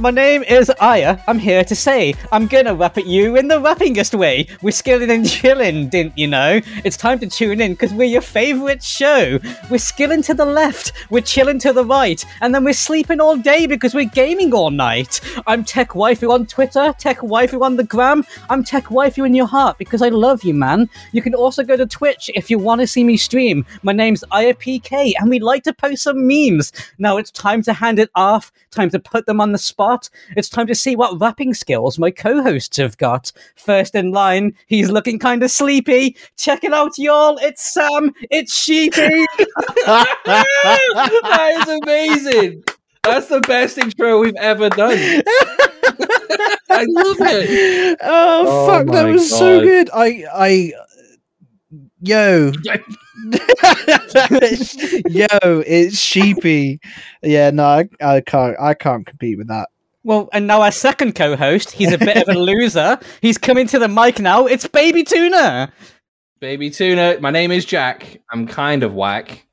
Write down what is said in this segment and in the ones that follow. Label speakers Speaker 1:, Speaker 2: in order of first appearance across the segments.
Speaker 1: my name is Aya. I'm here to say I'm gonna rap at you in the rappingest way. We're skilling and chilling, didn't you know? It's time to tune in because we're your favourite show. We're skilling to the left, we're chilling to the right, and then we're sleeping all day because we're gaming all night. I'm Tech Waifu on Twitter, Tech Waifu on the gram. I'm Tech Waifu in your heart because I love you, man. You can also go to Twitch if you want to see me stream. My name's IAPK, and we like to post some memes. Now it's time to hand it off, time to put them on the spot. It's time to see what rapping skills my co hosts have got. First in line, he's looking kind of sleepy. Check it out, y'all. It's Sam, it's Sheepy.
Speaker 2: that is amazing. That's the best intro we've ever done. I love it.
Speaker 3: oh,
Speaker 2: Oh
Speaker 3: fuck, that
Speaker 2: my
Speaker 3: was so
Speaker 2: God.
Speaker 3: good. I, I, yo, yo, it's sheepy. Yeah, no, I, I can't, I can't compete with that.
Speaker 1: Well, and now our second co host, he's a bit of a loser. He's coming to the mic now. It's Baby Tuna.
Speaker 2: Baby Tuna, my name is Jack. I'm kind of whack,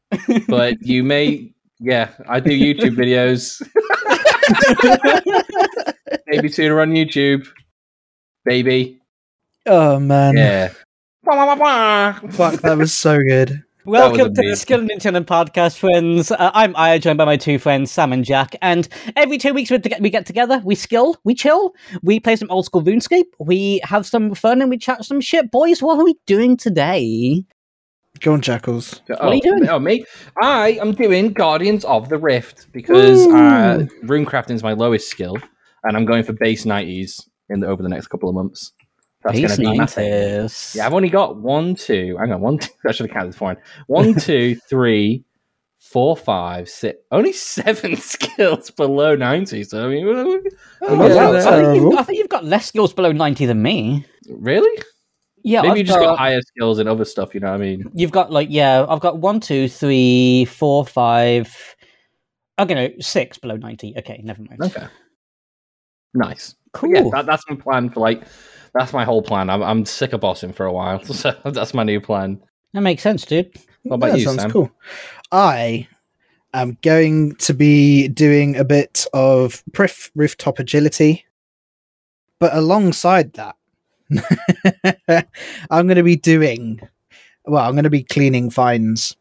Speaker 2: but you may, yeah, I do YouTube videos. Baby Tuna on YouTube. Baby.
Speaker 3: Oh man,
Speaker 2: Yeah.
Speaker 3: fuck, that was so good.
Speaker 1: Welcome to the
Speaker 2: amazing.
Speaker 1: Skill and Nintendo podcast, friends. Uh, I'm Aya, joined by my two friends, Sam and Jack. And every two weeks we get, we get together, we skill, we chill, we play some old school RuneScape, we have some fun, and we chat some shit. Boys, what are we doing today?
Speaker 3: Go on, Jackals.
Speaker 2: Oh,
Speaker 1: are you doing?
Speaker 2: Oh, me? I am doing Guardians of the Rift because uh, runecrafting is my lowest skill, and I'm going for base 90s in the, over the next couple of months. That's going to be my thing.
Speaker 1: massive.
Speaker 2: Yeah, I've only got one, two. Hang on, one. Two, I should have counted this one. One, two, three, four, five, six. Only seven skills below ninety. So I mean,
Speaker 3: Oh,
Speaker 2: yeah,
Speaker 3: wow,
Speaker 2: that's
Speaker 1: I, think you've
Speaker 3: terrible.
Speaker 1: got, I think you've got less skills below 90 than me.
Speaker 2: really?
Speaker 1: Yeah,
Speaker 2: Maybe
Speaker 1: I've
Speaker 2: you just got higher skills and other stuff. You know what I mean?
Speaker 1: You've got like yeah, I've got one, two, three, four, five. Okay, no, six below ninety. Okay, never mind.
Speaker 2: Okay. Nice. But
Speaker 1: Cool.
Speaker 2: Yeah, that, that's my plan for like. That's my whole plan. I'm, I'm sick of bossing for a while, so that's my new plan.
Speaker 1: that makes sense, dude.
Speaker 2: What about
Speaker 3: that
Speaker 2: you,
Speaker 3: sounds
Speaker 2: Sam?
Speaker 3: cool. I am going to be doing a bit of Prif rooftop agility, but alongside that, I'm going to be doing. Well, I'm going to be cleaning vines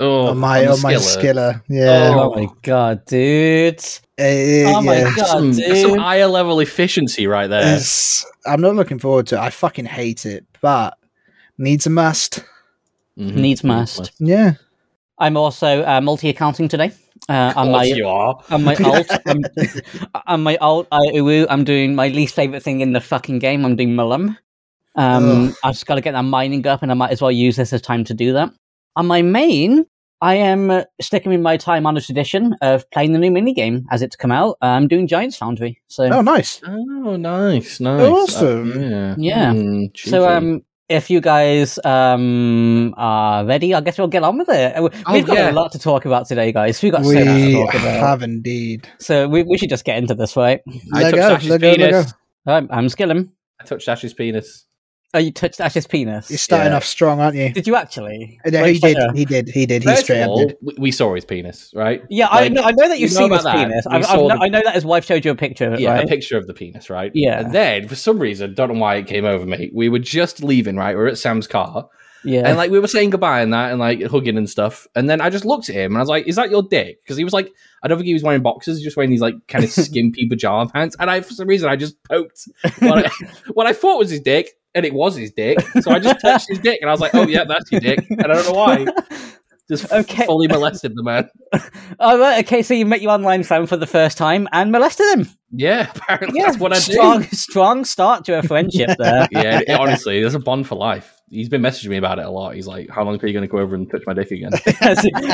Speaker 2: Oh,
Speaker 3: on my
Speaker 2: I'm a
Speaker 3: on my
Speaker 2: skiller.
Speaker 3: skiller. Yeah,
Speaker 1: Oh, my god, dude.
Speaker 2: Mm-hmm,
Speaker 3: Eh,
Speaker 1: Oh my
Speaker 3: yeah.
Speaker 1: god,
Speaker 2: Some,
Speaker 1: dude.
Speaker 2: some higher level efficiency right there.
Speaker 3: It's- I'm not looking forward to it. I fucking hate it, but needs a must.
Speaker 2: Mhm.
Speaker 1: Needs must.
Speaker 3: Yeah,
Speaker 1: I'm also uh, multi-accounting today. Uh,
Speaker 2: Of
Speaker 1: on
Speaker 2: course
Speaker 1: my
Speaker 2: you are.
Speaker 1: on my alt, I'm, on my alt, I, ooh, I'm doing my least favorite thing in the fucking game. I'm doing Mullum. Um,
Speaker 3: Ugh.
Speaker 1: I've just got to get that mining up, and I might as well use this as time to do that. On my main, I am uh, sticking with my time honored tradition of playing the new minigame as it's come out. Uh, I'm doing Giants Foundry. So,
Speaker 3: oh nice.
Speaker 2: Oh, nice, nice.
Speaker 3: Awesome.
Speaker 2: Uh, yeah.
Speaker 1: Yeah.
Speaker 2: Mm, cheeky.
Speaker 1: so um, if you guys um, are ready, I guess we'll get on with it. Uh, we-
Speaker 2: Oh,
Speaker 1: We've got
Speaker 2: yeah.
Speaker 1: a lot to talk about today, guys. We've got so much to
Speaker 3: We
Speaker 1: talk about.
Speaker 3: have indeed.
Speaker 1: So we, we should just get into this, right?
Speaker 2: I
Speaker 3: Let
Speaker 2: touched
Speaker 3: go,
Speaker 2: Ash's
Speaker 3: let go, let
Speaker 2: penis.
Speaker 1: I'm, I'm Skillum.
Speaker 2: I touched Ash's penis.
Speaker 1: Oh, you touched Ash's penis.
Speaker 3: You're starting
Speaker 2: Yeah.
Speaker 3: off strong, aren't you?
Speaker 1: Did you actually?
Speaker 3: No,
Speaker 1: Like,
Speaker 3: he did.
Speaker 1: uh,
Speaker 3: He did. He did. He
Speaker 2: First
Speaker 3: straight
Speaker 2: of
Speaker 3: up
Speaker 2: all,
Speaker 3: did.
Speaker 2: we, we saw his penis, right?
Speaker 1: Yeah, I
Speaker 2: Like,
Speaker 1: know. I know that you've
Speaker 2: you know
Speaker 1: seen his
Speaker 2: about that.
Speaker 1: penis.
Speaker 2: We
Speaker 1: I've, I've
Speaker 2: saw
Speaker 1: kno-
Speaker 2: the-
Speaker 1: I know that his wife showed you a picture of it,
Speaker 2: Yeah,
Speaker 1: right?
Speaker 2: a picture of the penis, right?
Speaker 1: Yeah.
Speaker 2: And then, for some reason, don't know why it came over me. We were just leaving, right? We were at Sam's car,
Speaker 1: yeah.
Speaker 2: and like we were saying goodbye and that, and like hugging and stuff. And then I just looked at him and I was like, "Is that your dick?" Because he was like, I don't think he was wearing boxers, he was just wearing these like kind of skimpy pajama pants. And I, for some reason, I just poked what I, what I thought was his dick, and it was his dick. So I just touched his dick, and I was like, "Oh yeah, that's your dick," and I don't know why. Just
Speaker 1: Okay.
Speaker 2: okay. fully molested the man.
Speaker 1: All Oh, right. Okay. So you met your online fan for the first time and molested him.
Speaker 2: Yeah, apparently that's what I did.
Speaker 1: strong, strong start to a friendship there.
Speaker 2: Yeah, it- honestly, there's a bond for life. He's been messaging me about it a lot. He's like, "How long are you going to go over and touch my dick again?"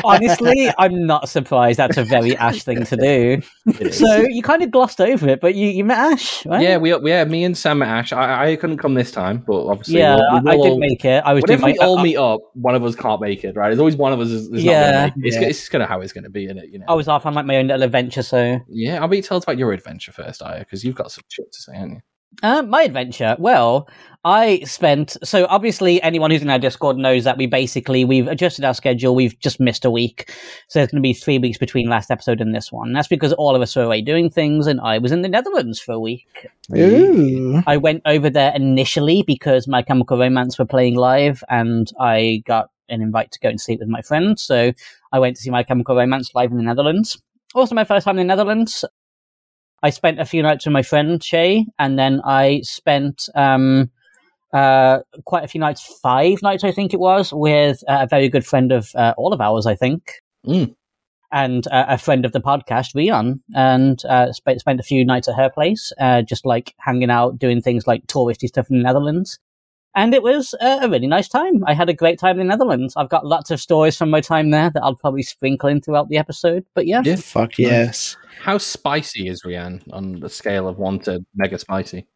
Speaker 1: Honestly, I'm not surprised. That's a very Ash thing to do.
Speaker 2: It is.
Speaker 1: So you kind of glossed over it, but you, you met Ash, right?
Speaker 2: yeah, we yeah, me and Sam and Ash. I, I couldn't come this time, but obviously,
Speaker 1: yeah.
Speaker 2: we'll- we
Speaker 1: I, I
Speaker 2: will
Speaker 1: did
Speaker 2: all-
Speaker 1: make it. I was doing
Speaker 2: Whenever
Speaker 1: my. uh,
Speaker 2: we all
Speaker 1: I-
Speaker 2: meet up, one of us can't make it, right? There's always one of us. Is, is
Speaker 1: Yeah. Oh.
Speaker 2: yeah, not gonna make it. It's,
Speaker 3: Yeah.
Speaker 2: it's kind of how it's going to be, in it, you know.
Speaker 1: I was off on like my own little adventure, so
Speaker 2: Yeah, I'll be tell us about your adventure first, Aya, because you've got some shit to say, haven't you?
Speaker 1: Uh, my adventure. Well, I spent so obviously anyone who's in our Discord knows that we basically we've adjusted our schedule. We've just missed a week, so there's going to be three weeks between last episode and this one. That's because all of us were away doing things, and I was in the Netherlands for a week. Mm-hmm.
Speaker 3: Ooh.
Speaker 1: I went over there initially because My Chemical Romance were playing live, and I got an invite to go and see it with my friend. So I went to see My Chemical Romance live in the Netherlands. Also, my first time in the Netherlands. I spent a few nights with my friend Shay, and then I spent um, uh, quite a few nights, five nights, I think it was, with uh, a very good friend of uh, all of ours, I think,
Speaker 2: Mm.
Speaker 1: and uh, a friend of the podcast, Rion, and uh, sp- spent a few nights at her place, uh, just like hanging out, doing things like touristy stuff in the Netherlands. And it was uh, a really nice time. I had a great time in the Netherlands. I've got lots of stories from my time there that I'll probably sprinkle in throughout the episode. But yeah,
Speaker 2: Yeah.
Speaker 3: Fuck yes.
Speaker 2: How spicy is Rianne on the scale of one to mega spicy?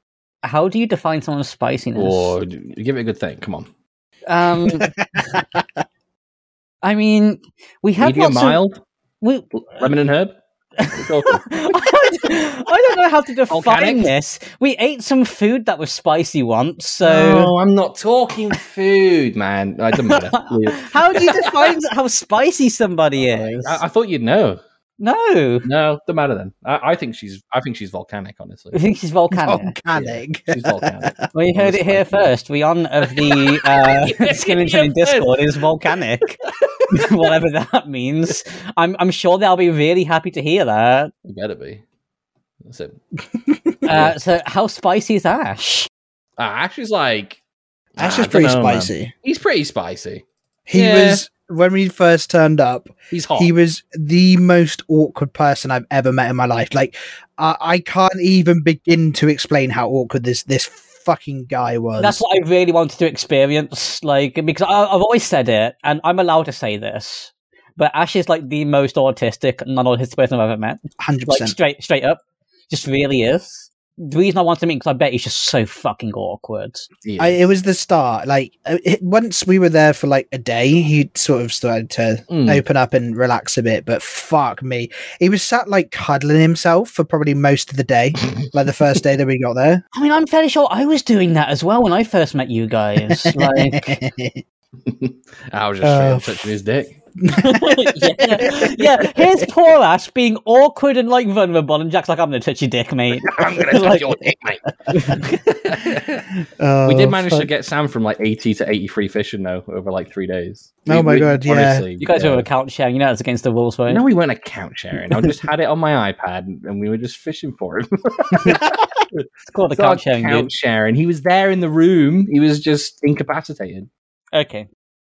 Speaker 1: how do you define someone's spiciness?
Speaker 2: Or d- give it a good thing. Come on.
Speaker 1: Um, I mean, we have
Speaker 2: Medium
Speaker 1: lots of-
Speaker 2: mild,
Speaker 1: we-
Speaker 2: lemon and herb. We're talking.
Speaker 1: I don't- I don't know how to define
Speaker 2: Volcanic?
Speaker 1: this. We ate some food that was spicy once, so
Speaker 2: no, I'm not talking food, man. It doesn't matter. I,
Speaker 1: how do you define how spicy somebody is?
Speaker 2: I thought you'd know.
Speaker 1: no,
Speaker 2: No, doesn't matter then. I, I think she's. I think she's volcanic. Honestly,
Speaker 1: I think she's
Speaker 2: Oh,
Speaker 1: volcanic.
Speaker 3: Volcanic.
Speaker 2: she's volcanic.
Speaker 1: well, you heard it here
Speaker 2: Spicy.
Speaker 1: first. Rion of the uh, Skillington in Discord is volcanic, whatever that means. I'm I'm sure they'll be really happy to hear that.
Speaker 2: You better be. That's it.
Speaker 1: Uh, so, how spicy is Ash?
Speaker 2: Uh, Ash is like.
Speaker 3: That's
Speaker 2: Ah, I
Speaker 3: just pretty
Speaker 2: dunno, man.
Speaker 3: spicy.
Speaker 2: He's pretty spicy.
Speaker 3: He
Speaker 2: Yeah. Oh.
Speaker 3: was when we first turned up.
Speaker 2: He's hot.
Speaker 3: He was the most awkward person I've ever met in my life. Like I, I can't even begin to explain how awkward this this fucking guy was.
Speaker 1: That's what I really wanted to experience, like because I, I've always said it, and I'm allowed to say this. But Ash is like the most autistic, non-autistic person I've ever met.
Speaker 3: hundred
Speaker 1: Like
Speaker 3: percent.
Speaker 1: straight, straight up, just really is. The reason I wanted to meet because I bet he's just so fucking awkward.
Speaker 2: He
Speaker 3: I,
Speaker 2: is.
Speaker 3: it was the start. Like uh, it, once we were there for like a day, he sort of started to
Speaker 2: Mm.
Speaker 3: open up and relax a bit. But fuck me, he was sat like cuddling himself for probably most of the day. like the first day that we got there.
Speaker 1: I mean, I'm fairly sure I was doing that as well when I first met you guys. Like,
Speaker 2: I was just straight
Speaker 3: Uh,
Speaker 2: up touching his dick.
Speaker 1: yeah, yeah. Here's poor Ash being awkward and like vulnerable, and Jack's like, "I'm gonna touch your dick, mate."
Speaker 2: I'm gonna touch
Speaker 1: Like-
Speaker 2: your dick, mate.
Speaker 3: Oh,
Speaker 2: we did manage
Speaker 3: fuck.
Speaker 2: to get Sam from like 80 to 83 fishing though over like three days.
Speaker 3: Oh
Speaker 2: We-
Speaker 3: my
Speaker 2: we-
Speaker 3: God, yeah.
Speaker 2: honestly,
Speaker 1: You guys
Speaker 2: yeah.
Speaker 1: were on account sharing. You know that's against the rules, right?
Speaker 2: No, we weren't account sharing. I just had it on my iPad and and we were just fishing for him.
Speaker 1: it's called
Speaker 2: It's our
Speaker 1: account sharing.
Speaker 2: account
Speaker 1: Dude.
Speaker 2: sharing. He was there in the room. He was just incapacitated,
Speaker 1: Okay.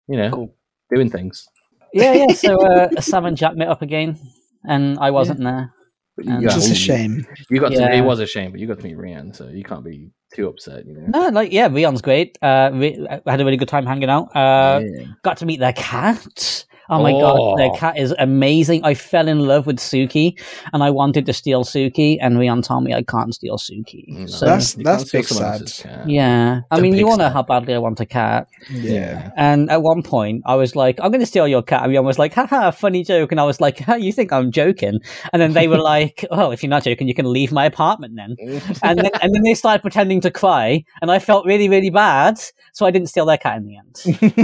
Speaker 2: you know,
Speaker 1: Cool.
Speaker 2: doing things.
Speaker 1: yeah, yeah. So uh, Sam and Jack met up again, and I wasn't there.
Speaker 2: But you
Speaker 1: Um,
Speaker 2: got-
Speaker 3: Which is a shame.
Speaker 2: You got to.
Speaker 1: Yeah.
Speaker 2: It was a shame, but you got to meet Rian, so you can't be too upset, you know.
Speaker 1: No, like yeah, Rion's great. Uh, re- I had a really good time hanging out. Uh,
Speaker 2: Yeah.
Speaker 1: Got to meet their cat. Oh my
Speaker 2: Oh.
Speaker 1: god, their cat is amazing. I fell in love with Suki, and I wanted to steal Suki, and Rion told me I can't steal Suki.
Speaker 2: Mm, No,
Speaker 1: So
Speaker 3: That's-
Speaker 2: you can't
Speaker 3: that's
Speaker 2: steal
Speaker 3: big
Speaker 2: someone else's
Speaker 3: sad.
Speaker 2: cat.
Speaker 1: yeah, I
Speaker 2: The
Speaker 1: mean,
Speaker 2: big
Speaker 1: you all know
Speaker 2: stuff.
Speaker 1: how badly I want a cat.
Speaker 2: Yeah.
Speaker 1: And at one point, I was like, I'm going to steal your cat. And Rion was like, haha, funny joke. And I was like, huh, you think I'm joking? And then they were like, oh, if you're not joking, you can leave my apartment then. And then, and then they started pretending to cry. And I felt really, really bad. So I didn't steal their cat in the end.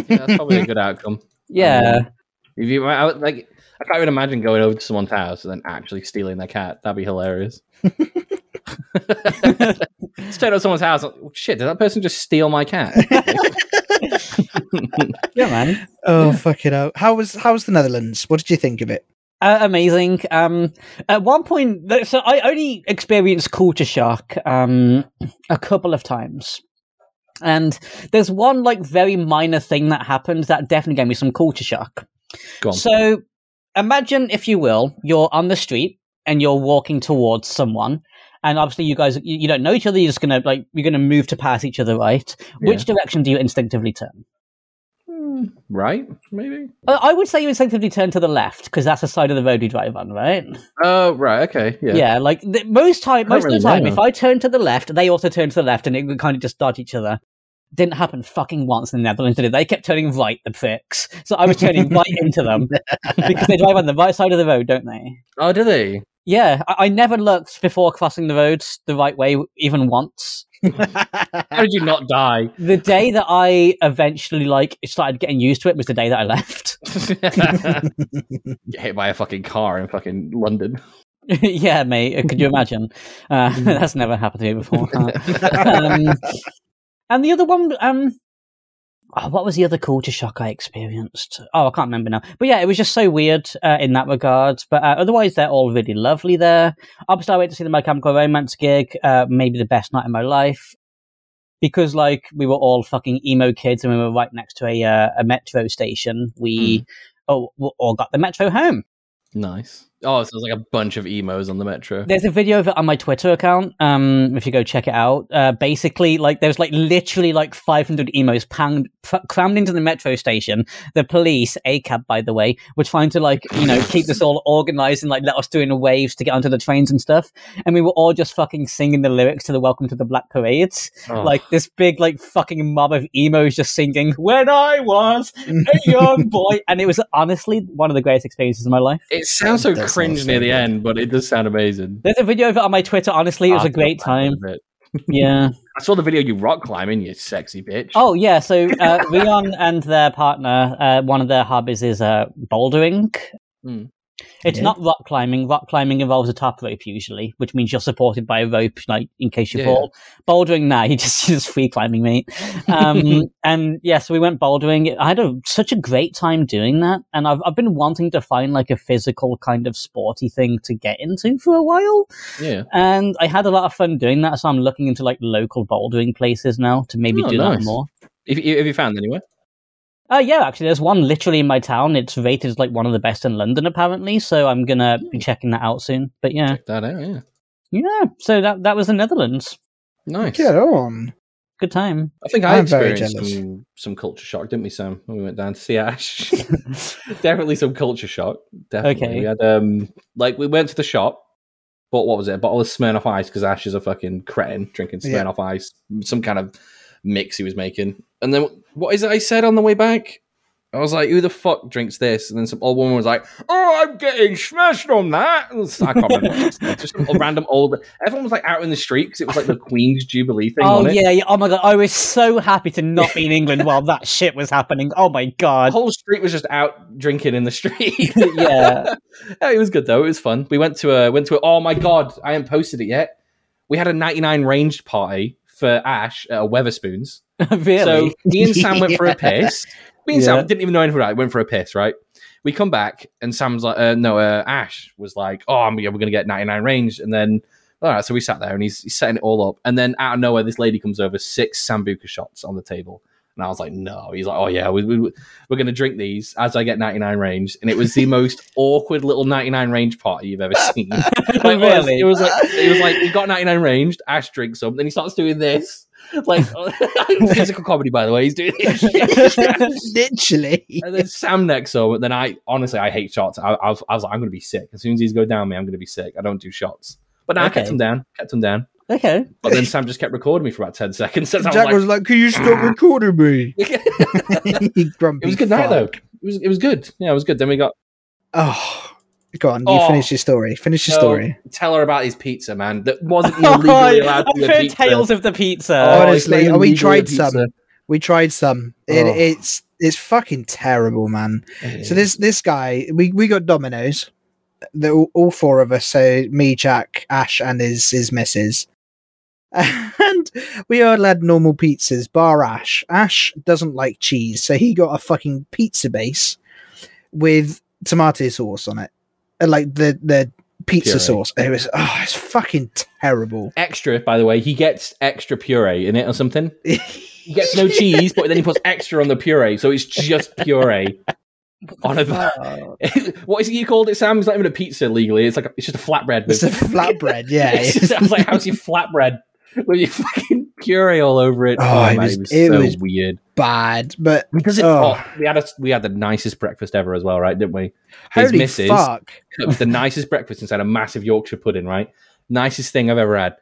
Speaker 2: Yeah, that's probably a good outcome.
Speaker 1: Yeah.
Speaker 2: If you I, would- like, I can't even imagine going over to someone's house and then actually stealing their cat. That'd be hilarious. Straight up someone's house. Like, oh, shit, did that person just steal my cat?
Speaker 1: Yeah, man.
Speaker 3: Oh fuck it out. How was how was the Netherlands? What did you think of it?
Speaker 1: Uh, amazing. Um, at one point, th- so I only experienced culture shock um, a couple of times. And there's one like very minor thing that happened that definitely gave me some culture shock.
Speaker 2: Go on.
Speaker 1: So imagine, if you will, you're on the street and you're walking towards someone. And obviously, you guys, you, you don't know each other. You're just gonna like, you're gonna move to pass each other, right? Which direction do you instinctively turn?
Speaker 2: Hmm, right? Maybe.
Speaker 1: Uh, I would say you instinctively turn to the left because that's the side of the road you drive on, right?
Speaker 2: Oh, right. Okay. Yeah.
Speaker 1: Yeah. like th- most time,
Speaker 2: I
Speaker 1: most of
Speaker 2: really
Speaker 1: the time,
Speaker 2: know.
Speaker 1: if I turn to the left, they also turn to the left, and it would kind of just dodge each other. Didn't happen fucking once in the Netherlands, did it? They kept turning right, the pricks. So I was turning right into them because they drive on the right side of the road, don't they?
Speaker 2: Oh, do they?
Speaker 1: Yeah, I, I never looked before crossing the roads the right way, even once.
Speaker 2: How did you not die?
Speaker 1: The day that I eventually like started getting used to it was the day that I left.
Speaker 2: Get hit by a fucking car in fucking London.
Speaker 1: yeah, mate. Could you imagine? Uh,
Speaker 3: Mm.
Speaker 1: that's never happened to me before. Uh, um, and the other one, um, oh, what was the other culture shock I experienced? Oh, I can't remember now. But yeah, it was just so weird uh, in that regard. But uh, otherwise, they're all really lovely there. Obviously, I went to see the My Chemical Romance gig, uh, maybe the best night of my life. Because like we were all fucking emo kids and we were right next to a uh, a metro station, we oh, we all got the metro home.
Speaker 2: nice. Oh, so there's like a bunch of emos on the metro.
Speaker 1: There's a video of it on my Twitter account. Um, if you go check it out, uh, basically, like there's like literally like 500 emos pound, pr- crammed into the metro station. The police, ACAB, by the way, were trying to like you know keep this all organized and like let us do in waves to get onto the trains and stuff. And we were all just fucking singing the lyrics to the Welcome to the Black Parades,
Speaker 2: Oh.
Speaker 1: like this big like fucking mob of emos just singing "When I Was a Young Boy," and it was honestly one of the greatest experiences of my life.
Speaker 2: it sounds so
Speaker 3: That sounds
Speaker 2: cringe
Speaker 3: so
Speaker 2: near the
Speaker 3: good.
Speaker 2: end, but it does sound amazing.
Speaker 1: There's a video of it on my Twitter. Honestly, it was
Speaker 2: Ah,
Speaker 1: a great
Speaker 2: I love
Speaker 1: time.
Speaker 2: it.
Speaker 1: Yeah.
Speaker 2: I saw the video you rock climbing, you sexy bitch.
Speaker 1: Oh yeah, so uh, Rion and their partner, uh, one of their hobbies is uh, bouldering.
Speaker 2: Hmm.
Speaker 1: It's
Speaker 3: Yeah.
Speaker 1: not rock climbing. Rock climbing involves a top rope usually, which means you're supported by a rope, like in case you
Speaker 2: Yeah,
Speaker 1: fall. Bouldering, nah, you just you just free climbing, mate. Um, and yeah, so we went bouldering. I had a, such a great time doing that, and I've I've been wanting to find like a physical kind of sporty thing to get into for a while
Speaker 2: yeah.
Speaker 1: and I had a lot of fun doing that. So I'm looking into like local bouldering places now to maybe
Speaker 2: Oh,
Speaker 1: do that
Speaker 2: nice.
Speaker 1: more.
Speaker 2: If, if if you found anywhere,
Speaker 1: Uh, yeah, actually, there's one literally in my town. It's rated as like one of the best in London, apparently. So I'm gonna
Speaker 2: Hmm.
Speaker 1: be checking that out soon. But yeah,
Speaker 2: check that out. Yeah,
Speaker 1: yeah. So that that was the Netherlands.
Speaker 2: nice.
Speaker 3: Get on.
Speaker 1: Good time.
Speaker 2: I think I
Speaker 3: I'm very
Speaker 2: experienced
Speaker 3: jealous.
Speaker 2: some, some culture shock, didn't we, Sam? When we went down to see Ash, definitely some culture shock. Definitely,
Speaker 1: Okay.
Speaker 2: we had um, like we went to the shop, bought what was it? A bottle of Smirnoff Ice because Ash is a fucking cretin drinking
Speaker 3: Yeah.
Speaker 2: Smirnoff Ice, some kind of mix he was making. And then what is it I said on the way back? I was like, "Who the fuck drinks this?" And then some old woman was like, "Oh, I'm getting smashed on that." And I can't remember. What it was. Just some random old. Everyone was like out in the street because it was like the Queen's Jubilee thing.
Speaker 1: Oh
Speaker 2: on it.
Speaker 1: yeah, yeah. Oh my god, I was so happy to not be in England while that shit was happening. Oh my
Speaker 2: the
Speaker 1: god.
Speaker 2: whole street was just out drinking in the street.
Speaker 1: Yeah.
Speaker 2: Yeah, it was good though. It was fun. We went to a went to a, oh my god, I haven't posted it yet. We had a 99 ranged party for Ash at a Weatherspoons.
Speaker 1: really.
Speaker 2: So me and Sam went for a
Speaker 3: Yeah.
Speaker 2: piss. Me and
Speaker 1: Yeah.
Speaker 2: Sam didn't even know anything about it. Went for a piss, right? We come back and Sam's like, uh, no, uh, Ash was like, oh, I'm, yeah, we're gonna get 99 range, and then all right, so we sat there and he's, he's setting it all up, and then out of nowhere, this lady comes over, six sambuca shots on the table. And I was like, no. He's like, oh, yeah, we, we, we're going to drink these as I get 99 range. And it was the most awkward little 99 range party you've ever seen. Like, honestly,
Speaker 1: really.
Speaker 2: It was like, it was like, he got 99 ranged, Ash drinks some, then he starts doing this. Like, physical comedy, by the way. He's doing this shit.
Speaker 3: Literally.
Speaker 2: And then Sam next over. Then I, honestly, I hate shots. I, I, was, I was like, I'm going to be sick. As soon as these go down me, I'm going to be sick. I don't do shots. But no, I
Speaker 1: Okay.
Speaker 2: kept him down, kept him down.
Speaker 1: okay.
Speaker 2: But then Sam just kept recording me for about 10 seconds. And I was
Speaker 3: Jack
Speaker 2: like-
Speaker 3: was like, "Can you stop recording me?" Grumpy.
Speaker 2: it was a good night,
Speaker 3: fuck.
Speaker 2: though. It was, it was good. Yeah, it was good. Then we got
Speaker 3: Oh, go on. You
Speaker 2: Oh.
Speaker 3: finish your story. Finish your
Speaker 2: No.
Speaker 3: story.
Speaker 2: tell her about his pizza, man. That wasn't your legally allowed to
Speaker 1: I've
Speaker 2: be a
Speaker 1: heard
Speaker 2: pizza.
Speaker 1: tales of the pizza.
Speaker 2: Oh,
Speaker 3: Honestly,
Speaker 2: it's not even
Speaker 3: oh, we
Speaker 2: legally a
Speaker 3: tried some.
Speaker 2: pizza.
Speaker 3: We tried some. It,
Speaker 2: Oh.
Speaker 3: It's it's fucking terrible, man. So this this guy, we we got Domino's. The, all, all four of us. So me, Jack, Ash, and his his missus. And we all had normal pizzas, bar Ash. Ash doesn't like cheese, so he got a fucking pizza base with tomato sauce on it. And, Like the the pizza
Speaker 2: Puree.
Speaker 3: sauce. It was oh it's fucking terrible.
Speaker 2: extra, by the way, he gets extra puree in it or something. He gets no
Speaker 3: Yeah.
Speaker 2: cheese, but then he puts extra on the puree, so it's just puree. on a, what is it you called it, Sam? It's not even a pizza legally. It's like a, it's just a flatbread.
Speaker 3: It's
Speaker 2: With,
Speaker 3: a flatbread, yeah.
Speaker 2: It's just- I was like, how's your flatbread with your fucking puree all over it?
Speaker 3: Oh,
Speaker 2: man,
Speaker 3: it was- it
Speaker 2: so
Speaker 3: was-
Speaker 2: weird.
Speaker 3: bad, but
Speaker 2: Because it,
Speaker 3: Oh.
Speaker 2: oh, we had a, we had the nicest breakfast ever as well, right? Didn't we? His
Speaker 3: holy
Speaker 2: missus-
Speaker 3: fuck!
Speaker 2: cooked the nicest breakfast instead of massive Yorkshire pudding, right? Nicest thing I've ever had.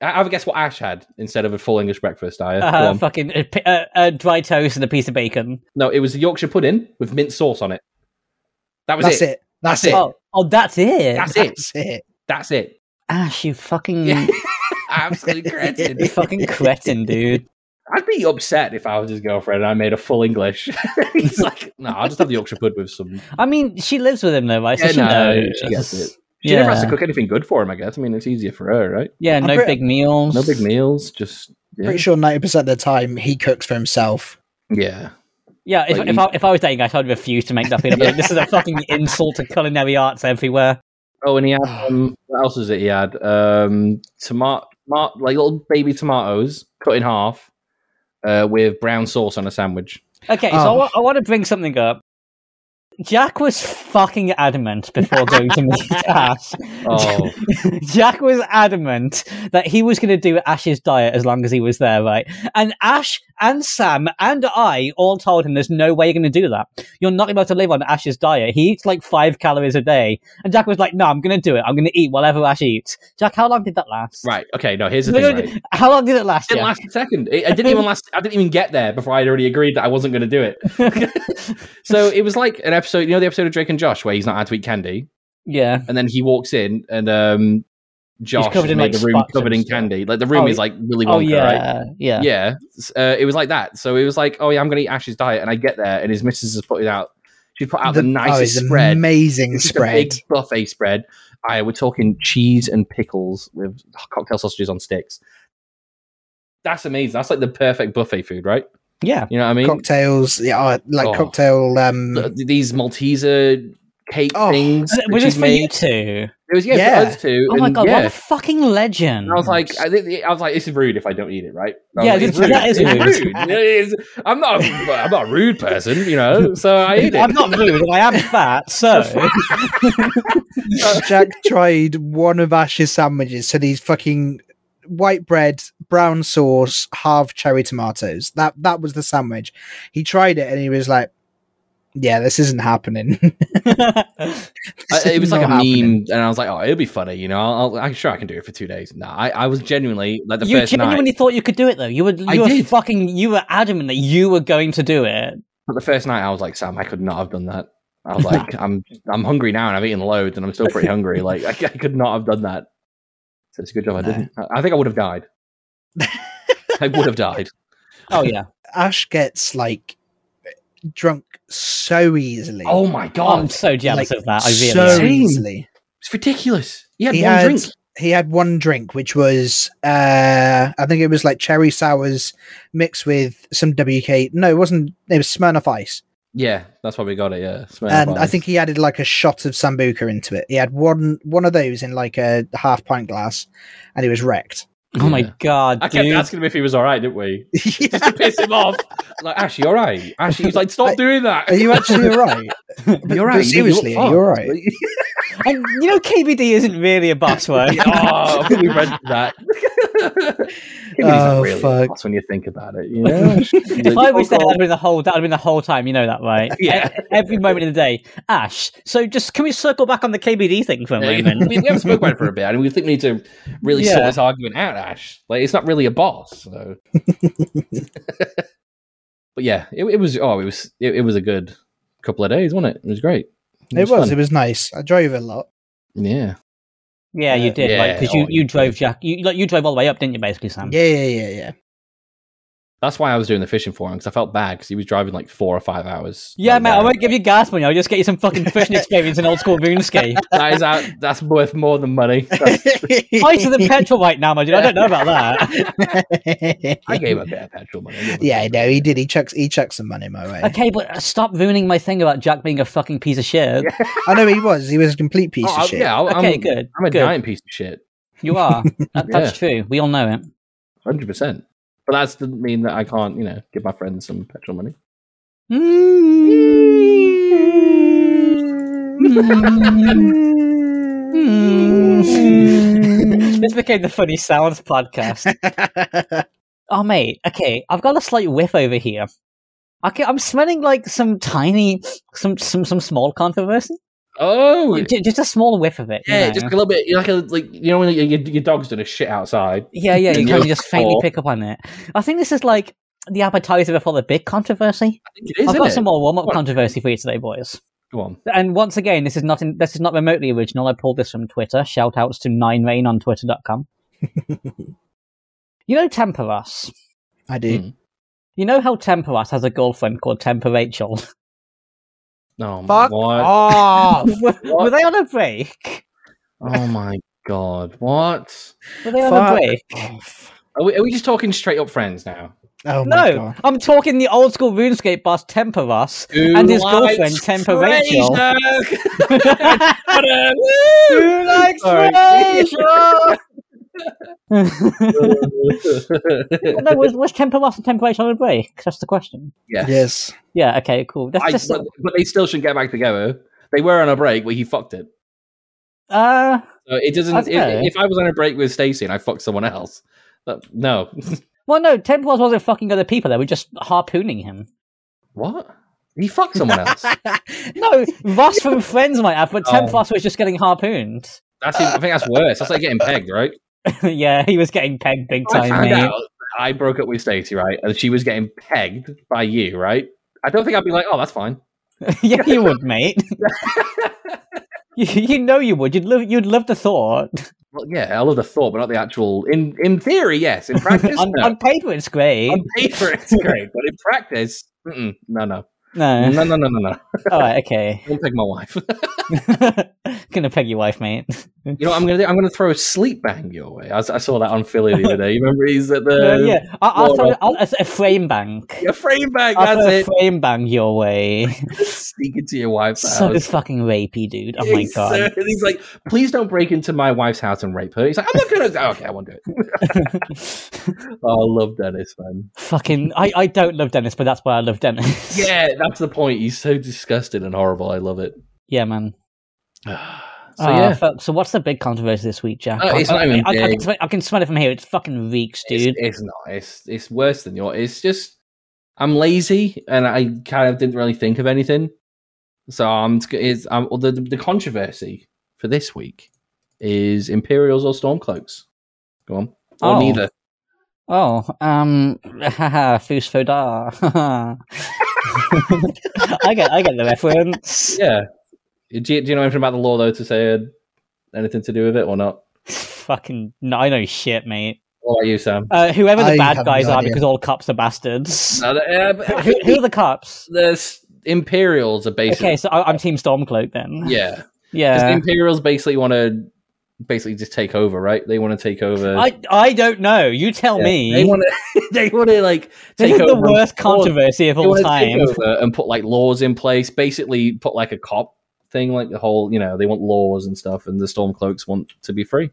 Speaker 2: I, I would guess what Ash had instead of a full English breakfast. I
Speaker 3: Uh-huh.
Speaker 1: Uh, fucking uh, pi- uh, uh, dry toast and a piece of bacon.
Speaker 2: no, it was a Yorkshire pudding with mint sauce on it. That was
Speaker 3: That's it.
Speaker 2: it.
Speaker 3: That's
Speaker 2: That's
Speaker 3: it.
Speaker 2: it.
Speaker 1: Oh, Oh, that's it.
Speaker 2: That's it.
Speaker 3: That's it.
Speaker 2: That's it.
Speaker 1: Ash, you fucking
Speaker 2: Yeah. Absolute cretin.
Speaker 1: you fucking cretin, dude.
Speaker 2: I'd be upset if I was his girlfriend and I made a full English. He's like, no, I'll just have the Yorkshire Pud with some.
Speaker 1: I mean, she lives with him though, right? So
Speaker 2: Yeah,
Speaker 1: she
Speaker 2: no,
Speaker 1: knows.
Speaker 2: she gets it. She
Speaker 1: yeah.
Speaker 2: never has to cook anything good for him, I guess. I mean, it's easier for her, right?
Speaker 1: Yeah,
Speaker 3: I'm
Speaker 1: no
Speaker 3: pretty-
Speaker 1: big meals.
Speaker 2: No big meals, just. Yeah.
Speaker 3: Pretty sure ninety percent of the time he cooks for himself.
Speaker 2: yeah.
Speaker 1: Yeah, if,
Speaker 2: Like,
Speaker 1: if,
Speaker 2: you-
Speaker 1: I, if I was dating Ash, I'd refuse to make that thing. I'd be like, this is a fucking insult to culinary arts everywhere.
Speaker 2: Oh, and he had. Um, what else is it he had? Um, tomato, like little baby tomatoes cut in half uh, with brown sauce on a sandwich.
Speaker 1: Okay, so I
Speaker 3: Oh.
Speaker 1: want to bring something up. Jack was fucking adamant before going to meet Ash.
Speaker 2: Oh,
Speaker 1: Jack was adamant that he was going to do Ash's diet as long as he was there, right? And Ash and Sam and I all told him there's no way you're going to do that. You're not about to live on Ash's diet. He eats like five calories a day. And Jack was like, no, I'm going to do it. I'm going to eat whatever Ash eats. Jack, how long did that last?
Speaker 2: right. Okay, no, here's the
Speaker 1: No,
Speaker 2: thing.
Speaker 1: no,
Speaker 2: Right? It
Speaker 1: How long did it last?
Speaker 2: didn't
Speaker 1: Jack?
Speaker 2: last a second. It, I didn't even last. I didn't even get there before I'd already agreed that I wasn't going to do it. So it was like an episode, you know, the episode of Drake and Josh where he's not allowed to eat candy,
Speaker 1: yeah.
Speaker 2: and then he walks in and um, Josh
Speaker 1: covered
Speaker 2: has
Speaker 1: in,
Speaker 2: made
Speaker 1: like,
Speaker 2: the room
Speaker 1: spots
Speaker 2: covered
Speaker 1: and
Speaker 2: in
Speaker 1: stuff.
Speaker 2: candy. Like the room
Speaker 1: Oh,
Speaker 2: is
Speaker 1: y-
Speaker 2: like really Wonka,
Speaker 1: Oh, yeah,
Speaker 2: right?
Speaker 1: yeah.
Speaker 2: Yeah, S- uh, it was like that. So it was like, oh yeah, I'm going to eat Ash's diet, and I get there, and his missus has put it out. She put out the,
Speaker 3: oh,
Speaker 2: nicest
Speaker 3: it's
Speaker 2: spread,
Speaker 3: amazing
Speaker 2: It's just
Speaker 3: spread.
Speaker 2: a big buffet spread. I we're talking cheese and pickles with cocktail sausages on sticks. That's amazing. That's like the perfect buffet food, right?
Speaker 1: Yeah.
Speaker 2: You know what I mean?
Speaker 3: cocktails, yeah, oh, like
Speaker 2: Oh.
Speaker 3: cocktail. Um,
Speaker 2: Th- these Malteser cake
Speaker 3: Oh.
Speaker 2: things. that
Speaker 1: Was this
Speaker 2: she's
Speaker 1: for you
Speaker 2: made.
Speaker 1: two?
Speaker 2: It was yeah,
Speaker 3: Yeah.
Speaker 2: for us too.
Speaker 1: Oh my
Speaker 2: and
Speaker 1: god,
Speaker 2: yeah.
Speaker 1: what a fucking legend.
Speaker 2: And I was like, I, think, I was like, this is rude if I don't eat it, right? I was
Speaker 1: Yeah,
Speaker 2: like,
Speaker 1: this-
Speaker 2: it's rude.
Speaker 1: that is
Speaker 2: It's
Speaker 1: rude.
Speaker 2: It is- I'm not, a, I'm not a rude person, you know. So I ate
Speaker 1: I'm
Speaker 2: it.
Speaker 1: not rude, and I am fat, so
Speaker 3: Jack tried one of Ash's sandwiches. So these fucking white bread, brown sauce, half cherry tomatoes. That that was the sandwich. He tried it and he was like, "Yeah, this isn't happening." This
Speaker 2: I-
Speaker 3: is
Speaker 2: it was like a
Speaker 3: not happening.
Speaker 2: meme, and I was like, oh, it'll be funny, you know. I'll, I'll, I'm sure I can do it for two days. No, I, I was genuinely like the
Speaker 1: you
Speaker 2: first night.
Speaker 1: genuinely thought you could do it though. You were
Speaker 2: I
Speaker 1: you were
Speaker 2: did.
Speaker 1: fucking you were adamant that you were going to do it.
Speaker 2: But the first night, I was like, Sam, I could not have done that. I was like, I'm I'm hungry now, and I've eaten loads, and I'm still pretty hungry. Like, I, I could not have done that. So it's a good job I
Speaker 3: No.
Speaker 2: didn't. I, I think I would have died. I would have died.
Speaker 1: Oh yeah.
Speaker 3: Ash gets like drunk so easily.
Speaker 2: Oh my
Speaker 1: I'm
Speaker 2: god,
Speaker 1: so jealous
Speaker 3: Like,
Speaker 1: of that. I really
Speaker 3: so
Speaker 1: am.
Speaker 2: Same.
Speaker 3: easily.
Speaker 2: it's ridiculous. He had
Speaker 3: He
Speaker 2: one
Speaker 3: had-
Speaker 2: drink.
Speaker 3: He had one drink, which was uh I think it was like cherry sours mixed with some WK. No, it wasn't. It was Smirnoff Ice.
Speaker 2: Yeah, that's why we got it. Yeah, Smirnoff
Speaker 3: and I
Speaker 2: Ice.
Speaker 3: think he added like a shot of sambuca into it. He had one one of those in like a half pint glass, and he was wrecked.
Speaker 1: Oh my
Speaker 2: Yeah.
Speaker 1: god,
Speaker 2: I
Speaker 1: dude.
Speaker 2: kept asking him if he was all right, didn't we? Just
Speaker 3: Yeah.
Speaker 2: to piss him off. Like, Ash, you all right? Ash, he's like, stop
Speaker 3: I-
Speaker 2: doing that.
Speaker 3: Are you actually alright?
Speaker 2: You're all right.
Speaker 3: But seriously,
Speaker 2: you look
Speaker 3: you're
Speaker 2: fine.
Speaker 3: right.
Speaker 1: And you know KBD isn't really a buzzword.
Speaker 2: oh, we read that. It was
Speaker 3: Oh,
Speaker 2: really
Speaker 3: fuck.
Speaker 2: nuts when you think about it, you know.
Speaker 1: if I was there, that'd have been the whole that'd have been the whole time. You know that, right?
Speaker 2: Yeah.
Speaker 1: E- Every moment of the day. Ash. So just can we circle back on the KBD thing for a
Speaker 2: Yeah,
Speaker 1: moment?
Speaker 2: we, we haven't spoken about it for a bit, and we think we need to really
Speaker 1: Yeah.
Speaker 2: sort this argument out, Ash. Like, it's not really a boss, so. but yeah, it, it was. Oh, it was. It, it was a good couple of days, wasn't it? It was great.
Speaker 3: It was.
Speaker 2: fun.
Speaker 3: It was nice. I drove a lot.
Speaker 2: yeah.
Speaker 1: Yeah, you
Speaker 3: Yeah.
Speaker 1: did, like because
Speaker 2: Yeah,
Speaker 1: you,
Speaker 2: oh,
Speaker 1: you
Speaker 2: yeah.
Speaker 1: drove Jack, you like you drove all the way up, didn't you? Basically,
Speaker 2: Mm.
Speaker 1: Sam.
Speaker 3: Yeah, yeah, yeah, yeah.
Speaker 2: That's why I was doing the fishing for him because I felt bad because he was driving like four or five hours.
Speaker 1: Yeah,
Speaker 2: Like,
Speaker 1: mate, I
Speaker 2: there.
Speaker 1: won't give you gas money. I'll just get you some fucking fishing experience in old school RuneScape.
Speaker 2: that is out. That's worth more than money. That's-
Speaker 1: Price of the petrol right now, my dude. I don't know about that.
Speaker 2: I gave a bit of petrol money. I gave a bit
Speaker 3: yeah,
Speaker 2: of-
Speaker 3: no, he did. He chucks. He chucks some money my way.
Speaker 1: Okay, but uh, stop ruining my thing about Jack being a fucking piece of shit.
Speaker 3: I know he was. He was a complete piece
Speaker 2: Oh, I-
Speaker 3: of shit.
Speaker 2: Yeah, I- I'm,
Speaker 1: okay, good.
Speaker 2: I'm a
Speaker 1: good.
Speaker 2: giant piece of shit,
Speaker 1: You are. That, That's true. We all know it.
Speaker 2: hundred percent. But that doesn't mean that I can't, you know, give my friends some petrol money.
Speaker 1: Mm. this became the Funny Sounds podcast. Oh, mate. Okay, I've got a slight whiff over here. Okay, I'm smelling like some tiny, some some some small controversy.
Speaker 2: Oh,
Speaker 1: Ju- ju- Just a small whiff of it. you
Speaker 2: yeah,
Speaker 1: know?
Speaker 2: just a little bit. You're like a like you know when your, your, your dog's done a shit outside.
Speaker 1: Yeah, yeah, you kind
Speaker 2: And you
Speaker 1: of just faintly
Speaker 2: fall.
Speaker 1: pick up on it. I think this is like the appetizer before the big controversy.
Speaker 2: I think it is.
Speaker 1: I've
Speaker 2: isn't
Speaker 1: got
Speaker 2: it?
Speaker 1: some more warm up
Speaker 2: What?
Speaker 1: controversy for you today, boys.
Speaker 2: Go on.
Speaker 1: And once again, this is not in, this is not remotely original. I pulled this from Twitter. Shout outs to Nine Rain on Twitter.com. you know Temperas.
Speaker 3: I do.
Speaker 2: Hmm.
Speaker 1: You know how Temperas has a girlfriend called Temper Rachel.
Speaker 2: Oh,
Speaker 3: Fuck
Speaker 2: what?
Speaker 3: off.
Speaker 1: were, were they on a break?
Speaker 2: Oh my god. What?
Speaker 1: Were they on a
Speaker 3: Fuck
Speaker 1: break?
Speaker 3: off.
Speaker 2: Are we, are we just talking straight up friends now?
Speaker 3: Oh my
Speaker 1: no,
Speaker 3: god.
Speaker 1: I'm talking the old school RuneScape boss Temperas. And his girlfriend, Temper Rachel. Who likes
Speaker 2: Sorry.
Speaker 1: no, was, was Temperas and Temper Rachel on a break? That's the question.
Speaker 2: yes.
Speaker 3: Yes.
Speaker 1: Yeah, okay, cool. That's
Speaker 2: I-
Speaker 1: just
Speaker 2: but, but they still shouldn't get back together. They were on a break, but he fucked it.
Speaker 1: uh
Speaker 2: So it doesn't.
Speaker 1: Okay.
Speaker 2: If, if I was on a break with Stacy and I fucked someone else, that, no.
Speaker 1: well no, Temperas wasn't fucking other people, they were just harpooning him.
Speaker 2: what? He fucked someone else.
Speaker 1: No, Ross from Friends might have, but
Speaker 2: Oh.
Speaker 1: Temperas was just getting harpooned.
Speaker 2: That's. Even, I think that's worse. That's like getting pegged, right?
Speaker 1: yeah, he was getting pegged big
Speaker 2: I
Speaker 1: time,
Speaker 2: found
Speaker 1: mate.
Speaker 2: out that I broke up with Stacy, right, and she was getting pegged by you, right? I don't think I'd be like, oh, that's fine.
Speaker 1: yeah, you would, mate. you, you know you would. You'd love you'd love the thought.
Speaker 2: Well, yeah, I love the thought, but not the actual. In in theory, yes. In practice,
Speaker 1: on,
Speaker 2: no.
Speaker 1: on paper it's great.
Speaker 2: on paper, it's great, but in practice, mm-mm, no, no,
Speaker 1: no.
Speaker 2: no, no, no, no, no.
Speaker 1: Alright, okay.
Speaker 2: Don't peg my wife.
Speaker 1: Gonna peg your wife, mate.
Speaker 2: You know what I'm gonna do? I'm gonna throw a sleep bang your way. I, s- I saw that on Philly the other day. You remember he's at the
Speaker 1: Uh, yeah. I, I'll
Speaker 2: well,
Speaker 1: throw
Speaker 2: uh,
Speaker 1: I'll, a, a frame bank.
Speaker 2: a frame bang.
Speaker 1: I'll
Speaker 2: That's
Speaker 1: throw a
Speaker 2: it.
Speaker 1: frame bang your way.
Speaker 2: Sneak into your wife's
Speaker 1: so
Speaker 2: house.
Speaker 1: fucking rapey, dude. Oh my
Speaker 2: He's so-
Speaker 1: god.
Speaker 2: he's like, please don't break into my wife's house and rape her. He's like, I'm not gonna. oh, okay, I won't do it. Oh, I love Dennis, man.
Speaker 1: fucking I, I don't love Dennis, but that's why I love Dennis.
Speaker 2: Yeah, that's the point. He's so disgusted and horrible. I love it.
Speaker 1: Yeah, man.
Speaker 2: so
Speaker 1: Ah,
Speaker 2: yeah,
Speaker 1: fuck. So what's the big controversy this week, Jack?
Speaker 2: Oh, it's
Speaker 1: I,
Speaker 2: not
Speaker 1: I-
Speaker 2: even
Speaker 1: I- I can
Speaker 2: big.
Speaker 1: smell- I can smell it from here. It fucking reeks, dude.
Speaker 2: It's, it's not. It's it's worse than your. It's just I'm lazy and I kind of didn't really think of anything. So I'm. It's, I'm well, the the controversy for this week is Imperials or Stormcloaks. Go on. Or
Speaker 1: Oh.
Speaker 2: neither.
Speaker 1: Oh, um, haha, Foos Fodar. I get, I get the reference.
Speaker 2: Yeah. Do you, do you know anything about the law though to say uh, anything to do with it or not?
Speaker 1: Fucking, no, I know shit, mate.
Speaker 2: What about you, Sam?
Speaker 1: Uh, whoever the
Speaker 3: I
Speaker 1: bad
Speaker 3: have
Speaker 1: guys
Speaker 3: no
Speaker 1: are,
Speaker 3: idea.
Speaker 1: because all cops are bastards.
Speaker 2: No, the- uh, but I
Speaker 1: who,
Speaker 2: think
Speaker 1: who are the cops?
Speaker 2: the s- Imperials are basically
Speaker 1: Okay, so I, I'm Team Stormcloak then.
Speaker 2: yeah. 'Cause the
Speaker 1: yeah.
Speaker 2: Imperials basically want to basically just take over, right? They want to take over.
Speaker 1: I, I don't know. You tell
Speaker 2: Yeah,
Speaker 1: Oh, me.
Speaker 2: They want to. They want to like
Speaker 1: this
Speaker 2: take
Speaker 1: is
Speaker 2: over.
Speaker 1: the worst controversy of
Speaker 2: they
Speaker 1: all
Speaker 2: wanna
Speaker 1: time.
Speaker 2: Take over and put like laws in place. Basically, put like a cop thing, like the whole you know they want laws and stuff, and the stormcloaks want to be free.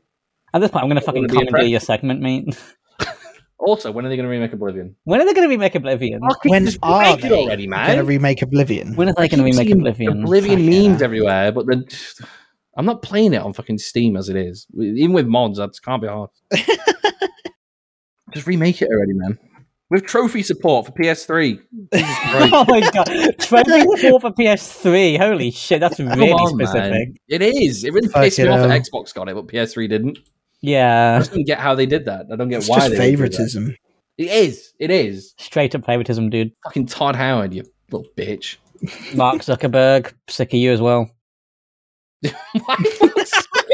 Speaker 1: At this point, I'm going to
Speaker 2: They
Speaker 1: fucking
Speaker 2: wanna be
Speaker 1: commandeer
Speaker 2: oppressed.
Speaker 1: your segment, mate.
Speaker 2: Also, when are they going to remake Oblivion?
Speaker 1: When are they going to remake Oblivion?
Speaker 2: Fucking
Speaker 3: When
Speaker 2: just
Speaker 3: are
Speaker 2: remake it
Speaker 3: they
Speaker 2: already,
Speaker 3: Gonna
Speaker 2: man?
Speaker 3: remake Oblivion.
Speaker 1: When are they
Speaker 2: I
Speaker 1: going to
Speaker 2: keep
Speaker 1: remake
Speaker 2: seeing
Speaker 1: Oblivion?
Speaker 2: Oblivion
Speaker 3: Fuck
Speaker 2: memes
Speaker 3: yeah.
Speaker 2: everywhere, but then I'm not playing it on fucking Steam as it is. Even with mods, that can't be hard. just remake it already, man. With trophy support for PS3. Jesus Christ.
Speaker 1: oh my god, 24 for PS3. Holy shit, that's really
Speaker 2: on, man.
Speaker 1: specific.
Speaker 2: It is. It really
Speaker 3: Fuck
Speaker 2: pissed me
Speaker 3: it
Speaker 2: off that
Speaker 3: out.
Speaker 2: Xbox got it, but PS3 didn't. I
Speaker 1: Yeah,
Speaker 2: just don't get how they did that. I don't get
Speaker 3: It's
Speaker 2: why
Speaker 3: just
Speaker 2: they would do that.
Speaker 3: favoritism.
Speaker 2: It is. It is.
Speaker 1: straight up favoritism, dude.
Speaker 2: Fucking Todd Howard, you little bitch.
Speaker 1: Mark Zuckerberg, sick of you as well.
Speaker 2: Why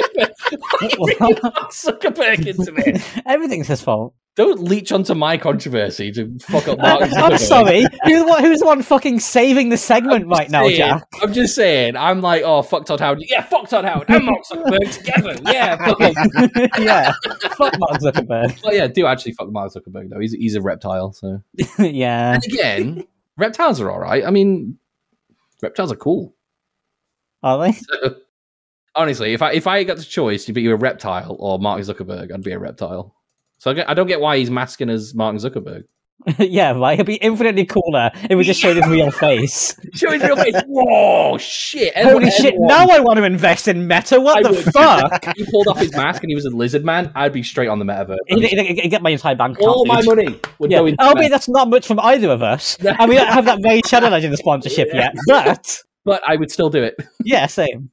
Speaker 2: Why did Mark Zuckerberg into it?
Speaker 1: Everything's his fault.
Speaker 2: Don't leech onto my controversy to fuck up Mark Zuckerberg.
Speaker 1: I'm sorry. Who's the, one, who's the one fucking saving the segment right now,
Speaker 2: Saying-
Speaker 1: Jack?
Speaker 2: I'm just saying. I'm like, oh fuck Todd Howard. Yeah, fuck Todd Howard and Mark Zuckerberg together. Yeah, fuck him.
Speaker 1: yeah, fuck Mark Zuckerberg.
Speaker 2: Well, yeah, do actually fuck Mark Zuckerberg though. He's he's a reptile, so.
Speaker 1: yeah,
Speaker 2: And again, reptiles are all right. I mean, reptiles are cool.
Speaker 1: are they?
Speaker 2: Honestly, if I if I got the choice to be a reptile or Mark Zuckerberg, I'd be a reptile. So I, get- I don't get why he's masking as Mark Zuckerberg.
Speaker 1: yeah, right. It'd be infinitely cooler if we just showed his real face.
Speaker 2: Show his real face. Whoa, shit!
Speaker 1: Holy shit! Now I want to invest in Meta. What
Speaker 2: I
Speaker 1: the
Speaker 2: would.
Speaker 1: fuck?
Speaker 2: he pulled off his mask and he was a lizard man. I'd be straight on the metaverse.
Speaker 1: He'd- he'd- he'd get my entire bank account.
Speaker 2: All my
Speaker 1: dude.
Speaker 2: money would go
Speaker 1: Yeah.
Speaker 2: into
Speaker 1: I'll
Speaker 2: that.
Speaker 1: be that's not much from either of us.
Speaker 2: No.
Speaker 1: And we don't have that Ray Shadow Legend sponsorship yet. But
Speaker 2: but I would still do it.
Speaker 1: yeah, same.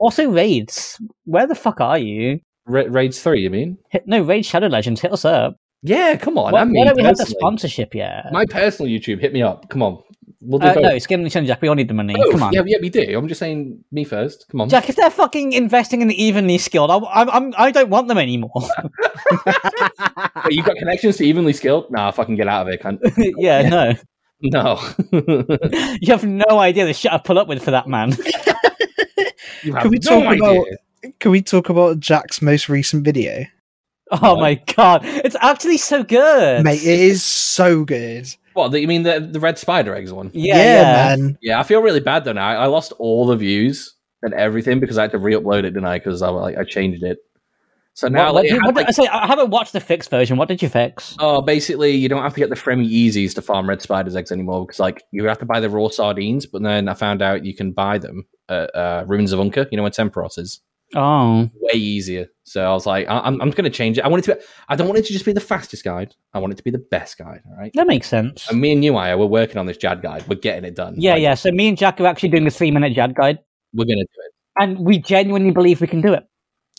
Speaker 1: Also raids. Where the fuck are you?
Speaker 2: Ra- Raids three, you mean?
Speaker 1: Hit, no, Raid Shadow Legends, hit us up.
Speaker 2: Yeah, come on.
Speaker 1: why
Speaker 2: I mean,
Speaker 1: why don't we have the
Speaker 2: personally.
Speaker 1: sponsorship yet?
Speaker 2: My personal YouTube, hit me up. Come on, We'll do
Speaker 1: Uh,
Speaker 2: both.
Speaker 1: no, Skin and Chin Jack, we all need the money.
Speaker 2: Both.
Speaker 1: Come on.
Speaker 2: Oh, Yeah, yeah, we do. I'm just saying me first. Come on.
Speaker 1: Jack, if they're fucking investing in the evenly skilled, I, I'm, I'm, I don't want them anymore.
Speaker 2: Wait, you've got connections to evenly skilled? Nah, fucking get out of here, cunt.
Speaker 1: yeah, no.
Speaker 2: No.
Speaker 1: You have no idea the shit I pull up with for that man.
Speaker 2: you have
Speaker 3: Can we
Speaker 2: no
Speaker 3: talk
Speaker 2: idea.
Speaker 3: about- Can we talk about Jack's most recent video?
Speaker 1: Oh
Speaker 2: What?
Speaker 1: my god, it's actually so good.
Speaker 3: Mate, it is so good.
Speaker 2: What, the, you mean the, the red spider eggs one?
Speaker 1: yeah, yeah,
Speaker 3: man.
Speaker 2: Yeah, I feel really bad though now. I, I lost all the views and everything because I had to re-upload it, didn't I? Because I like I changed it. So
Speaker 1: What-
Speaker 2: now
Speaker 1: what
Speaker 2: like,
Speaker 1: did
Speaker 2: it
Speaker 1: you-
Speaker 2: had,
Speaker 1: what did-
Speaker 2: like,
Speaker 1: so I haven't watched the fixed version. What did you fix?
Speaker 2: oh, basically you don't have to get the Fremi Yeezys to farm red spiders eggs anymore because like you have to buy the raw sardines, but then I found out you can buy them at uh, Ruins of Unca. You know where Temporos is.
Speaker 1: Oh,
Speaker 2: Way easier. So I was like, I- I'm I'm going to change it. I want it to. Be, I don't want it to just be the fastest guide. I want it to be the best guide. All right.
Speaker 1: that makes sense.
Speaker 2: And me and you, I, we're working on this Jad guide. We're getting it done.
Speaker 1: yeah,
Speaker 2: Like,
Speaker 1: yeah. So me and Jack are actually doing the three minute Jad guide,
Speaker 2: We're gonna do
Speaker 1: and we genuinely believe we can do it.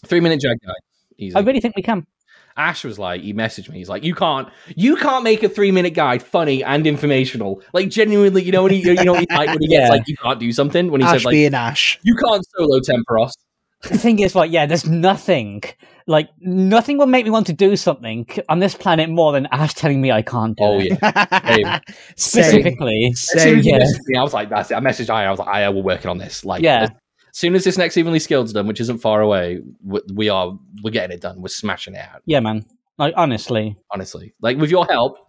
Speaker 2: it. Three minute Jad guide. Easy.
Speaker 1: I really think we can.
Speaker 2: Ash was like, he messaged me. He's like, you can't, you can't make a three minute guide funny and informational. Like genuinely, you know when he, you know what he's like when he gets
Speaker 1: Yeah.
Speaker 2: like, you can't do something. When he
Speaker 3: Ash
Speaker 2: said like,
Speaker 3: being Ash.
Speaker 2: you can't solo Temperos.
Speaker 1: The thing is, like, yeah, there's nothing, like, nothing will make me want to do something on this planet more than Ash telling me I can't do
Speaker 2: Oh
Speaker 1: it.
Speaker 2: yeah. Same.
Speaker 3: Same.
Speaker 1: Specifically,
Speaker 2: As soon
Speaker 3: Same.
Speaker 2: as he
Speaker 1: yeah.
Speaker 2: messaged me, I was like, that's it. I messaged I. I was like, I, we're working on this. Like,
Speaker 1: Yeah.
Speaker 2: As soon as this next evenly skilled's done, which isn't far away, we, we are we're getting it done. We're smashing it out.
Speaker 1: yeah, man. Like, honestly,
Speaker 2: Honestly, like with your help,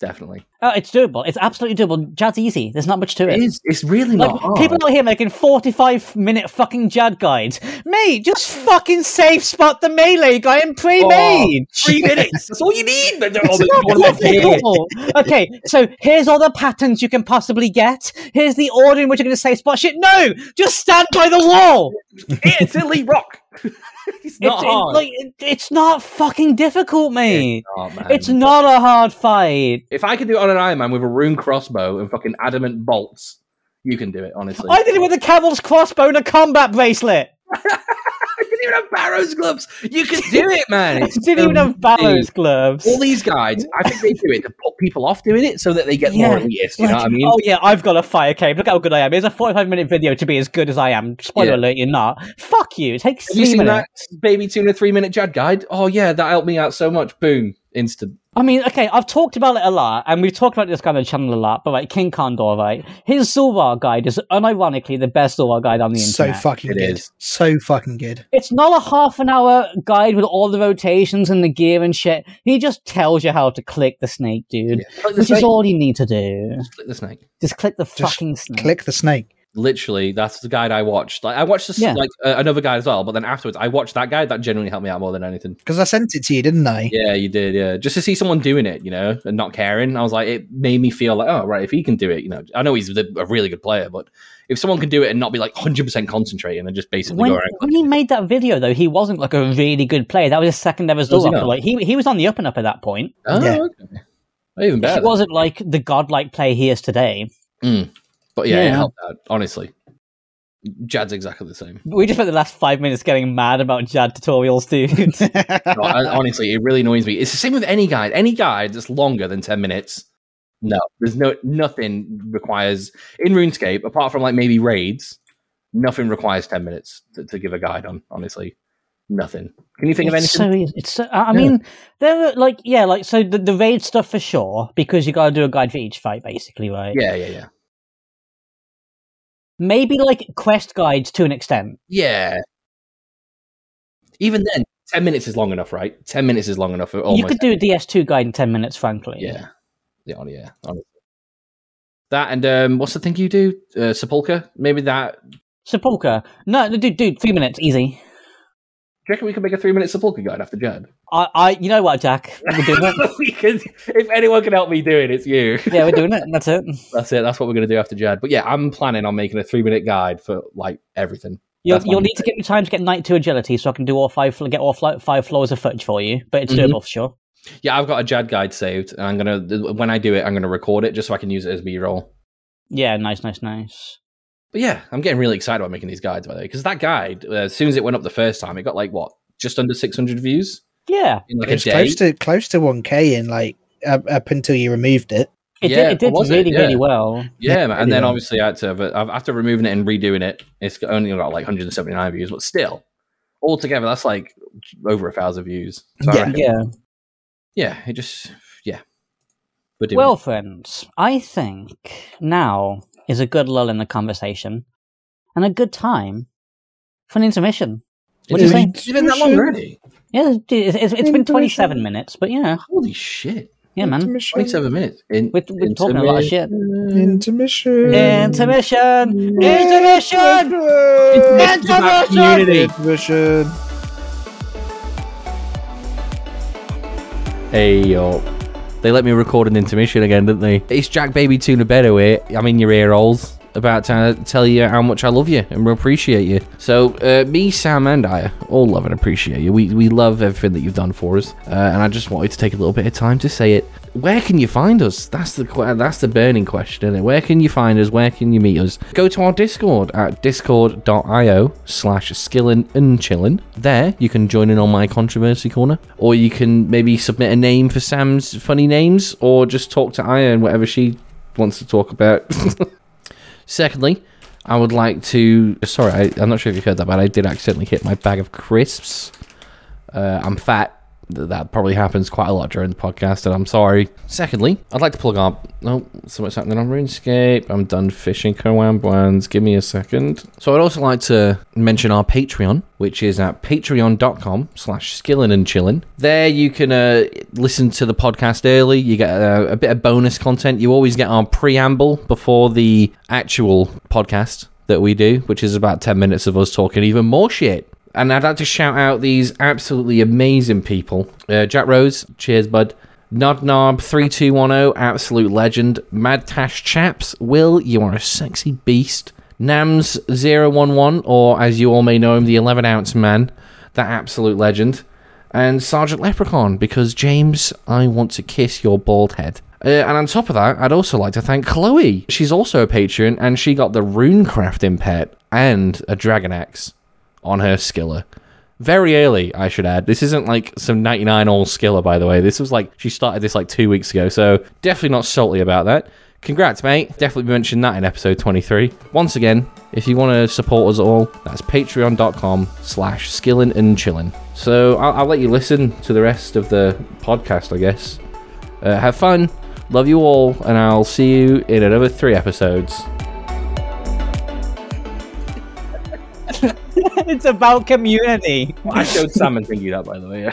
Speaker 2: definitely.
Speaker 1: oh, it's doable. It's absolutely doable. Jad's easy. There's not much to
Speaker 2: It
Speaker 1: it.
Speaker 2: is. It's really
Speaker 1: Like
Speaker 2: not hard.
Speaker 1: people out here making forty-five minute fucking Jad guides, mate. Just fucking safe spot the melee guy and pre-mage.
Speaker 2: Three minutes. That's all you need. They're- they're Oh, all-
Speaker 1: It's not
Speaker 2: one of my favorites.
Speaker 1: difficult. okay, so here's all the patterns you can possibly get. Here's the order in which you're going to say spot shit. No, just stand by the wall.
Speaker 2: it's Lee Rock. it's
Speaker 1: It's,
Speaker 2: not
Speaker 1: it-
Speaker 2: hard.
Speaker 1: like, it- it's not fucking difficult, mate.
Speaker 2: Oh, man.
Speaker 1: It's not a hard fight.
Speaker 2: If I could do it on an Iron Man with a rune crossbow and fucking adamant bolts, you can do it. Honestly,
Speaker 1: I did it with a caval's crossbow and a combat bracelet.
Speaker 2: I didn't even have Barrow's gloves. You can do it, man.
Speaker 1: I
Speaker 2: It's
Speaker 1: didn't even have barrows gloves.
Speaker 2: all these guys. I think they do it to put people off doing it so that they get more
Speaker 1: Yeah.
Speaker 2: elitist. You know
Speaker 1: Like,
Speaker 2: what I mean?
Speaker 1: Oh yeah, I've got a fire cave. Look how good I am. It's a forty-five minute video to be as good as I am. Spoiler
Speaker 2: Yeah.
Speaker 1: alert, you're not. Fuck you. It takes
Speaker 2: have
Speaker 1: three
Speaker 2: you seen
Speaker 1: minutes.
Speaker 2: that baby tuna three minute Jad guide? Oh yeah, that helped me out so much. Boom, instant.
Speaker 1: I mean, okay, I've talked about it a lot, and we've talked about this guy on the channel a lot, but like King Condor, right? His Zulwar guide is unironically the best Zulwar guide on the
Speaker 3: So
Speaker 1: internet.
Speaker 3: fucking
Speaker 2: It
Speaker 3: good.
Speaker 2: is.
Speaker 3: So fucking good.
Speaker 1: it's not a half an hour guide with all the rotations and the gear and shit. He just tells you how to click the snake, dude.
Speaker 2: Yeah. Click the
Speaker 1: Which is
Speaker 2: snake.
Speaker 1: all you need to do.
Speaker 2: Click the snake.
Speaker 1: Just click the
Speaker 3: Just
Speaker 1: fucking
Speaker 2: Mm.
Speaker 1: snake.
Speaker 3: Click the snake.
Speaker 2: literally that's the guide I watched. Like I watched this,
Speaker 1: Yeah.
Speaker 2: like uh, another guide as well, but then afterwards I watched that guide. That genuinely helped me out more than anything.
Speaker 3: Because I sent it to you, didn't I?
Speaker 2: Yeah, you did. Yeah, just to see someone doing it, you know, and not caring. I was like, it made me feel like, oh right, if he can do it, you know, I know he's the- a really good player, but if someone can do it and not be like hundred percent concentrating and just basically
Speaker 1: When,
Speaker 2: go around.
Speaker 1: when he made that video, though, he wasn't like a really good player. That was his second ever
Speaker 2: he
Speaker 1: Zulwar.
Speaker 2: not?
Speaker 1: Like, he, he was on the up and up at that point.
Speaker 2: Oh,
Speaker 3: Yeah.
Speaker 2: okay. Well, even
Speaker 1: He
Speaker 2: better.
Speaker 1: wasn't like the godlike player he is today.
Speaker 2: but yeah, it
Speaker 1: Yeah.
Speaker 2: helped out honestly. Jad's exactly the same.
Speaker 1: We just spent the last five minutes getting mad about Jad tutorials, dude.
Speaker 2: No, I- honestly, it really annoys me. It's the same with any guide. Any guide that's longer than ten minutes. No, there's no nothing requires in RuneScape apart from like maybe raids. Nothing requires ten minutes to, to give a guide on. Honestly, nothing. Can you think of
Speaker 1: it's
Speaker 2: anything?
Speaker 1: so easy. It's so, I I
Speaker 2: Yeah.
Speaker 1: mean, there were like yeah, like so the, the raid stuff for sure because you got to do a guide for each fight, basically, right?
Speaker 2: yeah, yeah, yeah,
Speaker 1: Maybe like quest guides to an extent.
Speaker 2: yeah. Even then, ten minutes is long enough, right? Ten minutes is long enough for almost.
Speaker 1: you could do a DS2 guide in ten minutes, frankly.
Speaker 2: yeah, yeah, hon- yeah. Honestly. That and um, what's the thing you do? Uh, Sepulcher? Maybe that. Do
Speaker 1: Sepulcher. No, no, dude, dude, three minutes, easy.
Speaker 2: you reckon we can make a three-minute Sepulcher guide after Jad?
Speaker 1: I, I, you know what, Jack? We're doing it.
Speaker 2: because if anyone can help me do it, it's you.
Speaker 1: yeah, we're doing it. That's it.
Speaker 2: That's it. That's what we're gonna do after Jad. But yeah, I'm planning on making a three minute guide for like everything.
Speaker 1: You'll,
Speaker 2: That's my
Speaker 1: you'll need to get me time to get night two agility, so I can do all five, fl- get all fl- five floors of footage for you. But it's
Speaker 2: Mhm.
Speaker 1: doable for sure.
Speaker 2: Yeah, I've got a Jad guide saved, and I'm gonna when I do it, I'm gonna record it just so I can use it as B roll.
Speaker 1: Yeah, nice, nice, nice.
Speaker 2: But yeah, I'm getting really excited about making these guides by the way, because that guide, uh, as soon as it went up the first time, it got like what just under 600 views
Speaker 1: Yeah.
Speaker 2: in like a
Speaker 3: It's
Speaker 2: day.
Speaker 3: close to close to one k in like up, up until you removed it.
Speaker 1: It
Speaker 2: Yeah,
Speaker 1: did, it did
Speaker 2: was it?
Speaker 1: really, really
Speaker 2: Yeah.
Speaker 1: well.
Speaker 2: Yeah, man. And then
Speaker 1: Video.
Speaker 2: obviously I had to, but I've- after removing it and redoing it, it's only got like 179 views, but still, altogether, that's like over a thousand views. So I
Speaker 3: Yeah.
Speaker 2: reckon-
Speaker 1: Yeah.
Speaker 2: yeah. It just, yeah. We're doing
Speaker 1: Well,
Speaker 2: it.
Speaker 1: friends, I think now is a good lull in the conversation and a good time for an intermission. what do you
Speaker 2: It's
Speaker 1: think?
Speaker 2: been that long already.
Speaker 1: Yeah, it's- it's, it's been
Speaker 3: Intermission.
Speaker 1: 27 minutes, but yeah,
Speaker 2: Holy shit!
Speaker 1: yeah, man.
Speaker 3: Intermission.
Speaker 2: 27 minutes. In,
Speaker 1: We're, we're talking a lot of shit.
Speaker 2: intermission.
Speaker 3: Intermission.
Speaker 1: Intermission! Intermission!
Speaker 2: Uh,
Speaker 3: Intermission.
Speaker 2: Intermission about community.
Speaker 3: Intermission.
Speaker 2: Hey yo. They let me record an intermission again, didn't they? It's Jack Baby Tuna Better here. I'm in your ear holes about to tell you how much I love you and we appreciate you. So, uh, me, Sam, and I all love and appreciate you. We, we love everything that you've done for us, uh, and I just wanted to take a little bit of time to say it. Where can you find us? That's the que- that's the burning question, isn't it? Where can you find us? Where can you meet us? Go to our Discord at discord.io slash skillin and chillin. There, you can join in on my controversy corner, or you can maybe submit a name for Sam's funny names, or just talk to Aya and whatever she wants to talk about. Secondly, I would like to. Sorry, I, I'm not sure if you heard that, but I did accidentally hit my bag of crisps. Uh, I'm fat. Th- That probably happens quite a lot during the podcast, and I'm sorry. Secondly, I'd like to plug up. No, so much happening on RuneScape. I'm done fishing Coamblans. Give me a second. So I'd also like to mention our Patreon, which is at patreon.com slash skillin and chillin. There you can uh, listen to the podcast early. You get uh, a bit of bonus content. You always get our preamble before the actual podcast that we do, which is about 10 minutes of us talking even more shit. And I'd like to shout out these absolutely amazing people. Uh, Jack Rose, cheers, bud. Nodnob3210, oh, absolute legend. Mad Tash Chaps, Will, you are a sexy beast. Nams011, or as you all may know him, the 11 ounce man, that absolute legend. And Sergeant Leprechaun, because James, I want to kiss your bald head. Uh, and on top of that, I'd also like to thank Chloe. She's also a patron, and she got the runecrafting pet and a dragon axe on her skiller. Very early, I should add. This isn't like some 99 all skiller, by the way. This was like, she started this like two weeks ago, so definitely not salty about that. Congrats, mate. Definitely mentioned that in episode 23. Once again, if you want to support us all, that's patreon.com slash skillin and chillin. So I'll, I'll let you listen to the rest of the podcast, I guess. Uh, have fun. Love you all, and I'll see you in another three episodes.
Speaker 1: it's about community.
Speaker 2: I showed Sam and Thingy that, by the way.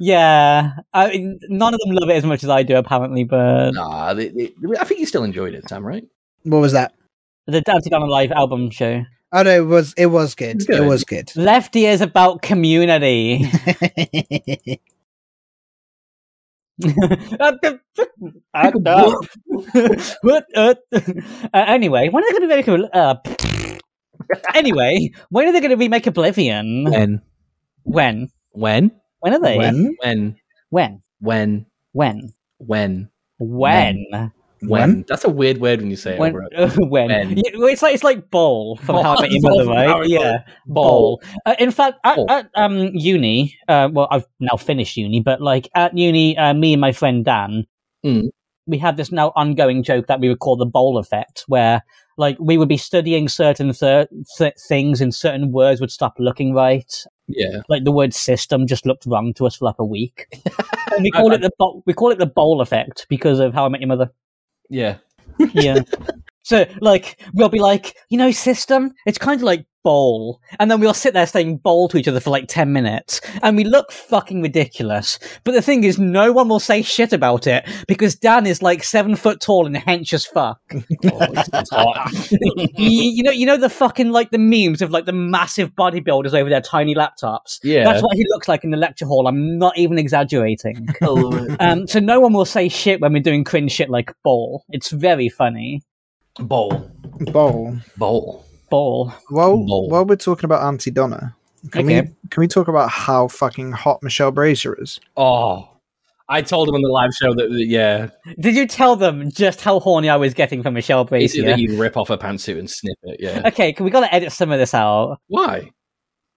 Speaker 1: Yeah, I mean, none of them love it as much as I do, apparently. But
Speaker 2: Nah, they, they, I think you still enjoyed it, Sam, right?
Speaker 3: What was that?
Speaker 1: the Dance Gone Live album show,
Speaker 3: Oh no, it was it was good.
Speaker 2: It's good.
Speaker 3: It was good.
Speaker 1: Left Ear is about community. Uh, the- uh, uh, what, uh, uh, anyway, when are they going to make a, uh, anyway? When are they going to remake Oblivion?
Speaker 2: When?
Speaker 1: When?
Speaker 2: When?
Speaker 1: When are they?
Speaker 3: when?
Speaker 2: When?
Speaker 1: When?
Speaker 2: When?
Speaker 1: When?
Speaker 2: When?
Speaker 1: When?
Speaker 3: When?
Speaker 2: That's a weird word when you say
Speaker 1: When?
Speaker 2: it.
Speaker 1: uh, when?
Speaker 2: When.
Speaker 1: Yeah, well, it's like it's like bowl from
Speaker 2: Bowl.
Speaker 1: How I Met Your Mother,
Speaker 2: Bowl.
Speaker 1: right? Yeah, bowl. Uh, in fact, at,
Speaker 2: Bowl.
Speaker 1: at um uni, uh, well, I've now finished uni, but like at uni, uh, me and my friend Dan,
Speaker 2: Mm.
Speaker 1: we had this now ongoing joke that we would call the bowl effect, where like we would be studying certain thir- th- things and certain words would stop looking right.
Speaker 2: Yeah.
Speaker 1: Like the word system just looked wrong to us for like a week, and we called it the bo- we call it the bowl effect because of How I Met Your Mother.
Speaker 2: Yeah.
Speaker 1: Yeah. so like we'll be like, you know, system, it's kind of like bowl. And then we'll sit there saying bowl to each other for like 10 minutes and we look fucking ridiculous. But the thing is, no one will say shit about it because Dan is like seven foot tall and hench as fuck.
Speaker 2: Oh,
Speaker 1: you, you know, you know, the fucking like the memes of like the massive bodybuilders over their tiny laptops.
Speaker 2: Yeah.
Speaker 1: That's what he looks like in the lecture hall. I'm not even exaggerating.
Speaker 2: what.
Speaker 1: Um, so no one will say shit when we're doing cringe shit like bowl. It's very funny.
Speaker 2: Bowl.
Speaker 3: Bowl.
Speaker 2: Bowl.
Speaker 1: ball.
Speaker 3: While
Speaker 2: Bowl.
Speaker 3: while we're talking about Auntie Donna, can we
Speaker 1: Okay.
Speaker 3: can we talk about how fucking hot Michelle Brazier is?
Speaker 2: Oh. I told him on the live show that, that- yeah,
Speaker 1: Did you tell them just how horny I was getting from Michelle
Speaker 2: it's either
Speaker 1: Brazier?
Speaker 2: you rip off a pantsuit and snip it. Yeah.
Speaker 1: Okay, can we gotta edit some of this out.
Speaker 2: Why?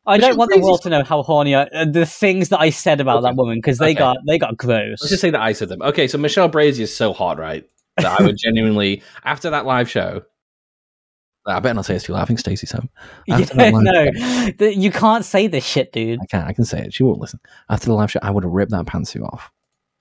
Speaker 1: I
Speaker 2: Michelle
Speaker 1: don't want the world to know how horny I, uh, the things that I said about
Speaker 2: Okay.
Speaker 1: that woman because they
Speaker 2: Okay.
Speaker 1: got they got
Speaker 2: Let's
Speaker 1: gross.
Speaker 2: just say that I said them. Okay, so Michelle Brazier is so hot, right? that I would genuinely after that live show. I better not say it's too laughing, Stacey. So
Speaker 1: Yeah,
Speaker 2: after that live
Speaker 1: no,
Speaker 2: show-
Speaker 1: Th- you can't say this shit, dude.
Speaker 2: I can't. I can say it. She won't listen. After the live show, I would have ripped that pantsuit off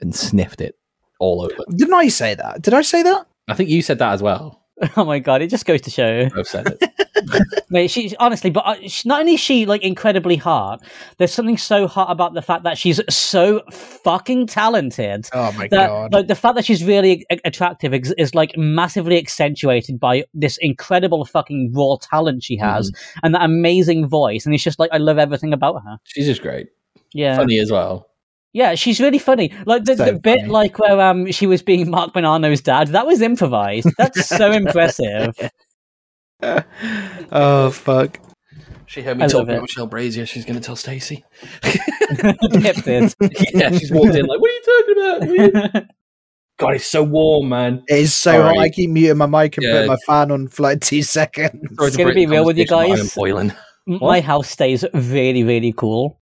Speaker 2: and sniffed it all over.
Speaker 3: Didn't I say that? Did I say that?
Speaker 2: I think you said that as well.
Speaker 1: Oh my god, it just goes to show.
Speaker 2: I've said it.
Speaker 1: Mate, she's honestly, but uh, she, not only is she like incredibly hot. There's something so hot about the fact that she's so fucking talented.
Speaker 3: Oh my
Speaker 1: That,
Speaker 3: god.
Speaker 1: like the fact that she's really a- attractive is, is like massively accentuated by this incredible fucking raw talent she
Speaker 3: Mm-hmm.
Speaker 1: has and that amazing voice and it's just like I love everything about her.
Speaker 2: She's just great.
Speaker 1: Yeah,
Speaker 2: Funny as well.
Speaker 1: yeah, she's really funny. Like the,
Speaker 3: So
Speaker 1: the bit
Speaker 3: funny.
Speaker 1: like where um she was being Mark Bonanno's dad. That was improvised. That's so impressive.
Speaker 3: oh fuck.
Speaker 2: She heard
Speaker 1: I
Speaker 2: me
Speaker 1: love
Speaker 2: talking
Speaker 1: it.
Speaker 2: about Michelle Brazier. She's going to tell Stacey.
Speaker 1: Pip did.
Speaker 2: yeah, she's walked in like, what are you talking about? God, it's so warm, man.
Speaker 3: It is so
Speaker 2: Sorry.
Speaker 3: hot. I keep muting my mic and
Speaker 2: Yeah.
Speaker 3: putting my fan on for like two seconds.
Speaker 2: Sorry
Speaker 1: It's
Speaker 2: to
Speaker 1: gonna
Speaker 2: break
Speaker 1: be
Speaker 2: the
Speaker 1: real with you
Speaker 2: conversation,
Speaker 1: guys.
Speaker 2: but I am boiling.
Speaker 1: My house stays really, really cool.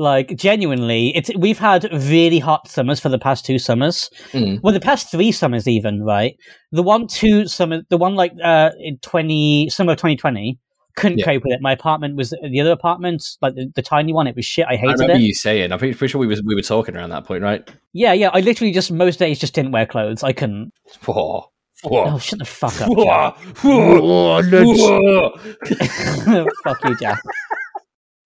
Speaker 1: Like genuinely, it's we've had really hot summers for the past two summers.
Speaker 2: Mm.
Speaker 1: Well, the past three summers even, right? The one two summer, the one like uh in twenty summer of twenty twenty, couldn't
Speaker 2: Yeah.
Speaker 1: cope with it. My apartment was uh, the other apartment, like the, the tiny one. It was shit. I
Speaker 2: I
Speaker 1: hated
Speaker 2: remember
Speaker 1: it.
Speaker 2: you saying. I'm pretty, pretty sure we was we were talking around that point, right?
Speaker 1: Yeah, yeah. I literally just most days just didn't wear clothes. I couldn't.
Speaker 2: Whoa.
Speaker 1: Oh,
Speaker 2: Whoa.
Speaker 1: shut the fuck up. Jack.
Speaker 2: Whoa. Whoa.
Speaker 3: Oh, nuts.
Speaker 2: Whoa.
Speaker 1: Fuck you, Jack.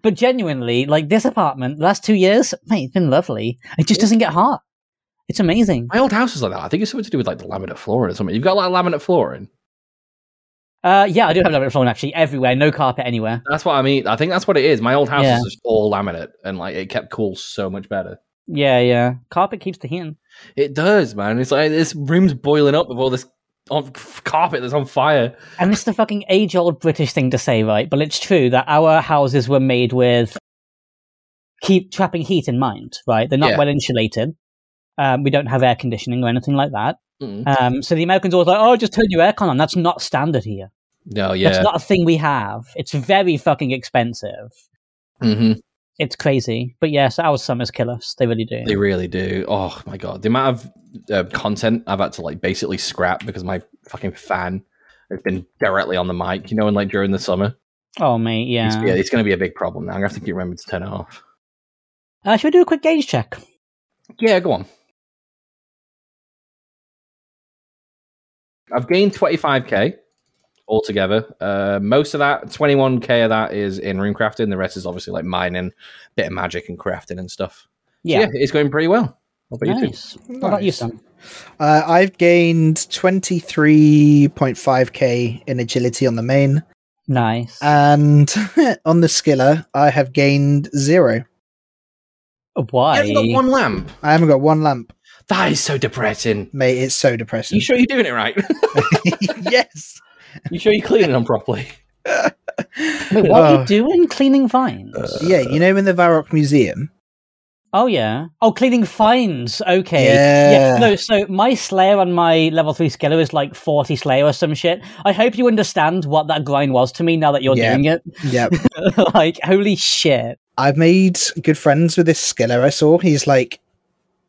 Speaker 1: But genuinely, like this apartment, the last two years, mate, it's been lovely. It just doesn't get hot. It's amazing.
Speaker 2: My old house is like that. I think it's something to do with like the laminate flooring or something. You've got like laminate flooring.
Speaker 1: Uh, yeah, I do have laminate flooring actually everywhere. No carpet anywhere.
Speaker 2: That's what I mean. I think that's what it is. My old house
Speaker 1: Yeah.
Speaker 2: is just all laminate, and like it kept cool so much better.
Speaker 1: Yeah, yeah. Carpet keeps the heat in.
Speaker 2: It does, man. It's like this room's boiling up with all this on carpet that's on fire.
Speaker 1: And it's the fucking age-old British thing to say, right? But it's true that our houses were made with keep trapping heat in mind, right? They're not
Speaker 2: Yeah.
Speaker 1: well insulated. Um, we don't have air conditioning or anything like that.
Speaker 2: Mm.
Speaker 1: Um, so the Americans always like, oh, just turn your aircon on. That's not standard here.
Speaker 2: No, Oh, yeah,
Speaker 1: That's not a thing we have. It's very fucking expensive.
Speaker 2: Mhm.
Speaker 1: It's crazy. But yes, our summers kill us. They really do.
Speaker 2: they really do. Oh my god, the amount of uh, content I've had to like basically scrap because my fucking fan has been directly on the mic, you know, and like during the summer,
Speaker 1: Oh, mate,
Speaker 2: it's,
Speaker 1: yeah.
Speaker 2: yeah, it's going to be a big problem now. I'm going to have to keep remembering to turn it off.
Speaker 1: Uh, should we do a quick gauge check?
Speaker 2: Yeah, go on. I've gained 25k altogether. Uh, most of that, 21k of that is in room crafting. The rest is obviously like mining, bit of magic and crafting and stuff. So,
Speaker 1: Yeah.
Speaker 2: yeah it's going pretty well. What about you two?
Speaker 1: nice. What about you,
Speaker 3: Nice.
Speaker 1: Sam?
Speaker 3: Uh, I've gained 23.5k in agility on the main,
Speaker 1: Nice.
Speaker 2: Uh,
Speaker 3: and on the skiller, I have gained zero.
Speaker 2: You
Speaker 1: Uh, Why?
Speaker 2: haven't got one lamp.
Speaker 3: I haven't got one lamp,
Speaker 2: That is so depressing.
Speaker 3: mate. It's so
Speaker 2: You
Speaker 3: depressing.
Speaker 2: sure you're doing it right?
Speaker 3: yes.
Speaker 2: you sure you're cleaning them properly?
Speaker 1: Wait, what are
Speaker 3: Oh.
Speaker 2: Uh,
Speaker 1: you doing? Cleaning vines?
Speaker 3: yeah, you know, in the Varrock Museum.
Speaker 1: oh, yeah. Oh, cleaning vines. Okay.
Speaker 3: Yeah.
Speaker 1: No, so my Slayer on my level 3 skiller is like 40 Slayer or some shit. I hope you understand what that grind was to me now that you're
Speaker 3: Yeah.
Speaker 1: doing it.
Speaker 3: Yeah.
Speaker 1: like, holy shit.
Speaker 3: I've made good friends with this skiller I saw. He's like,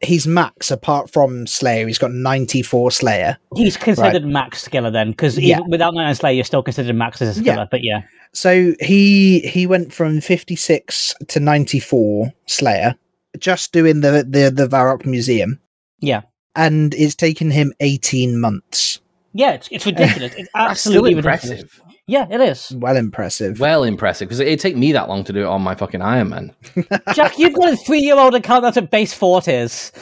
Speaker 3: he's max apart from Slayer. He's got 94 Slayer.
Speaker 1: He's considered max skiller then, because
Speaker 3: Yeah.
Speaker 1: without Nine Nine Slayer, you're still considered max as a skiller.
Speaker 3: Yeah.
Speaker 1: But yeah,
Speaker 3: So he he went from 56 to 94 Slayer just doing the the the Varrock Museum.
Speaker 1: Yeah.
Speaker 3: And it's taken him 18 months.
Speaker 1: yeah, it's, it's ridiculous. It's
Speaker 2: That's still
Speaker 1: absolutely ridiculous.
Speaker 2: impressive.
Speaker 1: Yeah, it is.
Speaker 3: Well impressive.
Speaker 2: Well, impressive because it'd take me that long to do it on my fucking Iron Man.
Speaker 1: Jack, you've got a three-year-old account that's at base forties.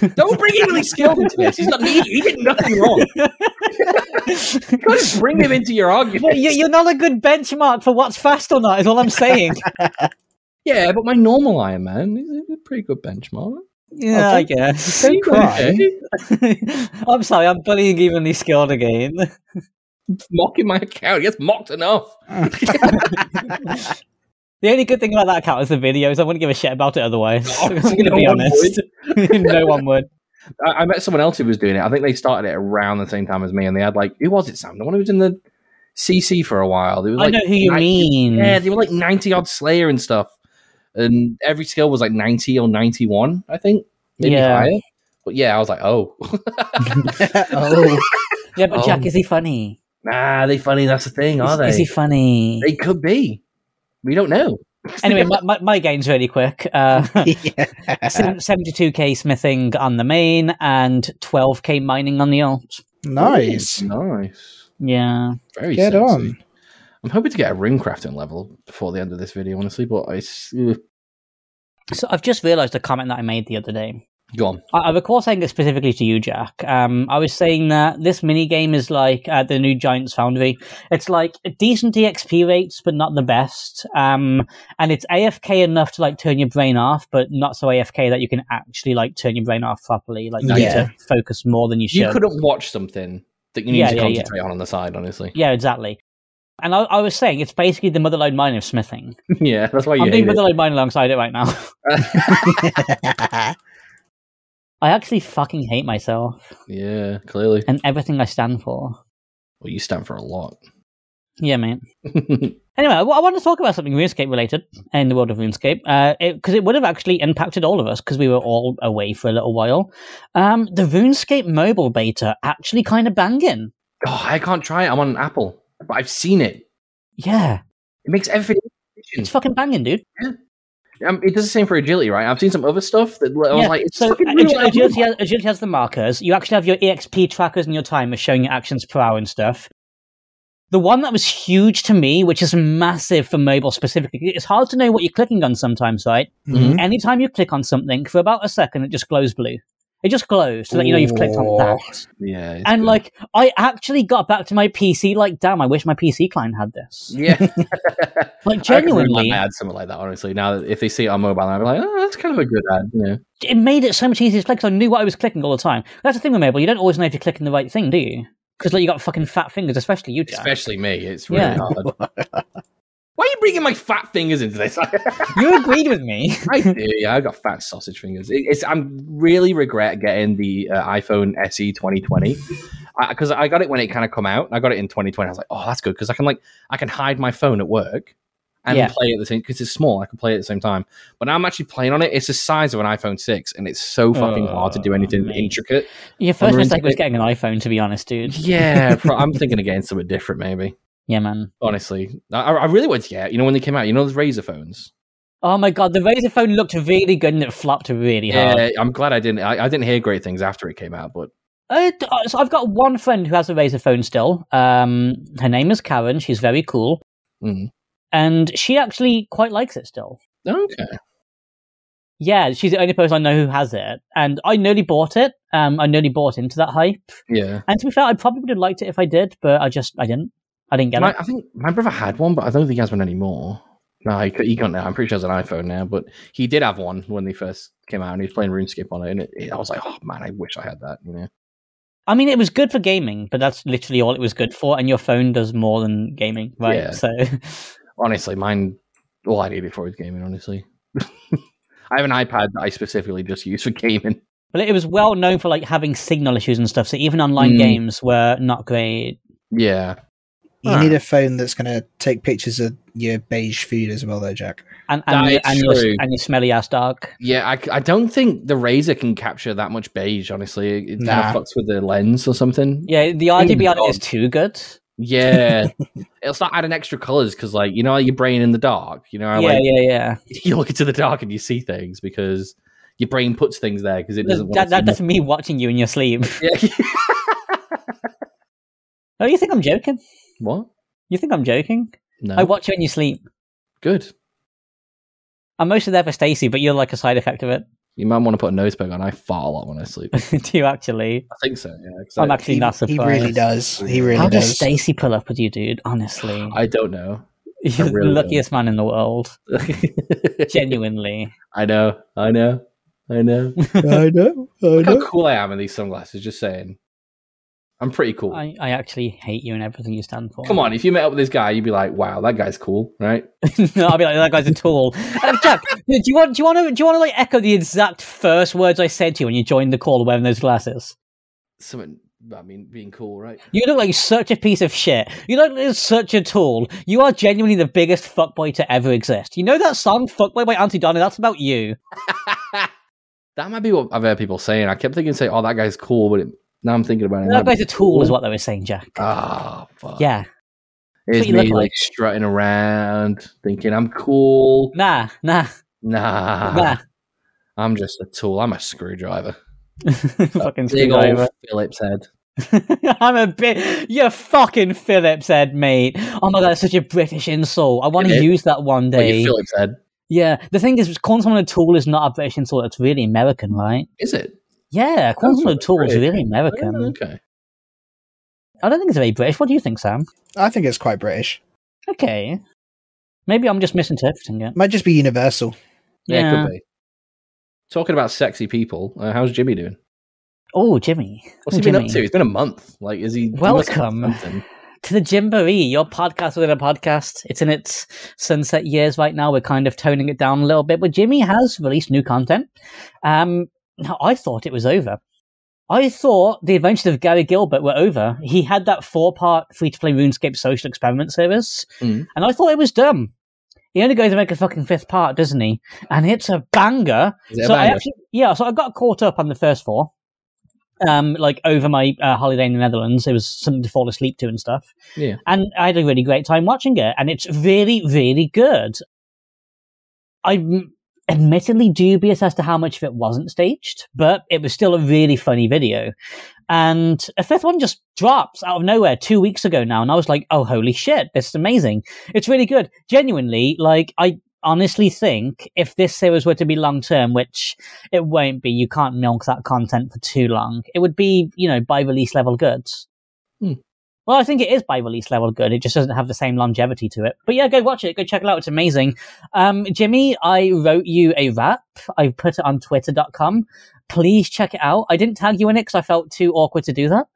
Speaker 2: Don't bring in any skill into this. He's not needy. He did nothing wrong. You can't just bring him into your
Speaker 1: But
Speaker 2: argument.
Speaker 1: you, you're not a good benchmark for what's fast or not. Is all I'm saying.
Speaker 2: Yeah, but my normal Iron Man is a pretty good benchmark.
Speaker 1: yeah, I guess.
Speaker 3: Don't cry.
Speaker 2: Okay.
Speaker 1: I'm sorry. I'm bullying evenly skilled again.
Speaker 2: Mocking my account. He gets mocked enough.
Speaker 1: The only good thing about that account is the videos. I wouldn't give a shit about it otherwise.
Speaker 2: Oh,
Speaker 1: I'm going to
Speaker 2: no
Speaker 1: be
Speaker 2: one
Speaker 1: honest. no one would.
Speaker 2: I, I met someone else who was doing it. I think they started it around the same time as me, and they had like, who was it, Sam? The one who was in the CC for a while. They were like
Speaker 1: I know who you
Speaker 2: 90
Speaker 1: mean.
Speaker 2: Yeah, they were like 90 odd Slayer and stuff. And every skill was like 90 or 91, I think. Maybe
Speaker 1: Yeah.
Speaker 2: higher. But yeah, I was like, oh,
Speaker 3: oh,
Speaker 1: Yeah, but Jack,
Speaker 2: Oh.
Speaker 1: is he funny?
Speaker 2: nah, they funny. That's the thing, are
Speaker 1: Is, is he
Speaker 2: they?
Speaker 1: funny?
Speaker 2: They could be. We don't know.
Speaker 1: Anyway, my, my, my game's really quick. Uh,
Speaker 3: yeah.
Speaker 1: seven- 72k smithing on the main and 12k mining on the alt.
Speaker 3: nice.
Speaker 2: nice.
Speaker 1: Yeah.
Speaker 2: Very
Speaker 3: Get
Speaker 2: sexy.
Speaker 3: on.
Speaker 2: I'm hoping to get a ring crafting level before the end of this video, honestly. But I s- uh, ugh.
Speaker 1: So I've just realised a comment that I made the other day.
Speaker 2: go on.
Speaker 1: Uh, I, I recall saying it specifically to you, Jack. Um, I was saying that this mini game is like uh, the new Giants Foundry. It's like decent EXP rates, but not the best. Um, and it's AFK enough to like turn your brain off, but not so AFK that you can actually like turn your brain off properly. Like you need
Speaker 3: Yeah.
Speaker 1: to focus more than you should.
Speaker 2: You couldn't watch something that you need
Speaker 1: Yeah,
Speaker 2: to
Speaker 1: yeah, yeah.
Speaker 2: concentrate on on the side, honestly.
Speaker 1: yeah, exactly. And I, I was saying it's basically the Motherlode Mine of smithing.
Speaker 2: Oh, yeah, that's why you
Speaker 1: I'm
Speaker 2: hate
Speaker 1: doing
Speaker 2: it.
Speaker 1: Motherlode Mine alongside it right now. I actually fucking hate myself
Speaker 2: yeah, clearly.
Speaker 1: and everything I stand for.
Speaker 2: Well, you stand for a lot. Oh,
Speaker 1: Yeah, mate. Anyway, I want to talk about something RuneScape related in the world of RuneScape, because uh, it, 'cause it would have actually impacted all of us because we were all away for a little while. Um, the RuneScape mobile beta actually kind of banging.
Speaker 2: oh, I can't try it. I'm on an Apple, but I've seen it.
Speaker 1: Yeah,
Speaker 2: It makes everything.
Speaker 1: it's fucking banging, dude.
Speaker 2: Um, it does the same for agility, right? I've seen some other stuff that I was
Speaker 1: yeah.
Speaker 2: like, it's
Speaker 1: so
Speaker 2: fucking
Speaker 1: uh,
Speaker 2: brutal.
Speaker 1: agi- agility, has, agility has the markers. You actually have your EXP trackers and your timers showing your actions per hour and stuff. The one that was huge to me, which is massive for mobile specifically, it's hard to know what you're clicking on sometimes, right?
Speaker 3: Mhm.
Speaker 1: anytime you click on something for about a second, it just glows blue. It just glows so that you know you've clicked on that.
Speaker 2: Yeah, it's
Speaker 1: And
Speaker 2: good.
Speaker 1: like, I actually got back to my PC. Like, damn, I wish my PC client had this.
Speaker 2: yeah,
Speaker 1: Like,
Speaker 2: I reckon we
Speaker 1: genuinely,
Speaker 2: might add something like that. Honestly, now that if they see it on mobile, I'll be like, oh, that's kind of a good ad. You know,
Speaker 1: it made it so much easier to click. 'cause I knew what I was clicking all the time. That's the thing with mobile. You don't always know if you're clicking the right thing, do you? Because like, you got fucking fat fingers, especially you, Jack.
Speaker 2: especially me, it's really
Speaker 1: Yeah.
Speaker 2: hard. Why are you bringing my fat fingers into this?
Speaker 1: you agreed with me.
Speaker 2: I do. Yeah, I got fat sausage fingers. It, it's I'm really regret getting the uh, iPhone SE 2020 because uh, I, got it when it kind of come out. I got it in 2020. I was like, oh, that's good because I can like I can hide my phone at work and
Speaker 1: Yeah.
Speaker 2: play at the same because it's small. I can play it at the same time. But now I'm actually playing on it. It's the size of an iPhone six, and it's so fucking hard to do
Speaker 1: Oh,
Speaker 2: anything
Speaker 1: mate.
Speaker 2: intricate.
Speaker 1: Your first
Speaker 2: Wondering-
Speaker 1: mistake was getting an iPhone, to be honest, dude.
Speaker 2: Yeah, pro- I'm thinking of getting something different. Maybe
Speaker 1: Yeah, man.
Speaker 2: honestly, I, I really wanted to get. You know when they came out, you know those razor phones.
Speaker 1: Oh my god, the Razer phone looked really good and it flopped really hard.
Speaker 2: Yeah, I'm glad I didn't. I, I didn't hear great things after it came out, but
Speaker 1: Uh, d- uh, so I've got one friend who has a Razor phone still. Um, her name is Karen. She's very cool,
Speaker 2: mm.
Speaker 1: and she actually quite likes it still.
Speaker 2: okay.
Speaker 1: Yeah, she's the only person I know who has it, and I nearly bought it. Um, I nearly bought into that hype,
Speaker 2: Yeah.
Speaker 1: and to be fair, I probably would have liked it if I did, but I just I didn't. I didn't get
Speaker 2: My,
Speaker 1: it.
Speaker 2: I think my brother had one, but I don't think he has one anymore. No, he, c- he can't now. I'm pretty sure it's an iPhone now, but he did have one when they first came out and he was playing RuneScape on it. And it, it- I was like, oh man, I wish I had that, you know?
Speaker 1: I mean, it was good for gaming, but that's literally all it was good for. And your phone does more than gaming, right?
Speaker 2: Yeah.
Speaker 1: So
Speaker 2: Honestly, mine, all I did before was gaming, honestly. I have an iPad that I specifically just use for gaming.
Speaker 1: But it was well known for like having signal issues and stuff. So even online
Speaker 2: Mm.
Speaker 1: games were not great.
Speaker 2: Yeah.
Speaker 1: Ah.
Speaker 3: You need a phone that's going to take pictures of your beige food as well, though, Jack.
Speaker 1: And
Speaker 2: That
Speaker 1: and, your,
Speaker 2: is
Speaker 1: and, your,
Speaker 2: true.
Speaker 1: and your smelly ass dog.
Speaker 2: Yeah, I, c- I don't think the Razer can capture that much beige, honestly. It kind
Speaker 3: Nah.
Speaker 2: of fucks with the lens or something.
Speaker 1: Yeah, the RGB on it
Speaker 2: Oh God.
Speaker 1: is too good.
Speaker 2: Yeah. It'll start adding extra colors because, like, you know, how your brain in the dark, you know, how,
Speaker 1: yeah,
Speaker 2: like,
Speaker 1: yeah, yeah,
Speaker 2: you look into the dark and you see things because your brain puts things there because it doesn't
Speaker 1: That,
Speaker 2: want
Speaker 1: that,
Speaker 2: to
Speaker 1: that's me watching you in your sleep.
Speaker 2: see more.
Speaker 1: Oh, you think I'm joking?
Speaker 2: what?
Speaker 1: You think I'm joking?
Speaker 2: No.
Speaker 1: I watch you in your sleep.
Speaker 2: Good.
Speaker 1: I'm mostly there for Stacy, but you're like a side effect of it.
Speaker 2: You might want to put a nose peg on. I fart a lot when I sleep. I
Speaker 1: Do you actually?
Speaker 2: think so. Yeah. 'cause
Speaker 1: I'm
Speaker 2: I-
Speaker 1: actually
Speaker 3: he,
Speaker 1: not surprised.
Speaker 3: he really does. He really
Speaker 1: How does
Speaker 3: does.
Speaker 1: Stacy pull up with you, dude? Honestly,
Speaker 2: I don't know.
Speaker 1: you're
Speaker 2: really
Speaker 1: the luckiest man in the world. Genuinely.
Speaker 2: I know. I know. I know.
Speaker 3: I know. I
Speaker 2: Look how
Speaker 3: know.
Speaker 2: cool I am in these sunglasses. Just saying. I'm pretty cool.
Speaker 1: I, I actually hate you and everything you stand for.
Speaker 2: Come on. If you met up with this guy, you'd be like, wow, that guy's cool, right?
Speaker 1: no, I'll be like that guy's a tool. Uh, Jack, do you want do you want to do you want to like echo the exact first words I said to you when you joined the call wearing those glasses?
Speaker 2: Something I mean, being cool, right?
Speaker 1: You look like such a piece of shit. You look like such a tool. You are genuinely the biggest fuckboy to ever exist. You know that song "Fuckboy" by Auntie Donna? That's about you.
Speaker 2: That might be what I've heard people saying. I kept thinking, say, "Oh, that guy's cool," but it, now I'm thinking about it. it
Speaker 1: That
Speaker 2: might
Speaker 1: guy's
Speaker 2: be
Speaker 1: a tool, is
Speaker 2: cool.
Speaker 1: what they were saying, Jack.
Speaker 2: Ah, fuck.
Speaker 1: yeah.
Speaker 2: It's
Speaker 1: what you look
Speaker 2: me like
Speaker 1: like.
Speaker 2: strutting around, thinking I'm cool.
Speaker 1: Nah, nah,
Speaker 2: Nah,
Speaker 1: nah.
Speaker 2: I'm just a tool. I'm a screwdriver.
Speaker 1: fucking
Speaker 2: Big
Speaker 1: screwdriver.
Speaker 2: old Phillips head.
Speaker 1: I'm a bit. You're fucking Phillips head, mate. Oh my god, that's such a British insult. I want
Speaker 2: It
Speaker 1: to
Speaker 2: is.
Speaker 1: use that one
Speaker 2: Like your
Speaker 1: day.
Speaker 2: Phillips head.
Speaker 1: yeah, the thing is, calling someone a tool is not a British insult. It's really American, right?
Speaker 2: Is it?
Speaker 1: Yeah, calling
Speaker 2: That's
Speaker 1: someone a
Speaker 2: not
Speaker 1: tool is
Speaker 2: British.
Speaker 1: really
Speaker 2: Oh,
Speaker 1: American.
Speaker 2: okay.
Speaker 1: I don't think it's very British. What do you think, Sam?
Speaker 3: I think it's quite British.
Speaker 1: Okay, maybe I'm just misinterpreting it.
Speaker 3: Might just be universal.
Speaker 2: Yeah, it
Speaker 1: Yeah.
Speaker 2: could be. Talking about sexy people, uh, how's Jimmy doing?
Speaker 1: Oh, Jimmy,
Speaker 2: What's he been up
Speaker 1: Jimmy.
Speaker 2: to? It's been a month. Like, is he he must have
Speaker 1: Welcome.
Speaker 2: done something.
Speaker 1: to the Jimboree, your podcast within a podcast. It's in its sunset years right now. We're kind of toning it down a little bit, but Jimmy has released new content. Um, now, I thought it was over. I thought the adventures of Gary Gilbert were over. He had that four part free to play RuneScape social experiment series,
Speaker 2: Mm.
Speaker 1: and I thought it was done. He only goes to make a fucking fifth part, doesn't he? And it's a banger
Speaker 2: Is it a
Speaker 1: so I
Speaker 2: banger?
Speaker 1: actually, yeah, so I got caught up on the first four, um, like over my uh, holiday in the Netherlands. It was something to fall asleep to and stuff.
Speaker 2: Yeah.
Speaker 1: and I had a really great time watching it, and it's really, really good. I'm admittedly dubious as to how much of it wasn't staged, but it was still a really funny video. And a fifth one just drops out of nowhere two weeks ago now, and I was like, "Oh, holy shit, this is amazing! It's really good." Genuinely, like I honestly think if this series were to be long term, which it won't be, you can't milk that content for too long. It would be, you know, by release level goods.
Speaker 2: Hmm.
Speaker 1: Well, I think it is by release level good. It just doesn't have the same longevity to it. But yeah, go watch it. Go check it out. It's amazing. Um, Jimmy, I wrote you a rap. I put it on twitter.com. Please check it out. I didn't tag you in it because I felt too awkward to do that.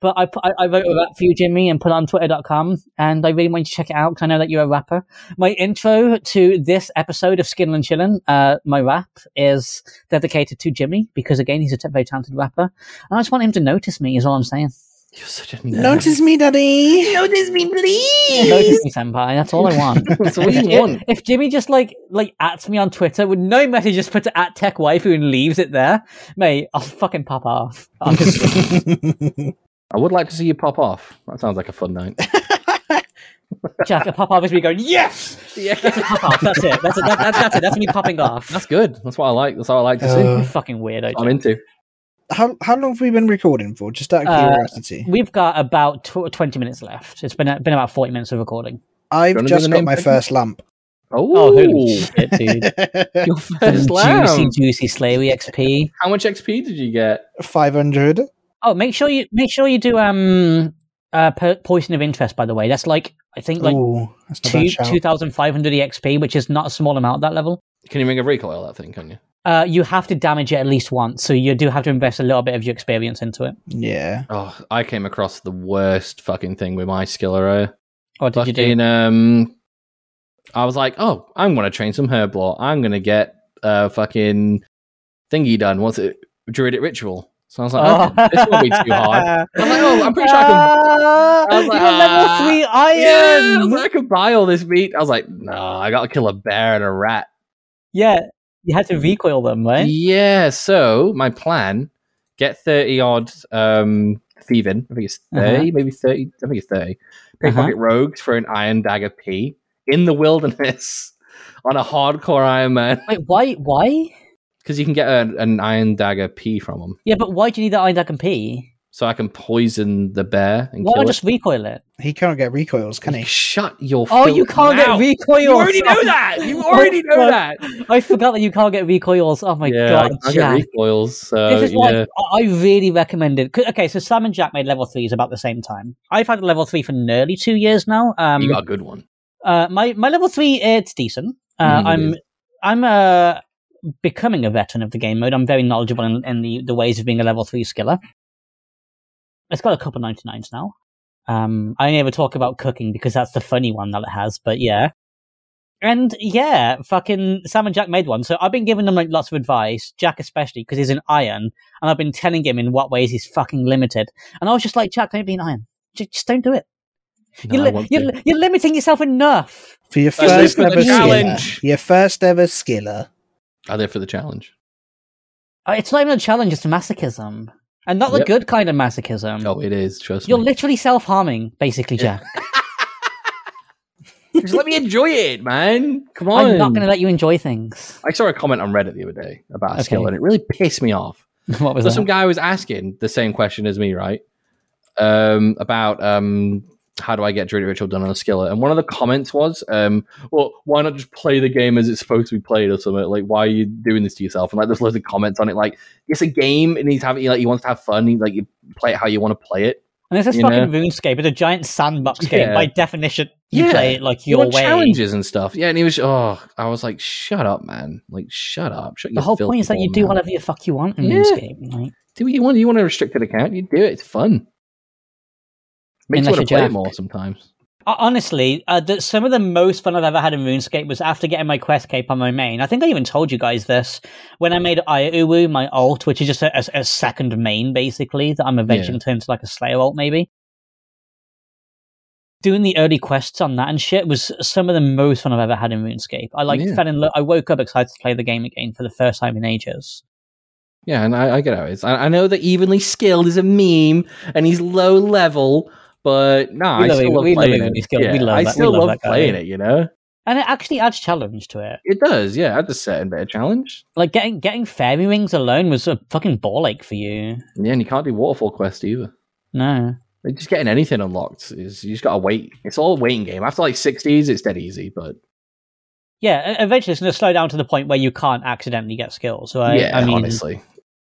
Speaker 1: But I, put, I, I wrote a rap for you, Jimmy, and put it on twitter.com. And I really want you to check it out because I know that you're a rapper my intro to this episode of Skin and Chillin', uh, my rap is dedicated to Jimmy because again he's a t- very talented rapper, and I just want him to notice me. Is all I'm saying.
Speaker 2: You're such a nerd.
Speaker 3: Notice me, daddy.
Speaker 2: Notice me, please.
Speaker 1: Notice me, senpai. That's all I want.
Speaker 2: That's all
Speaker 1: if,
Speaker 2: you
Speaker 1: if-
Speaker 2: want.
Speaker 1: if Jimmy just like like at me on Twitter with no message, just puts it at Tech Waifu and leaves it there, mate, I'll fucking pop off. I'll just-
Speaker 2: I would like to see you pop off. That sounds like a fun night.
Speaker 1: Jack, I pop off is me going yes. That's a pop off. That's it. That's it. That, that, that's it. That's me popping off.
Speaker 2: That's good. That's what I like. That's what I like to see.
Speaker 3: Uh,
Speaker 1: you fucking weirdo.
Speaker 2: I'm into.
Speaker 3: how how long have we been recording for? Just out of
Speaker 1: Uh,
Speaker 3: curiosity,
Speaker 1: We've got about tw- 20 minutes left. It's been been about 40 minutes of recording.
Speaker 3: I've
Speaker 2: wanna do
Speaker 3: just
Speaker 2: the
Speaker 3: got
Speaker 2: name
Speaker 3: my
Speaker 2: thing?
Speaker 3: first lamp.
Speaker 2: Oh,
Speaker 1: shit, dude.
Speaker 2: your first
Speaker 1: juicy,
Speaker 2: lamb.
Speaker 1: juicy Slayery XP.
Speaker 2: How much XP did you get?
Speaker 3: Five hundred.
Speaker 1: Oh, make sure you make sure you do um uh po- poison of interest by the way. That's like I think like
Speaker 3: Ooh, that's not a
Speaker 1: two
Speaker 3: bad shout.
Speaker 1: two thousand five hundred EXP, which is not a small amount at that level.
Speaker 2: Can you make a recoil that thing? Can you?
Speaker 1: Uh, you have to damage it at least once, so you do have to invest a little bit of your experience into it.
Speaker 3: Yeah.
Speaker 2: Oh, I came across the worst fucking thing with my skill arrow.
Speaker 1: Or did you do?
Speaker 2: Fucking, um, I was like, oh, I'm gonna train some herblore. I'm gonna get uh fucking thingy done. What's it? Druidic ritual. So I was
Speaker 1: Oh.
Speaker 2: like, okay, this won't be too hard. I was like, oh, I'm pretty sure I can. I
Speaker 1: can.
Speaker 2: was like,
Speaker 1: Uh, You're level
Speaker 2: ah,
Speaker 1: three
Speaker 2: Yeah, I,
Speaker 1: iron.
Speaker 2: was like, I could buy all this meat. I was like, nah, I gotta kill a bear and a rat.
Speaker 1: yeah, you had to recoil them, right?
Speaker 2: Yeah, so my plan get 30 odd um thieving. I think it's
Speaker 1: Uh-huh.
Speaker 2: 30, maybe 30. I think it's 30. Pickpocket rogues for an iron dagger P in the wilderness on a hardcore Iron Man
Speaker 1: Wait, why? Why?
Speaker 2: because you can get an, an iron dagger P from them.
Speaker 1: Yeah, but why do you need that iron that can pee?
Speaker 2: So I can poison the bear and
Speaker 1: Why
Speaker 2: kill
Speaker 1: not just recoil it?
Speaker 3: He can't get recoils, can he?
Speaker 2: Shut your
Speaker 1: Oh,
Speaker 2: filth
Speaker 1: you can't
Speaker 2: mouth.
Speaker 1: get recoils.
Speaker 2: You already know that. You already know
Speaker 1: God.
Speaker 2: that.
Speaker 1: I forgot that you can't get recoils. Oh my
Speaker 2: yeah,
Speaker 1: god,
Speaker 2: I, I get
Speaker 1: Jack.
Speaker 2: recoils. So
Speaker 1: This is why
Speaker 2: yeah,
Speaker 1: I I really recommend it. 'Cause- Okay, so Sam and Jack made level threes about the same time. I've had a level three for nearly two years now. Um,
Speaker 2: you got a good one.
Speaker 1: uh, my my level three it's decent. Uh,
Speaker 2: Mm, it
Speaker 1: I'm I'm uh, becoming a veteran of the game mode. I'm very knowledgeable in, in the, the ways of being a level three skiller. It's got a couple ninety nines now. Um, I never talk about cooking because that's the funny one that it has. But yeah, and yeah, fucking Sam and Jack made one. So I've been giving them like lots of advice, Jack especially because he's an iron, and I've been telling him in what ways he's fucking limited. And I was just like, Jack, don't be an iron. Just, just don't do it.
Speaker 2: No, I
Speaker 1: you're, li-
Speaker 2: want
Speaker 1: you're,
Speaker 2: to.
Speaker 1: li- you're limiting yourself enough.
Speaker 3: For your
Speaker 2: I live
Speaker 3: first
Speaker 2: for the
Speaker 3: ever
Speaker 2: challenge.
Speaker 3: skiller. Your first ever skiller.
Speaker 2: I live for the challenge.
Speaker 1: Uh, It's not even a challenge, it's masochism. And not the
Speaker 2: Yep.
Speaker 1: good kind of masochism.
Speaker 2: Oh, it is. Trust
Speaker 1: You're
Speaker 2: me.
Speaker 1: literally self harming, basically, Jack.
Speaker 2: Just let me enjoy it, man. Come on.
Speaker 1: I'm not going to let you enjoy things.
Speaker 2: I saw a comment on Reddit the other day about a
Speaker 1: Okay.
Speaker 2: skill, and it really pissed me off.
Speaker 1: what was
Speaker 2: So
Speaker 1: that?
Speaker 2: some guy was asking the same question as me, right? Um, about um, how do I get Druid Ritual done on a skillet? And one of the comments was, um, "Well, why not just play the game as it's supposed to be played or something? Like, why are you doing this to yourself?" And like, there's loads of comments on it, like it's a game, and he's having like he wants to have fun. He like you play it how you want to play it.
Speaker 1: and this is
Speaker 2: you
Speaker 1: fucking RuneScape. It's a giant sandbox game.
Speaker 2: Yeah.
Speaker 1: By definition, you
Speaker 2: Yeah.
Speaker 1: play it like
Speaker 2: You
Speaker 1: your
Speaker 2: want
Speaker 1: way.
Speaker 2: challenges and stuff. Yeah, and he was, oh, I was like, shut up, man. Like, shut up. Shut
Speaker 1: The whole point is that you do
Speaker 2: want to
Speaker 1: whatever the fuck you want in
Speaker 2: Yeah.
Speaker 1: RuneScape. Like,
Speaker 2: do what you want. You want a restricted account, you do it. It's fun. Makes you
Speaker 1: Unless
Speaker 2: want to
Speaker 1: you're
Speaker 2: play it
Speaker 1: Jack.
Speaker 2: more sometimes.
Speaker 1: Uh, Honestly, uh, the, some of the most fun I've ever had in RuneScape was after getting my quest cape on my main. I think I even told you guys this when I made Iuwu my alt, which is just a, a- a second main basically that I'm eventually going to turn into like a Slayer alt maybe. Doing the early quests on that and shit was some of the most fun I've ever had in RuneScape. I like
Speaker 2: Yeah.
Speaker 1: fell in love. I woke up excited to play the game again for the first time in ages.
Speaker 2: Yeah, and I, I get how it is. I, I know that evenly skilled is a meme and he's low level, but nah,
Speaker 1: We
Speaker 2: I
Speaker 1: love
Speaker 2: still
Speaker 1: it-
Speaker 2: love
Speaker 1: we love
Speaker 2: playing
Speaker 1: evenly
Speaker 2: it.
Speaker 1: skilled. We
Speaker 2: Yeah,
Speaker 1: love
Speaker 2: I
Speaker 1: that- we
Speaker 2: still
Speaker 1: love
Speaker 2: love
Speaker 1: that guy.
Speaker 2: playing it. You know,
Speaker 1: And it actually adds challenge to it.
Speaker 2: it does. Yeah, that's a certain bit of challenge.
Speaker 1: Like getting getting fairy wings alone was a fucking ball ache for you.
Speaker 2: Yeah, and you can't do waterfall quest either.
Speaker 1: No.
Speaker 2: Like, Just getting anything unlocked is you just gotta wait. It's all a waiting game. After like sixties, it's dead easy. But
Speaker 1: Yeah, e- eventually it's going to slow down to the point where you can't accidentally get skills, right?
Speaker 2: yeah,
Speaker 1: I mean,
Speaker 2: honestly,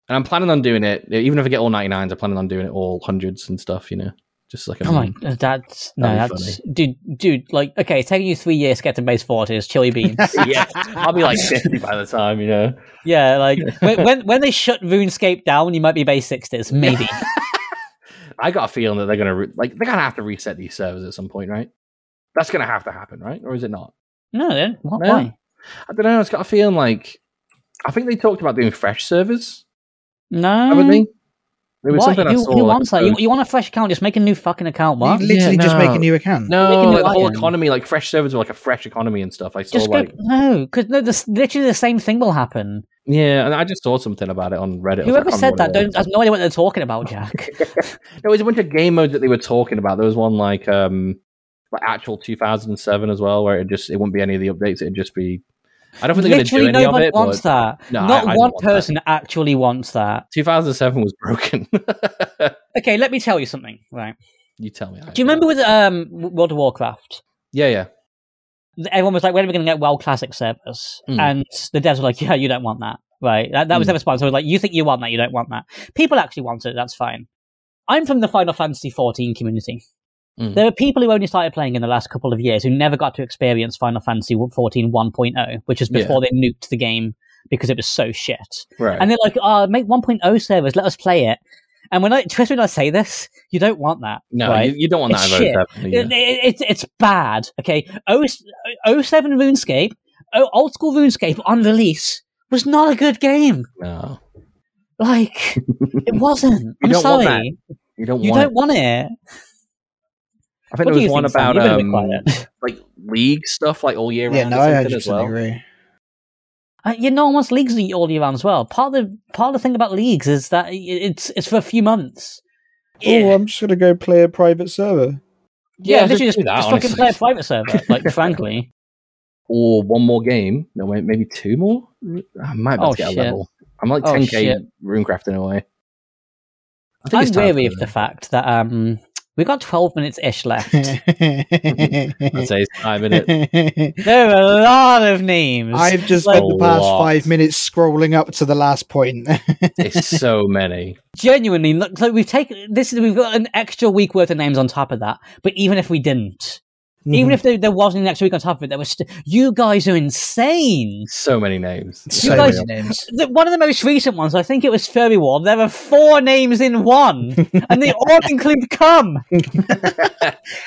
Speaker 2: and I'm planning on doing it. Even if I get all ninety nines, I'm planning on doing it all hundreds and stuff. You know, just like a
Speaker 1: oh my,
Speaker 2: meme.
Speaker 1: that's no,
Speaker 2: That'd be
Speaker 1: that's dude, dude. Like, okay, it's taking you three years to get to base forties, chili beans.
Speaker 2: yeah, I'll be like fifty by the time. You know.
Speaker 1: yeah, like when, when when they shut RuneScape down, you might be base sixties, maybe.
Speaker 2: I got a feeling that they're gonna re- like they're gonna have to reset these servers at some point, right? That's gonna have to happen, right? Or is it not?
Speaker 1: no, then what?
Speaker 2: No.
Speaker 1: Why?
Speaker 2: I don't know. It's got a feeling like I think they talked about doing fresh servers,
Speaker 1: No,
Speaker 2: haven't they? There was
Speaker 1: Why?
Speaker 2: something I
Speaker 1: Who,
Speaker 2: saw,
Speaker 1: who
Speaker 2: like, uh,
Speaker 1: wants that? Um, You,
Speaker 2: those-
Speaker 1: you want a fresh account? Just make a new fucking account. What?
Speaker 3: You literally
Speaker 2: Yeah,
Speaker 3: just make
Speaker 2: no.
Speaker 3: a new account.
Speaker 1: They
Speaker 2: no,
Speaker 1: can do
Speaker 2: like the whole
Speaker 1: iron.
Speaker 2: economy, like fresh servers, were like a fresh economy and stuff. I saw
Speaker 1: Just go,
Speaker 2: like
Speaker 1: no, because no, this, literally the same thing will happen.
Speaker 2: yeah, and I just saw something about it on Reddit. I was like,
Speaker 1: Whoever
Speaker 2: I can't
Speaker 1: said
Speaker 2: remember
Speaker 1: that
Speaker 2: what it was.
Speaker 1: don't has no idea what they're talking about, Jack.
Speaker 2: There was a bunch of game modes that they were talking about. There was one like um like actual 2007 as well, where it just it wouldn't be any of the updates. It'd just be I don't think they're
Speaker 1: Literally,
Speaker 2: going to do any of
Speaker 1: nobody
Speaker 2: it. but-
Speaker 1: wants that.
Speaker 2: No, I-
Speaker 1: Not
Speaker 2: I don't
Speaker 1: one
Speaker 2: want that.
Speaker 1: person actually wants that.
Speaker 2: 2007 was broken.
Speaker 1: Okay, let me tell you something. Right?
Speaker 2: you tell me.
Speaker 1: Do you remember with um World of Warcraft?
Speaker 2: Yeah, yeah.
Speaker 1: Everyone was like, "When are we going to get WoW Classic servers?"
Speaker 2: Hmm.
Speaker 1: And the devs were like, "Yeah, you don't want that, right?" That, that was
Speaker 2: Hmm.
Speaker 1: their response. I was like, "You think you want that? You don't want that." People actually want it. That's fine. I'm from the Final Fantasy XIV community.
Speaker 2: Hmm.
Speaker 1: There are people who only started playing in the last couple of years who never got to experience Final Fantasy XIV 1.0, oh, which is
Speaker 2: Yeah.
Speaker 1: before they nuked the game because it was so shit.
Speaker 2: Right.
Speaker 1: And they're like, oh, make 1.0 servers, let us play it. And when I, trust me when I say this, you don't want that.
Speaker 2: no,
Speaker 1: right?
Speaker 2: you, you don't want that.
Speaker 1: It's
Speaker 2: in
Speaker 1: shit.
Speaker 2: 2007, do you?
Speaker 1: It- it- it's- it's bad, okay? O, 07 RuneScape, o, old school RuneScape on release was not a good game.
Speaker 2: No,
Speaker 1: Like, it wasn't. I'm
Speaker 2: don't
Speaker 1: sorry.
Speaker 2: want that. you don't
Speaker 1: You
Speaker 2: want.
Speaker 1: don't
Speaker 2: it.
Speaker 1: want it.
Speaker 2: I
Speaker 1: What
Speaker 2: think there
Speaker 1: do
Speaker 2: was
Speaker 1: you
Speaker 2: one
Speaker 1: think, Sam?
Speaker 2: about
Speaker 1: You've been a bit
Speaker 2: um,
Speaker 1: quiet.
Speaker 2: like league stuff, like all year round.
Speaker 3: Yeah, no,
Speaker 2: or
Speaker 3: I
Speaker 2: something
Speaker 3: 100%
Speaker 2: as well.
Speaker 3: agree.
Speaker 1: Uh, you know, almost leagues eat all year round as well. Part of the part of the thing about leagues is that i- it's it's for a few months.
Speaker 2: Yeah.
Speaker 3: Oh, I'm just gonna go play a private server.
Speaker 1: Yeah, literally just,
Speaker 2: just do that,
Speaker 1: just fucking
Speaker 2: honestly.
Speaker 1: play a private server. Like, frankly,
Speaker 2: Or one more game. No, wait, maybe two more. I might be able
Speaker 1: Oh,
Speaker 2: to get
Speaker 1: shit.
Speaker 2: a level. I'm like
Speaker 1: Oh,
Speaker 2: 10k
Speaker 1: shit.
Speaker 2: runecraft in a way. I think
Speaker 1: I'm
Speaker 2: it's time
Speaker 1: wary
Speaker 2: for
Speaker 1: of the fact that um we've got 12 minutes ish left.
Speaker 2: I'd say it's time in it.
Speaker 1: there are a lot of names.
Speaker 3: I've just
Speaker 1: Like-
Speaker 3: spent the past
Speaker 2: A lot.
Speaker 3: five minutes scrolling up to the last point.
Speaker 2: It's so many.
Speaker 1: Genuinely, look, so we've taken this. is- We've got an extra week worth of names on top of that. But even if we didn't,
Speaker 2: Mm-hmm.
Speaker 1: even if there, there wasn't an extra week on top of it, there was. St- you guys are insane.
Speaker 2: So many names.
Speaker 3: so
Speaker 1: you guys-
Speaker 3: many names.
Speaker 1: The, one of the most recent ones, I think it was Furry War. There are four names in one, and they all include cum.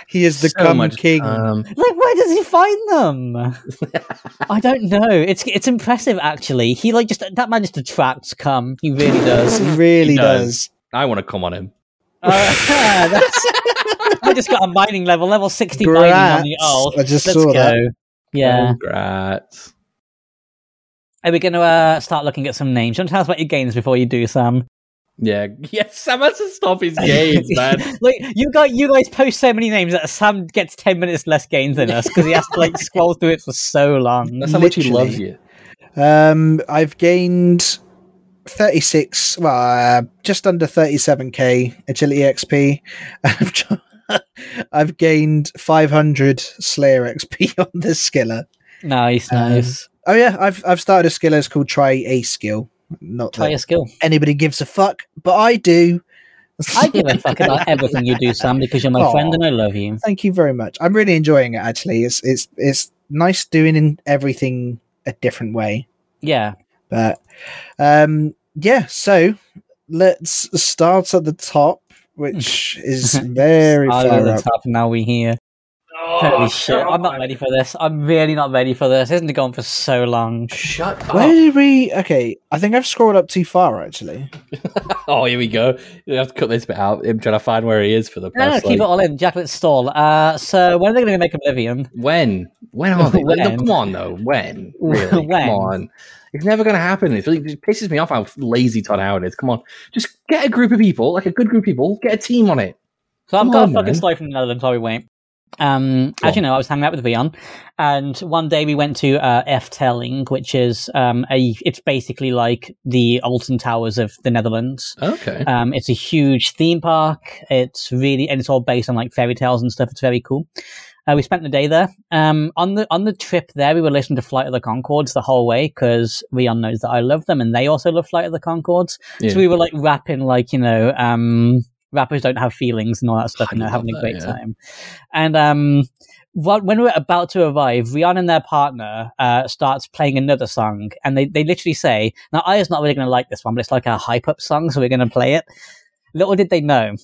Speaker 3: He is the
Speaker 2: So
Speaker 3: cum
Speaker 2: much
Speaker 3: king.
Speaker 2: Um,
Speaker 1: Like, where does he find them? I don't know. It's it's impressive, actually. He like just that man just attracts cum. He really does.
Speaker 3: He really
Speaker 2: He
Speaker 3: does.
Speaker 2: does. I want to come on him.
Speaker 1: Uh, that's- I just got a mining level, level 60 mining on
Speaker 3: Grats.
Speaker 1: the old.
Speaker 3: I just
Speaker 1: Let's
Speaker 2: Um,
Speaker 3: saw
Speaker 1: go.
Speaker 3: that.
Speaker 1: Yeah.
Speaker 2: Congrats.
Speaker 1: Are we going to uh, start looking at some names? Do you want to tell us about your games before you do, Sam?
Speaker 2: Yeah, yeah. Sam has to stop his games, man.
Speaker 1: Like you guys, you guys post so many names that Sam gets ten minutes less games than us because he has to like scroll through it for so long.
Speaker 2: That's how much he
Speaker 3: Literally.
Speaker 2: loves you.
Speaker 3: Um, I've gained 36, well, uh, just under 37k agility XP. I've, j- I've gained 500 Slayer XP on the skiller.
Speaker 1: Nice,
Speaker 3: Um,
Speaker 1: nice.
Speaker 3: Oh yeah, I've I've started a skill. It's called try a skill. Not
Speaker 1: Try your
Speaker 3: that
Speaker 1: skill.
Speaker 3: anybody gives a fuck, but I do.
Speaker 1: I give a fuck about everything you do, Sam, because you're my
Speaker 3: Aw.
Speaker 1: friend and I love you.
Speaker 3: Thank you very much. I'm really enjoying it. Actually, it's it's it's nice doing in- everything a different way.
Speaker 1: Yeah.
Speaker 3: But um, yeah, so let's start at the top, which is very
Speaker 1: Out of
Speaker 3: far
Speaker 1: the
Speaker 3: up.
Speaker 1: top, now we here.
Speaker 2: Oh,
Speaker 1: Holy shit, I'm not ready for this. I'm really not ready for this. Isn't it gone for so long?
Speaker 2: Shut up.
Speaker 3: Where did we? Okay, I think I've scrolled up too far. Actually,
Speaker 2: Oh, here we go. You have to cut this bit out. Him trying to find where he is for the
Speaker 1: No, no,
Speaker 2: press.
Speaker 1: keep it
Speaker 2: like,
Speaker 1: all in. Jack, let's stall. Uh, so when are they going to make Oblivion?
Speaker 2: when? When are they?
Speaker 1: When?
Speaker 2: No, come on, though. When? Really?
Speaker 1: When?
Speaker 2: Come on. It's never going to happen. It's really, it pisses me off how lazy Todd Howard is. Come on. Just get a group of people, like a good group of people, get a team on it.
Speaker 1: So I've
Speaker 2: Come
Speaker 1: got a
Speaker 2: on,
Speaker 3: Oh,
Speaker 1: fucking
Speaker 2: man.
Speaker 1: story from the Netherlands. Sorry, wait. Um,
Speaker 2: Go
Speaker 1: as you know, I was hanging out with Vion, and one day we went to uh, F Telling, which is um, a. It's basically like the Alton Towers of the Netherlands.
Speaker 2: Okay.
Speaker 1: Um, it's a huge theme park. It's really and it's all based on like fairy tales and stuff. It's very cool. Uh, we spent the day there. Um, on the on the trip there, we were listening to Flight of the Concords the whole way because Rion knows that I love them and they also love Flight of the Concords.
Speaker 2: Yeah.
Speaker 1: So we were like rapping like you know um, rappers don't have feelings and all that stuff.
Speaker 2: I
Speaker 1: You know,
Speaker 2: love
Speaker 1: having a
Speaker 2: that,
Speaker 1: great
Speaker 2: yeah.
Speaker 1: time. And um, what, when we we're about to arrive, Rion and their partner uh, starts playing another song, and they, they literally say, "Now Aya's not really going to like this one, but it's like a hype up song, so we're going to play it." Little did they know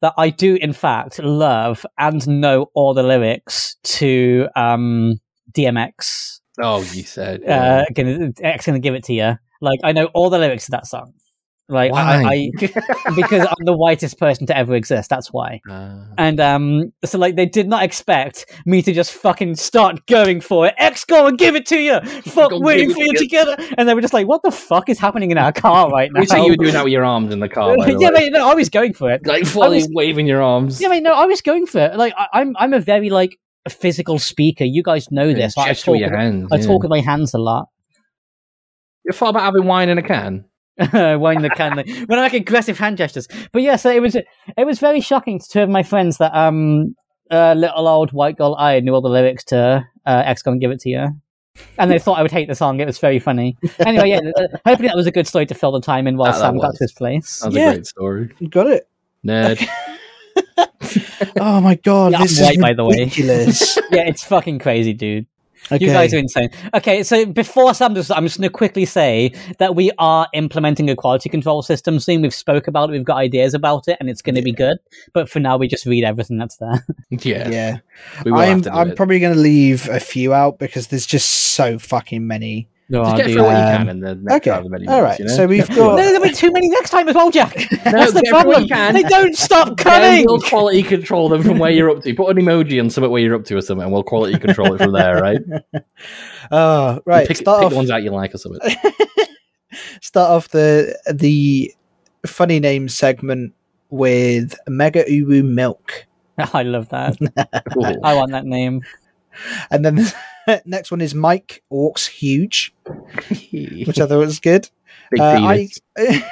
Speaker 1: that I do, in fact, love and know all the lyrics to um, DMX.
Speaker 2: oh, you said.
Speaker 1: Uh, gonna, X going to give it to you. Like I know all the lyrics to that song. Like I, I,
Speaker 2: Why?
Speaker 1: I because I'm the whitest person to ever exist. That's why.
Speaker 2: Uh,
Speaker 1: And um, so like they did not expect me to just fucking start going for it. X, go and give it to you. Fuck,
Speaker 2: Go
Speaker 1: waiting
Speaker 2: give
Speaker 1: for
Speaker 2: it
Speaker 1: you
Speaker 2: to
Speaker 1: together. And they were just like, "What the fuck is happening in our car right now?"
Speaker 2: you say you were doing that with your arms in the car. by the
Speaker 1: yeah,
Speaker 2: way.
Speaker 1: mate. No, I was going for it.
Speaker 2: Like fully
Speaker 1: I was-
Speaker 2: waving your arms.
Speaker 1: Yeah, mate. No, I was going for it. Like I, I'm, I'm a very like physical speaker. You guys know
Speaker 2: And
Speaker 1: this. Like, I
Speaker 2: gesture
Speaker 1: talk,
Speaker 2: with your hands.
Speaker 1: I
Speaker 2: yeah.
Speaker 1: talk with my hands a lot.
Speaker 2: You're thought about having wine in a can.
Speaker 1: when the can like, when I like aggressive hand gestures. But yeah, so it was it was very shocking to two of my friends that um uh, little old white girl I knew all the lyrics to uh, X Gonna Give It to You. And they thought I would hate the song. It was very funny. Anyway, yeah, uh, hopefully that was a good story to fill the time in while
Speaker 2: Ah, That- that
Speaker 1: Sam got
Speaker 2: was.
Speaker 1: to this place.
Speaker 2: That was
Speaker 3: Yeah.
Speaker 2: a great story.
Speaker 3: got it.
Speaker 2: Nerd.
Speaker 3: Oh my god,
Speaker 1: Yeah, I'm
Speaker 3: this
Speaker 1: white,
Speaker 3: is
Speaker 1: by the way.
Speaker 3: ridiculous.
Speaker 1: Yeah, it's fucking crazy, dude.
Speaker 3: okay.
Speaker 1: You guys are insane. Okay, so before Sam does, I'm just going to quickly say that we are implementing a quality control system soon. We've spoke about it, we've got ideas about it, and it's going to be good. But for now, we just read everything that's there.
Speaker 2: Yeah.
Speaker 3: yeah,
Speaker 2: We will have
Speaker 3: I'm
Speaker 2: to do
Speaker 3: I'm
Speaker 2: it.
Speaker 3: probably going to leave a few out because there's just so fucking many.
Speaker 1: No,
Speaker 2: Just get through what you can and then
Speaker 3: okay,
Speaker 2: however many
Speaker 3: all
Speaker 2: minutes,
Speaker 3: right.
Speaker 2: you know?
Speaker 3: So we've
Speaker 2: Get
Speaker 3: got-
Speaker 2: through it.
Speaker 1: there'll be too many next time as well, Jack. That's the
Speaker 2: get everyone
Speaker 1: problem.
Speaker 2: you can.
Speaker 1: They don't stop
Speaker 2: Then
Speaker 1: coming.
Speaker 2: we'll quality control them from where you're up to. Put an emoji on something where you're up to or something, and we'll quality control it from there, right?
Speaker 3: Oh, right.
Speaker 2: Pick, pick
Speaker 3: start off.
Speaker 2: the ones out you like or something.
Speaker 3: start off the the funny name segment with Mega Uwu Milk,
Speaker 1: I love that.
Speaker 2: Cool.
Speaker 1: I want that name.
Speaker 3: and then the next one is Mike Orcs Huge, which I thought was good.
Speaker 2: Big
Speaker 3: Uh, I
Speaker 2: penis.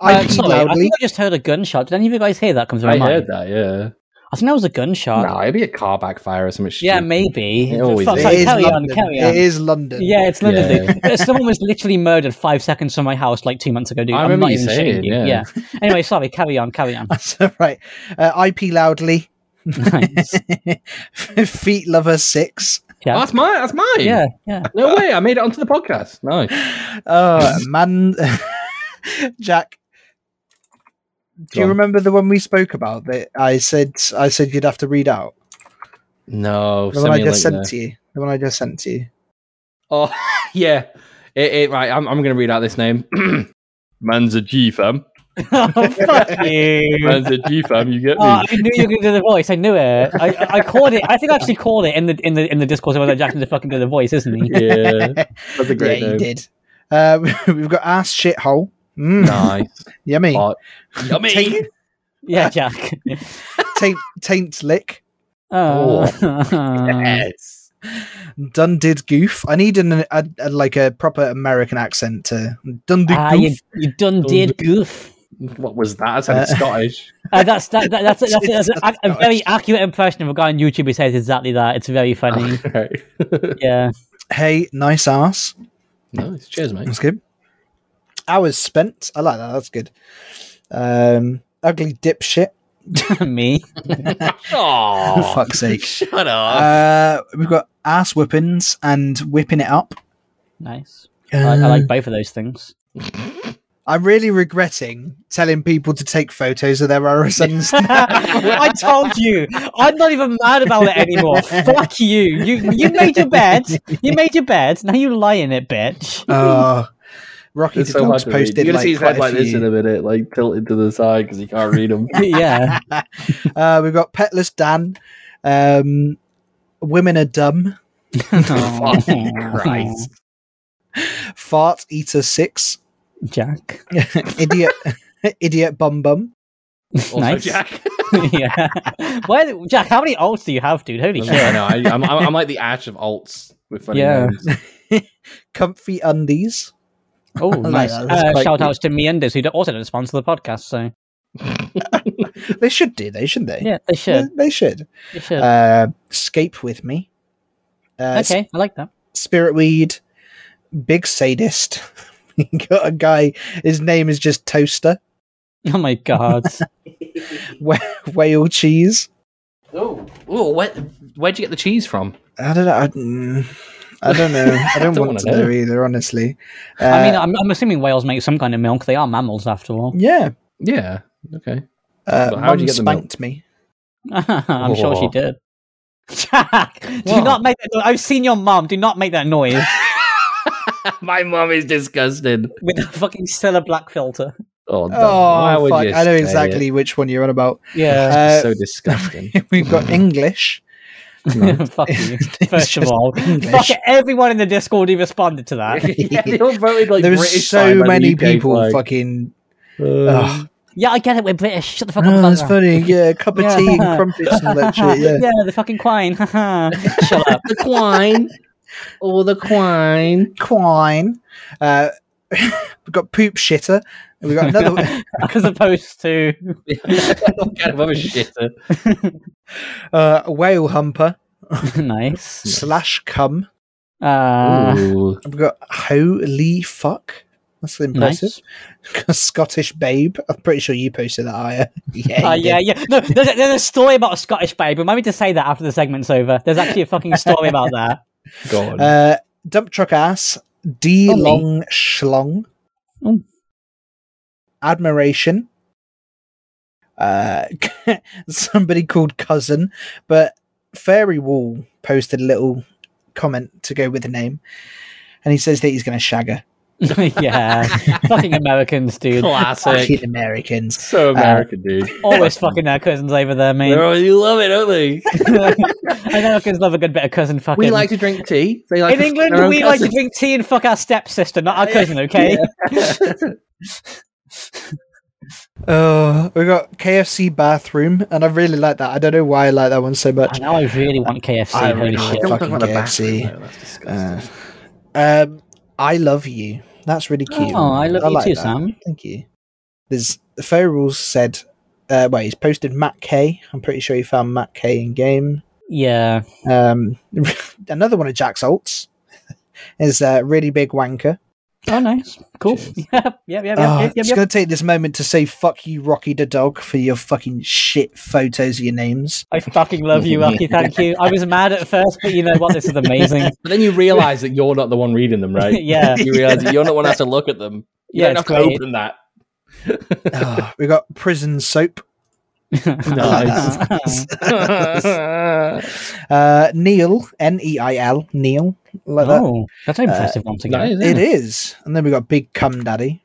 Speaker 3: I
Speaker 1: Uh,
Speaker 3: peed
Speaker 1: sorry, I
Speaker 3: loudly.
Speaker 1: think I just heard a gunshot. Did any of you guys hear that come through
Speaker 2: I
Speaker 1: my mic?
Speaker 2: heard that, yeah.
Speaker 1: I think that was a gunshot.
Speaker 2: Nah, it'd be a car backfire or something.
Speaker 1: Uh, Yeah,
Speaker 2: stupid.
Speaker 1: maybe.
Speaker 2: It always
Speaker 1: Fuck,
Speaker 2: is.
Speaker 1: sorry,
Speaker 3: It is
Speaker 1: carry on,
Speaker 3: London.
Speaker 1: carry
Speaker 3: It
Speaker 1: on.
Speaker 3: is London.
Speaker 1: Yeah, it's London,
Speaker 2: Yeah.
Speaker 1: dude. Someone was literally murdered five seconds from my house like two months ago, dude.
Speaker 2: I
Speaker 1: I'm
Speaker 2: remember
Speaker 1: not
Speaker 2: you
Speaker 1: even
Speaker 2: saying,
Speaker 1: shitting you.
Speaker 2: yeah.
Speaker 1: Anyway, sorry, carry on, carry on.
Speaker 3: That's all right. Uh, IP loudly.
Speaker 1: Nice.
Speaker 3: Feet lover six.
Speaker 2: Oh,
Speaker 1: Yeah.
Speaker 2: that's mine. That's mine.
Speaker 1: yeah, yeah.
Speaker 2: No way. I made it onto the podcast. Nice.
Speaker 3: Oh man, Jack. Do
Speaker 2: Go
Speaker 3: you
Speaker 2: on.
Speaker 3: remember the one we spoke about that I said I said you'd have to read out?
Speaker 2: No.
Speaker 3: The
Speaker 2: send
Speaker 3: one I
Speaker 2: me a
Speaker 3: just
Speaker 2: link
Speaker 3: sent
Speaker 2: there.
Speaker 3: to you. The one I just sent to you.
Speaker 2: Oh, yeah. It, it, right, I'm, I'm going to read out this name. Man's a G, fam.
Speaker 1: oh, fuck you.
Speaker 2: Man's a G fam, you get me.
Speaker 1: Oh, I knew you were gonna do the voice. I knew it. I, I called it. I think I actually called it in the in the in the discourse about that Jackson's a fucking good at the voice, isn't he?
Speaker 2: yeah, that's a
Speaker 3: yeah,
Speaker 2: great
Speaker 3: you
Speaker 2: name.
Speaker 3: did. Uh, we've got ass shithole. Mm,
Speaker 2: Nice,
Speaker 3: Yummy.
Speaker 2: hot, yummy.
Speaker 3: Taint,
Speaker 1: Yeah, Jack.
Speaker 3: taint, taint lick.
Speaker 1: Oh.
Speaker 2: yes.
Speaker 3: Dundid goof. I need an, a, a like a proper American accent to Dundid
Speaker 1: ah, you,
Speaker 3: goof.
Speaker 1: you done did goof.
Speaker 2: What was that? I sounded
Speaker 3: Uh,
Speaker 2: Scottish.
Speaker 1: Uh, that's that, that, that's, that's, that's,
Speaker 3: That's
Speaker 1: a, a
Speaker 3: not
Speaker 1: very accurate impression of a guy on YouTube who says exactly that. It's very funny.
Speaker 2: Okay.
Speaker 1: yeah.
Speaker 3: Hey, nice ass.
Speaker 2: nice. Cheers, mate.
Speaker 3: That's good. Hours spent. I like that. That's good. Um, ugly dipshit.
Speaker 1: Me.
Speaker 2: Oh,
Speaker 3: fuck's sake.
Speaker 2: Shut up.
Speaker 3: Uh, we've got ass whippings and whipping it up.
Speaker 1: Nice. I, I
Speaker 3: Uh,
Speaker 1: like both of those things.
Speaker 3: I'm really regretting telling people to take photos of their Arasons.
Speaker 1: I told you. I'm not even mad about it anymore. Fuck you. You you made your bed. You made your bed. Now you lie in it, bitch.
Speaker 3: oh, Rocky
Speaker 2: it's
Speaker 3: the
Speaker 2: so hard
Speaker 3: Dog's
Speaker 2: to read. You're
Speaker 3: posted
Speaker 2: gonna
Speaker 3: like,
Speaker 2: see his
Speaker 3: quite
Speaker 2: head
Speaker 3: a
Speaker 2: like this
Speaker 3: few.
Speaker 2: in a minute, like tilted to the side because you can't read them.
Speaker 1: yeah.
Speaker 3: Uh, we've got Petless Dan. Um, women are dumb.
Speaker 2: Fucking
Speaker 3: Oh,
Speaker 2: Christ.
Speaker 3: Fart Eater Six.
Speaker 1: Jack.
Speaker 3: Idiot. Idiot Bum Bum.
Speaker 2: Also,
Speaker 1: Nice.
Speaker 2: Jack.
Speaker 1: yeah. Where, Jack, how many alts do you have, dude? Holy shit.
Speaker 2: I know. I, I'm, I'm, I'm like the Ash of alts with funny
Speaker 1: Yeah.
Speaker 2: names.
Speaker 3: Comfy Undies.
Speaker 1: Oh,
Speaker 3: like
Speaker 1: nice.
Speaker 3: that. That's
Speaker 1: Uh,
Speaker 3: quite
Speaker 1: shout outs to Meanders, who don't- also don't sponsor the podcast. So,
Speaker 3: They should do. They shouldn't they?
Speaker 1: yeah, they should.
Speaker 3: They, they should.
Speaker 1: They should.
Speaker 3: Uh, Scape with me. Uh, s-
Speaker 1: okay, I like that.
Speaker 3: Spirit Weed. Big sadist. We got a guy. His name is just Toaster.
Speaker 1: Oh my god.
Speaker 3: Whale cheese.
Speaker 2: Oh, oh, where, where'd you get the cheese from?
Speaker 3: I don't know. I, mm, I don't know. I don't,
Speaker 2: Don't
Speaker 3: want
Speaker 2: wanna
Speaker 3: to know
Speaker 2: know.
Speaker 3: either. Honestly. Uh,
Speaker 1: I mean, I'm, I'm assuming whales make some kind of milk. They are mammals, after all.
Speaker 3: yeah.
Speaker 2: Yeah. Okay.
Speaker 3: Uh,
Speaker 2: But how'd
Speaker 3: Mum
Speaker 2: you get the milk?
Speaker 3: spanked me.
Speaker 1: I'm sure she
Speaker 2: Oh.
Speaker 1: did. Jack, do
Speaker 2: What?
Speaker 1: not make that noise. I've seen your mom. Do not make that noise
Speaker 2: My mum is disgusted.
Speaker 1: with a fucking stellar black filter.
Speaker 2: Oh,
Speaker 3: Oh,
Speaker 2: don't. Why would
Speaker 3: fuck.
Speaker 2: you
Speaker 3: I know
Speaker 2: say it?
Speaker 3: exactly which one you're on about.
Speaker 1: Yeah.
Speaker 3: Uh,
Speaker 2: so disgusting.
Speaker 3: We've got English.
Speaker 1: Fuck you.
Speaker 3: It's
Speaker 1: First of
Speaker 3: just
Speaker 1: all, fuck
Speaker 3: English.
Speaker 1: it, everyone in the Discord who responded to that.
Speaker 2: yeah, they all voted like
Speaker 3: There was
Speaker 2: British
Speaker 3: so
Speaker 2: side by the
Speaker 3: many
Speaker 2: UK
Speaker 3: people
Speaker 2: flag.
Speaker 3: fucking.
Speaker 2: Ugh.
Speaker 3: Ugh.
Speaker 1: Yeah, I get it. We're British. Shut the fuck up.
Speaker 3: Oh,
Speaker 1: about
Speaker 3: that's
Speaker 1: that.
Speaker 3: funny. Yeah, a cup of
Speaker 1: Yeah.
Speaker 3: tea and crumpets and that shit. Yeah.
Speaker 1: the fucking quine. Shut up.
Speaker 2: the quine. Oh, the quine.
Speaker 3: Quine. Uh, we've got poop shitter. And We've got another.
Speaker 1: As opposed to
Speaker 2: What kind of other shitter?
Speaker 3: uh, whale humper
Speaker 1: nice.
Speaker 3: slash cum. Ah.
Speaker 1: Uh,
Speaker 2: Ooh.
Speaker 3: We've got holy fuck. That's impressive.
Speaker 1: nice.
Speaker 3: Scottish babe. I'm pretty sure you posted that, Aya. Yeah.
Speaker 1: Oh
Speaker 3: you
Speaker 1: yeah,
Speaker 3: did.
Speaker 1: yeah. No, there's a, there's a story about a Scottish babe. Remind me to say that after the segment's over. There's actually a fucking story about that.
Speaker 2: God.
Speaker 3: Uh, dump truck ass. D
Speaker 1: Oh, me.
Speaker 3: long schlong. Oh.
Speaker 1: Mm.
Speaker 3: Admiration. Uh, somebody called cousin, but Fairy Wall posted a little comment to go with the name, and he says that he's going to shag her.
Speaker 1: yeah, fucking Americans, dude.
Speaker 2: Classic.
Speaker 3: Fucking Americans.
Speaker 2: so American, dude.
Speaker 1: Always fucking their cousins over there,
Speaker 2: They
Speaker 1: mate.
Speaker 2: always love it, don't they?
Speaker 1: Americans love a good bit of cousin fucking.
Speaker 2: We like to drink tea. They like
Speaker 1: In
Speaker 2: to fuck
Speaker 1: England,
Speaker 2: their own
Speaker 1: we like to
Speaker 2: cousins.
Speaker 1: drink tea and fuck our stepsister, not our
Speaker 2: Yeah,
Speaker 1: cousin. Okay.
Speaker 3: Oh, we got KFC bathroom, and I really like that. I don't know why I like that one so much.
Speaker 1: And now I really want KFC.
Speaker 3: I
Speaker 1: holy
Speaker 3: really
Speaker 1: shit.
Speaker 2: Don't talk
Speaker 3: Fucking
Speaker 2: about the
Speaker 3: KFC.
Speaker 2: bathroom, though, that's
Speaker 3: Uh,
Speaker 2: disgusting.
Speaker 3: um, I love you. That's really cute.
Speaker 1: Oh, I love you
Speaker 3: like
Speaker 1: too,
Speaker 3: that.
Speaker 1: Sam.
Speaker 3: Thank you. There's Fair Rules said. Uh, well, he's posted Matt K. I'm pretty sure he found Matt K in game.
Speaker 1: Yeah.
Speaker 3: Um, another one of Jack's alts is uh, really big wanker.
Speaker 1: Oh, nice. Cool.
Speaker 2: Cheers.
Speaker 1: Yep. Yep. Yep. Yep.
Speaker 3: Oh,
Speaker 1: yep.
Speaker 3: it's
Speaker 1: Yep.
Speaker 3: gonna take this moment to say fuck you, Rocky the dog, for your fucking shit photos of your names.
Speaker 1: I fucking love you, Rocky. Thank you. I was mad at first, but you know what? This is amazing.
Speaker 2: But then you realize that you're not the one reading them, right?
Speaker 1: Yeah.
Speaker 2: You realize that you're not the one that has to look at them. You
Speaker 1: Yeah,
Speaker 2: don't
Speaker 1: it's
Speaker 2: have to
Speaker 1: great.
Speaker 2: open that.
Speaker 3: oh, we got prison soap.
Speaker 2: Nice.
Speaker 1: Ah,
Speaker 3: uh, Neil, N E I L, Neil, like that.
Speaker 1: oh, that's an impressive once
Speaker 2: that
Speaker 1: again.
Speaker 2: is it.
Speaker 3: It is. And then we got Big Cum Daddy.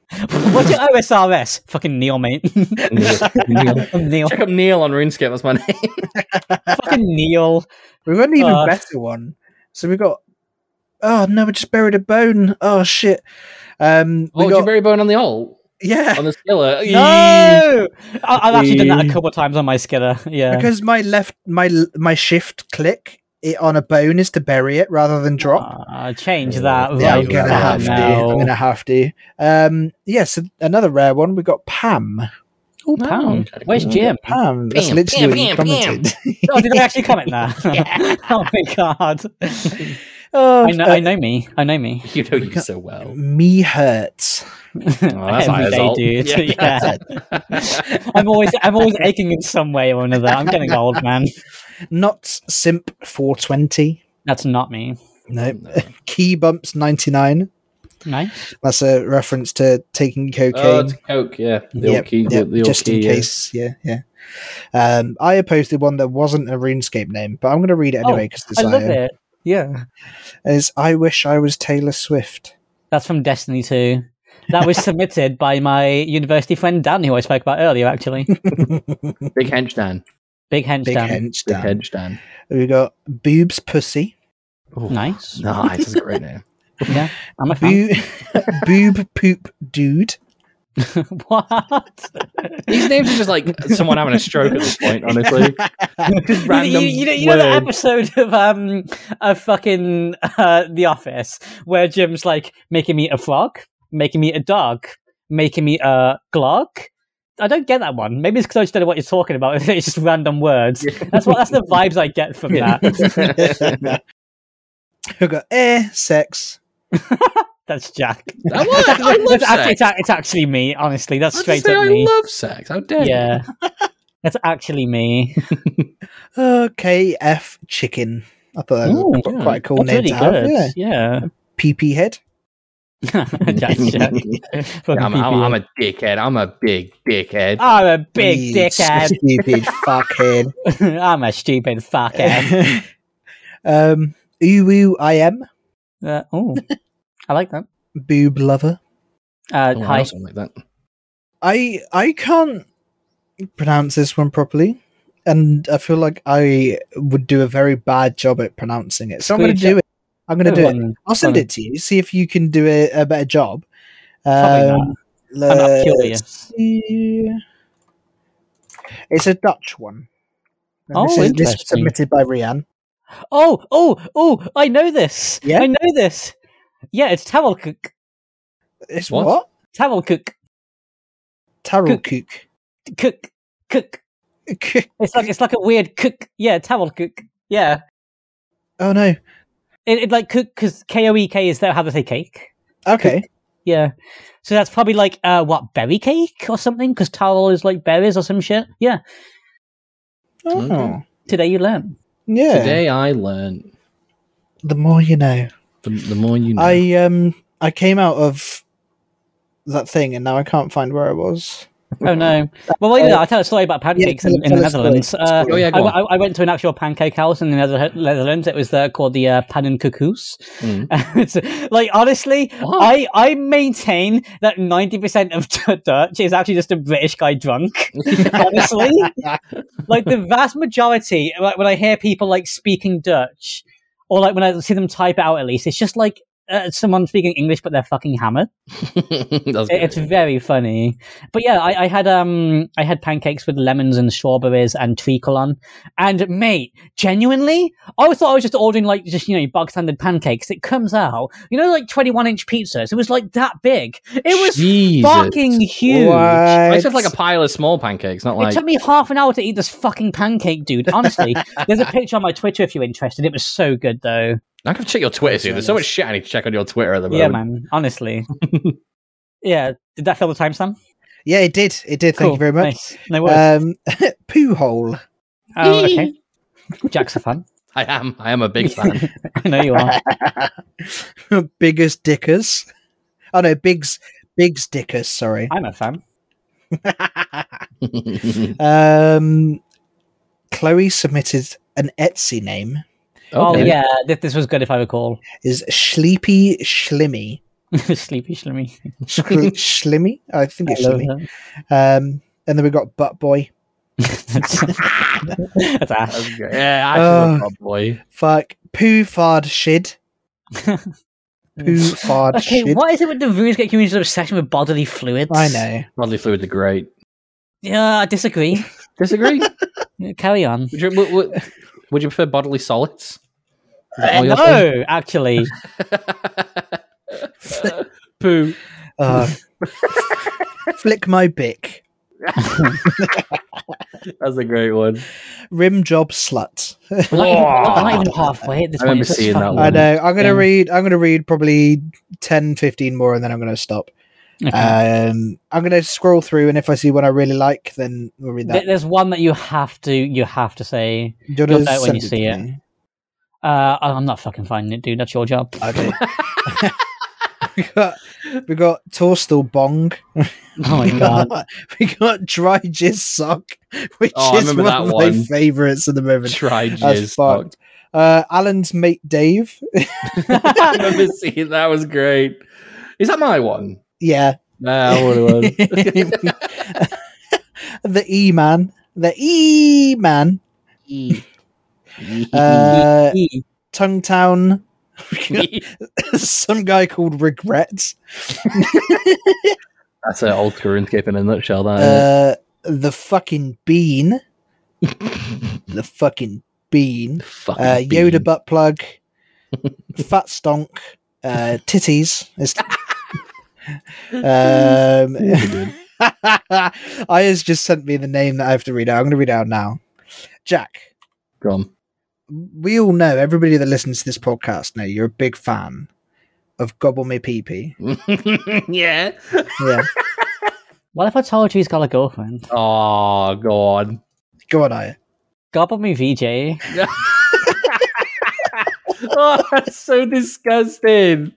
Speaker 1: What's your OSRS? Fucking Neil, mate.
Speaker 2: Neil.
Speaker 1: Neil.
Speaker 2: Check up Neil on RuneScape. That's my name.
Speaker 1: Fucking Neil.
Speaker 3: We've got an even
Speaker 1: Uh.
Speaker 3: better one. So we've got. Oh no, we just buried a bone. Oh shit. Um, we
Speaker 2: Oh,
Speaker 3: got,
Speaker 2: got... Jerry Bone on the alt
Speaker 3: yeah,
Speaker 1: Oh,
Speaker 2: on the uh, E skiller.
Speaker 1: No! I- I've actually done that a couple of times on my skiller. Yeah.
Speaker 3: because my left, my my shift click it on a bone is to bury it rather than drop.
Speaker 1: Ah, change that.
Speaker 3: Yeah, I'm
Speaker 1: right
Speaker 3: gonna
Speaker 1: now.
Speaker 3: have to. I'm gonna have to. Um, yes, another rare one. We got Pam.
Speaker 1: Oh,
Speaker 2: Oh,
Speaker 1: Pam.
Speaker 2: okay.
Speaker 1: Where's Jim?
Speaker 3: Pam. That's
Speaker 2: Pam,
Speaker 3: literally
Speaker 2: Pam,
Speaker 3: what you
Speaker 2: Pam,
Speaker 3: commented.
Speaker 1: Oh, did I actually comment there? oh my god.
Speaker 3: oh,
Speaker 1: I know,
Speaker 3: uh,
Speaker 1: I know me. I know me.
Speaker 2: You know you so well. Oh,
Speaker 3: Me hurts.
Speaker 2: that's
Speaker 1: Every day,
Speaker 2: ISL.
Speaker 1: dude.
Speaker 2: Yeah,
Speaker 1: Yeah. I'm always I'm always aching in some way or another. I'm getting old, man.
Speaker 3: Not simp 420.
Speaker 1: That's not me.
Speaker 3: No. Key bumps 99.
Speaker 1: Nice.
Speaker 3: That's a reference to taking cocaine.
Speaker 2: Oh, it's Coke, yeah. The
Speaker 3: Yep,
Speaker 2: old key,
Speaker 3: yep,
Speaker 2: the, the old
Speaker 3: just in
Speaker 2: key, yeah.
Speaker 3: case. Yeah, yeah. Um, I posted one that wasn't a RuneScape name, but I'm going to read it
Speaker 1: Oh,
Speaker 3: anyway because
Speaker 1: I
Speaker 3: it's
Speaker 1: love
Speaker 3: I-
Speaker 1: it. Yeah.
Speaker 3: is I wish I was Taylor Swift.
Speaker 1: That's from Destiny 2. That was submitted by my university friend Dan, who I spoke about earlier, actually.
Speaker 2: Big hench Dan.
Speaker 1: Big hench
Speaker 3: Big
Speaker 1: Dan.
Speaker 3: hench
Speaker 2: Big
Speaker 3: Dan.
Speaker 2: hench Dan.
Speaker 3: We got boobs pussy,
Speaker 2: Oh,
Speaker 1: Nice.
Speaker 2: Nice. That's a great name.
Speaker 1: Yeah. I'm a fan.
Speaker 3: boob, boob poop dude.
Speaker 1: what?
Speaker 2: These names are just like someone having a stroke at this point, honestly. just
Speaker 1: You-
Speaker 2: random
Speaker 1: you, you know, you know that
Speaker 2: words.
Speaker 1: episode of um of fucking uh, The Office where Jim's like making me a frog, making me a dog, making me a glog. I don't get that one. Maybe it's because I just don't know what you're talking about. It's just random words. That's what that's the vibes I get from
Speaker 2: Yeah.
Speaker 1: that.
Speaker 3: Who got air, sex.
Speaker 1: That's Jack.
Speaker 2: I, was, I love
Speaker 1: That's actually,
Speaker 2: sex.
Speaker 1: it's, a- it's actually me. Honestly, that's
Speaker 2: I was
Speaker 1: straight
Speaker 2: just saying,
Speaker 1: up
Speaker 2: I
Speaker 1: me.
Speaker 2: love sex. How dare you?
Speaker 1: yeah, that's actually me.
Speaker 3: KF chicken. I thought that was
Speaker 1: Ooh,
Speaker 3: qu-
Speaker 2: yeah.
Speaker 3: quite a cool
Speaker 1: That's
Speaker 3: name
Speaker 1: really
Speaker 3: to have. Yeah.
Speaker 1: good. Yeah,
Speaker 3: PP head.
Speaker 1: That's Jack. Fucking
Speaker 2: I'm, I'm,
Speaker 1: PPA.
Speaker 2: I'm a dickhead. I'm a big dickhead.
Speaker 1: I'm a big
Speaker 3: You
Speaker 1: dickhead.
Speaker 3: Stupid fuckhead.
Speaker 1: I'm a stupid fuckhead.
Speaker 3: um, ooh, ooh, I am.
Speaker 1: uh, oh, I like that.
Speaker 3: Boob lover.
Speaker 1: Uh,
Speaker 2: Oh,
Speaker 1: hi.
Speaker 2: or something like that.
Speaker 3: I I can't pronounce this one properly. And I feel like I would do a very bad job at pronouncing it. So I'm going to
Speaker 1: Screenshot.
Speaker 3: do it. I'm going to do it.
Speaker 1: Everyone-
Speaker 3: I'll send
Speaker 1: Fine.
Speaker 3: it to you. See if you can do a, a better job. Um,
Speaker 1: Probably not.
Speaker 3: not.
Speaker 1: I'm not curious.
Speaker 3: It's a Dutch one. And
Speaker 1: Oh,
Speaker 3: this is, this was
Speaker 1: interesting.
Speaker 3: submitted by Rianne.
Speaker 1: Oh, oh, oh! I know this.
Speaker 3: Yeah?
Speaker 1: I know this. Yeah, it's Tarelcook.
Speaker 3: It's
Speaker 2: What?
Speaker 3: what?
Speaker 1: Tarelcook.
Speaker 3: Tarot cook.
Speaker 1: Cook. Cook.
Speaker 3: Cook.
Speaker 1: It's like it's like a weird cook. Yeah, Tarelcook. Yeah,
Speaker 3: Oh no.
Speaker 1: it, it like cook because K O E K is there how they say cake.
Speaker 3: Okay.
Speaker 1: Yeah, so that's probably like uh what berry cake or something because Tarel is like berries or some shit. Yeah,
Speaker 3: Oh.
Speaker 2: Okay.
Speaker 1: today you learn.
Speaker 3: Yeah.
Speaker 2: Today I learned.
Speaker 3: The more you know.
Speaker 2: The, the more you know.
Speaker 3: I um I came out of that thing and now I can't find where I was.
Speaker 1: Oh no! Well, wait,
Speaker 3: Uh,
Speaker 1: I'll tell a story about pancakes
Speaker 3: tell-
Speaker 1: in, in
Speaker 3: tell
Speaker 1: the
Speaker 3: a story.
Speaker 1: Netherlands. Uh,
Speaker 2: Oh, yeah,
Speaker 1: I,
Speaker 2: go on.
Speaker 1: I, I went to an actual pancake house in the Nether- Netherlands. It was uh, called the uh, Pannen Cuckoos.
Speaker 2: Mm.
Speaker 1: It's- like honestly,
Speaker 2: What?
Speaker 1: I I maintain that ninety percent of Dutch is actually just a British guy drunk. honestly, like the vast majority, like when I hear people like speaking Dutch, or like when I see them type it out, at least it's just like uh, someone speaking English but they're fucking hammered.
Speaker 2: That's
Speaker 1: It-
Speaker 2: good.
Speaker 1: It's very funny, but yeah, I, I had um I had pancakes with lemons and strawberries and treacle on, and mate, genuinely, I always thought I was just ordering like just you know bog standard pancakes. It comes out, you know, like twenty one inch pizzas. It was like that big. It was
Speaker 2: Jesus.
Speaker 1: fucking huge.
Speaker 2: I
Speaker 3: What?
Speaker 2: just like a pile of small pancakes, not
Speaker 1: It
Speaker 2: like
Speaker 1: took me half an hour to eat this fucking pancake, dude. Honestly, there's a picture on my Twitter if you're interested. It was so good though.
Speaker 2: I can check your Twitter soon. There's so much shit I need to check on your Twitter at the moment.
Speaker 1: Yeah, man. Honestly. yeah. Did that fill the time, Sam?
Speaker 3: Yeah, it did. It did. Thank
Speaker 1: Cool.
Speaker 3: you very much.
Speaker 1: Nice. No worries.
Speaker 3: Um, poo hole.
Speaker 1: oh, okay. Jack's a fan.
Speaker 2: I am. I am a big fan.
Speaker 1: I know you are.
Speaker 3: Biggest dickers. Oh no, bigs, bigs dickers. Sorry.
Speaker 1: I'm a fan.
Speaker 3: Um, Chloe submitted an Etsy name
Speaker 1: Oh
Speaker 2: Okay.
Speaker 1: yeah, th- this was good if I recall.
Speaker 3: is Sleepy Schlimmy.
Speaker 1: Sleepy Shlimmy.
Speaker 3: Schli- Schlimmy, I think it's
Speaker 1: I love
Speaker 3: Schlimmy. Um, and then we got Butt Boy.
Speaker 1: that. That's Ash.
Speaker 2: That's great. Yeah, I should
Speaker 3: Oh.
Speaker 2: have gone, boy.
Speaker 3: Fuck Poo Fard Shid. Poo Fard
Speaker 1: Okay,
Speaker 3: Shid.
Speaker 1: why is it with the RuneScape community's obsession with bodily fluids?
Speaker 3: I know.
Speaker 2: Rodley Fluid the Great.
Speaker 1: Yeah, I disagree.
Speaker 2: Disagree? would,
Speaker 1: Carry on.
Speaker 2: you, would, would- would you prefer bodily solids? Is that all your
Speaker 3: Uh,
Speaker 2: thing?
Speaker 1: no, actually,
Speaker 2: Poo.
Speaker 3: Uh, flick my bick.
Speaker 2: That's a great one.
Speaker 3: Rim job slut.
Speaker 1: I'm not, even,
Speaker 2: Oh.
Speaker 1: I'm not even halfway at this
Speaker 2: I
Speaker 1: point.
Speaker 2: remember
Speaker 1: It's just
Speaker 2: seeing that
Speaker 1: fucking-
Speaker 3: I
Speaker 2: one.
Speaker 3: know. I'm
Speaker 1: Yeah.
Speaker 3: gonna read. I'm gonna read probably 10, 15 more, and then I'm gonna stop.
Speaker 1: Okay.
Speaker 2: Uh,
Speaker 3: Um, I'm gonna scroll through, and if I see one I really like, then we'll read
Speaker 1: Th-
Speaker 3: that.
Speaker 1: There's one that you have to you have to say.
Speaker 3: Do you
Speaker 1: you'll
Speaker 3: wanna
Speaker 1: know it when
Speaker 3: send
Speaker 1: you see
Speaker 3: to
Speaker 1: it.
Speaker 3: me?
Speaker 1: Uh, I'm not fucking finding it, dude. That's your job.
Speaker 3: Okay. we got we got Torstal Bong.
Speaker 1: Oh my
Speaker 3: we
Speaker 1: god.
Speaker 3: got, we got Dry Jizz Sock, which
Speaker 2: Oh, I
Speaker 3: is one
Speaker 2: remember that
Speaker 3: of my
Speaker 2: one.
Speaker 3: favorites at the moment.
Speaker 2: Try
Speaker 3: That's
Speaker 2: jizz. fuck.
Speaker 3: fucked. Uh, Alan's mate Dave.
Speaker 2: I remember seeing that was great. Is that my one?
Speaker 3: yeah.
Speaker 2: Nah, I would've won.
Speaker 3: the E Man. The E Man. Uh,
Speaker 1: E.
Speaker 3: Tongue Town. Some guy called Regret.
Speaker 2: That's an old RuneScape in a nutshell. That isn't
Speaker 3: Uh, the fucking Bean. the fucking Bean.
Speaker 2: it? Fucking
Speaker 3: Uh, Yoda
Speaker 2: bean.
Speaker 3: butt plug. fat stonk. Uh, titties. It's- um, Aya's just sent me the name that I have to read out. I'm going to read out now. Jack.
Speaker 2: Go on.
Speaker 3: we all know everybody that listens to this podcast know you're a big fan of Gobble Me Pee Pee.
Speaker 2: yeah.
Speaker 3: Yeah,
Speaker 1: What if I told you he's got a girlfriend?
Speaker 2: Oh god.
Speaker 3: go on, I.
Speaker 1: Gobble me, VJ.
Speaker 2: Oh, that's so disgusting.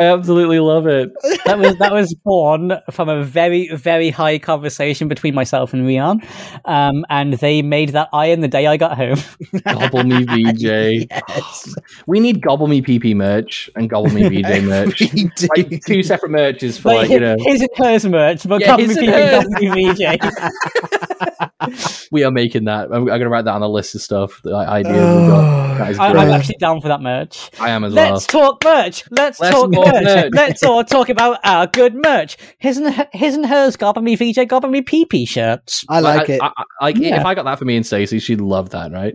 Speaker 2: I absolutely love it.
Speaker 1: That was that was born from a very very high conversation between myself and Rian, um, and they made that iron the day I got home.
Speaker 2: Gobble me VJ.
Speaker 3: Yes,
Speaker 2: We need Gobble me PP merch and Gobble me VJ merch.
Speaker 3: we do.
Speaker 2: like two separate merches for like, you know
Speaker 1: his and hers merch, but
Speaker 2: Yeah,
Speaker 1: gobble me,
Speaker 2: his and
Speaker 1: VJ,
Speaker 2: hers.
Speaker 1: gobble me, VJ.
Speaker 2: we are making that. I'm, I'm gonna write that on the list of stuff. The ideas we've got. That
Speaker 3: Oh,
Speaker 2: is
Speaker 1: I,
Speaker 2: great.
Speaker 1: I'm
Speaker 3: Bruh.
Speaker 1: actually down for that merch.
Speaker 3: Oh.
Speaker 2: I am as well.
Speaker 1: Let's talk merch. Let's,
Speaker 2: Let's
Speaker 1: talk,
Speaker 2: talk
Speaker 1: merch.
Speaker 2: merch.
Speaker 1: Let's all talk about our good merch. His and her, his and hers gobble me VJ gobble me PP shirts.
Speaker 3: I like it.
Speaker 2: I, I- like
Speaker 1: Yeah.
Speaker 2: if I got that for me and Stacey, she'd love that, right?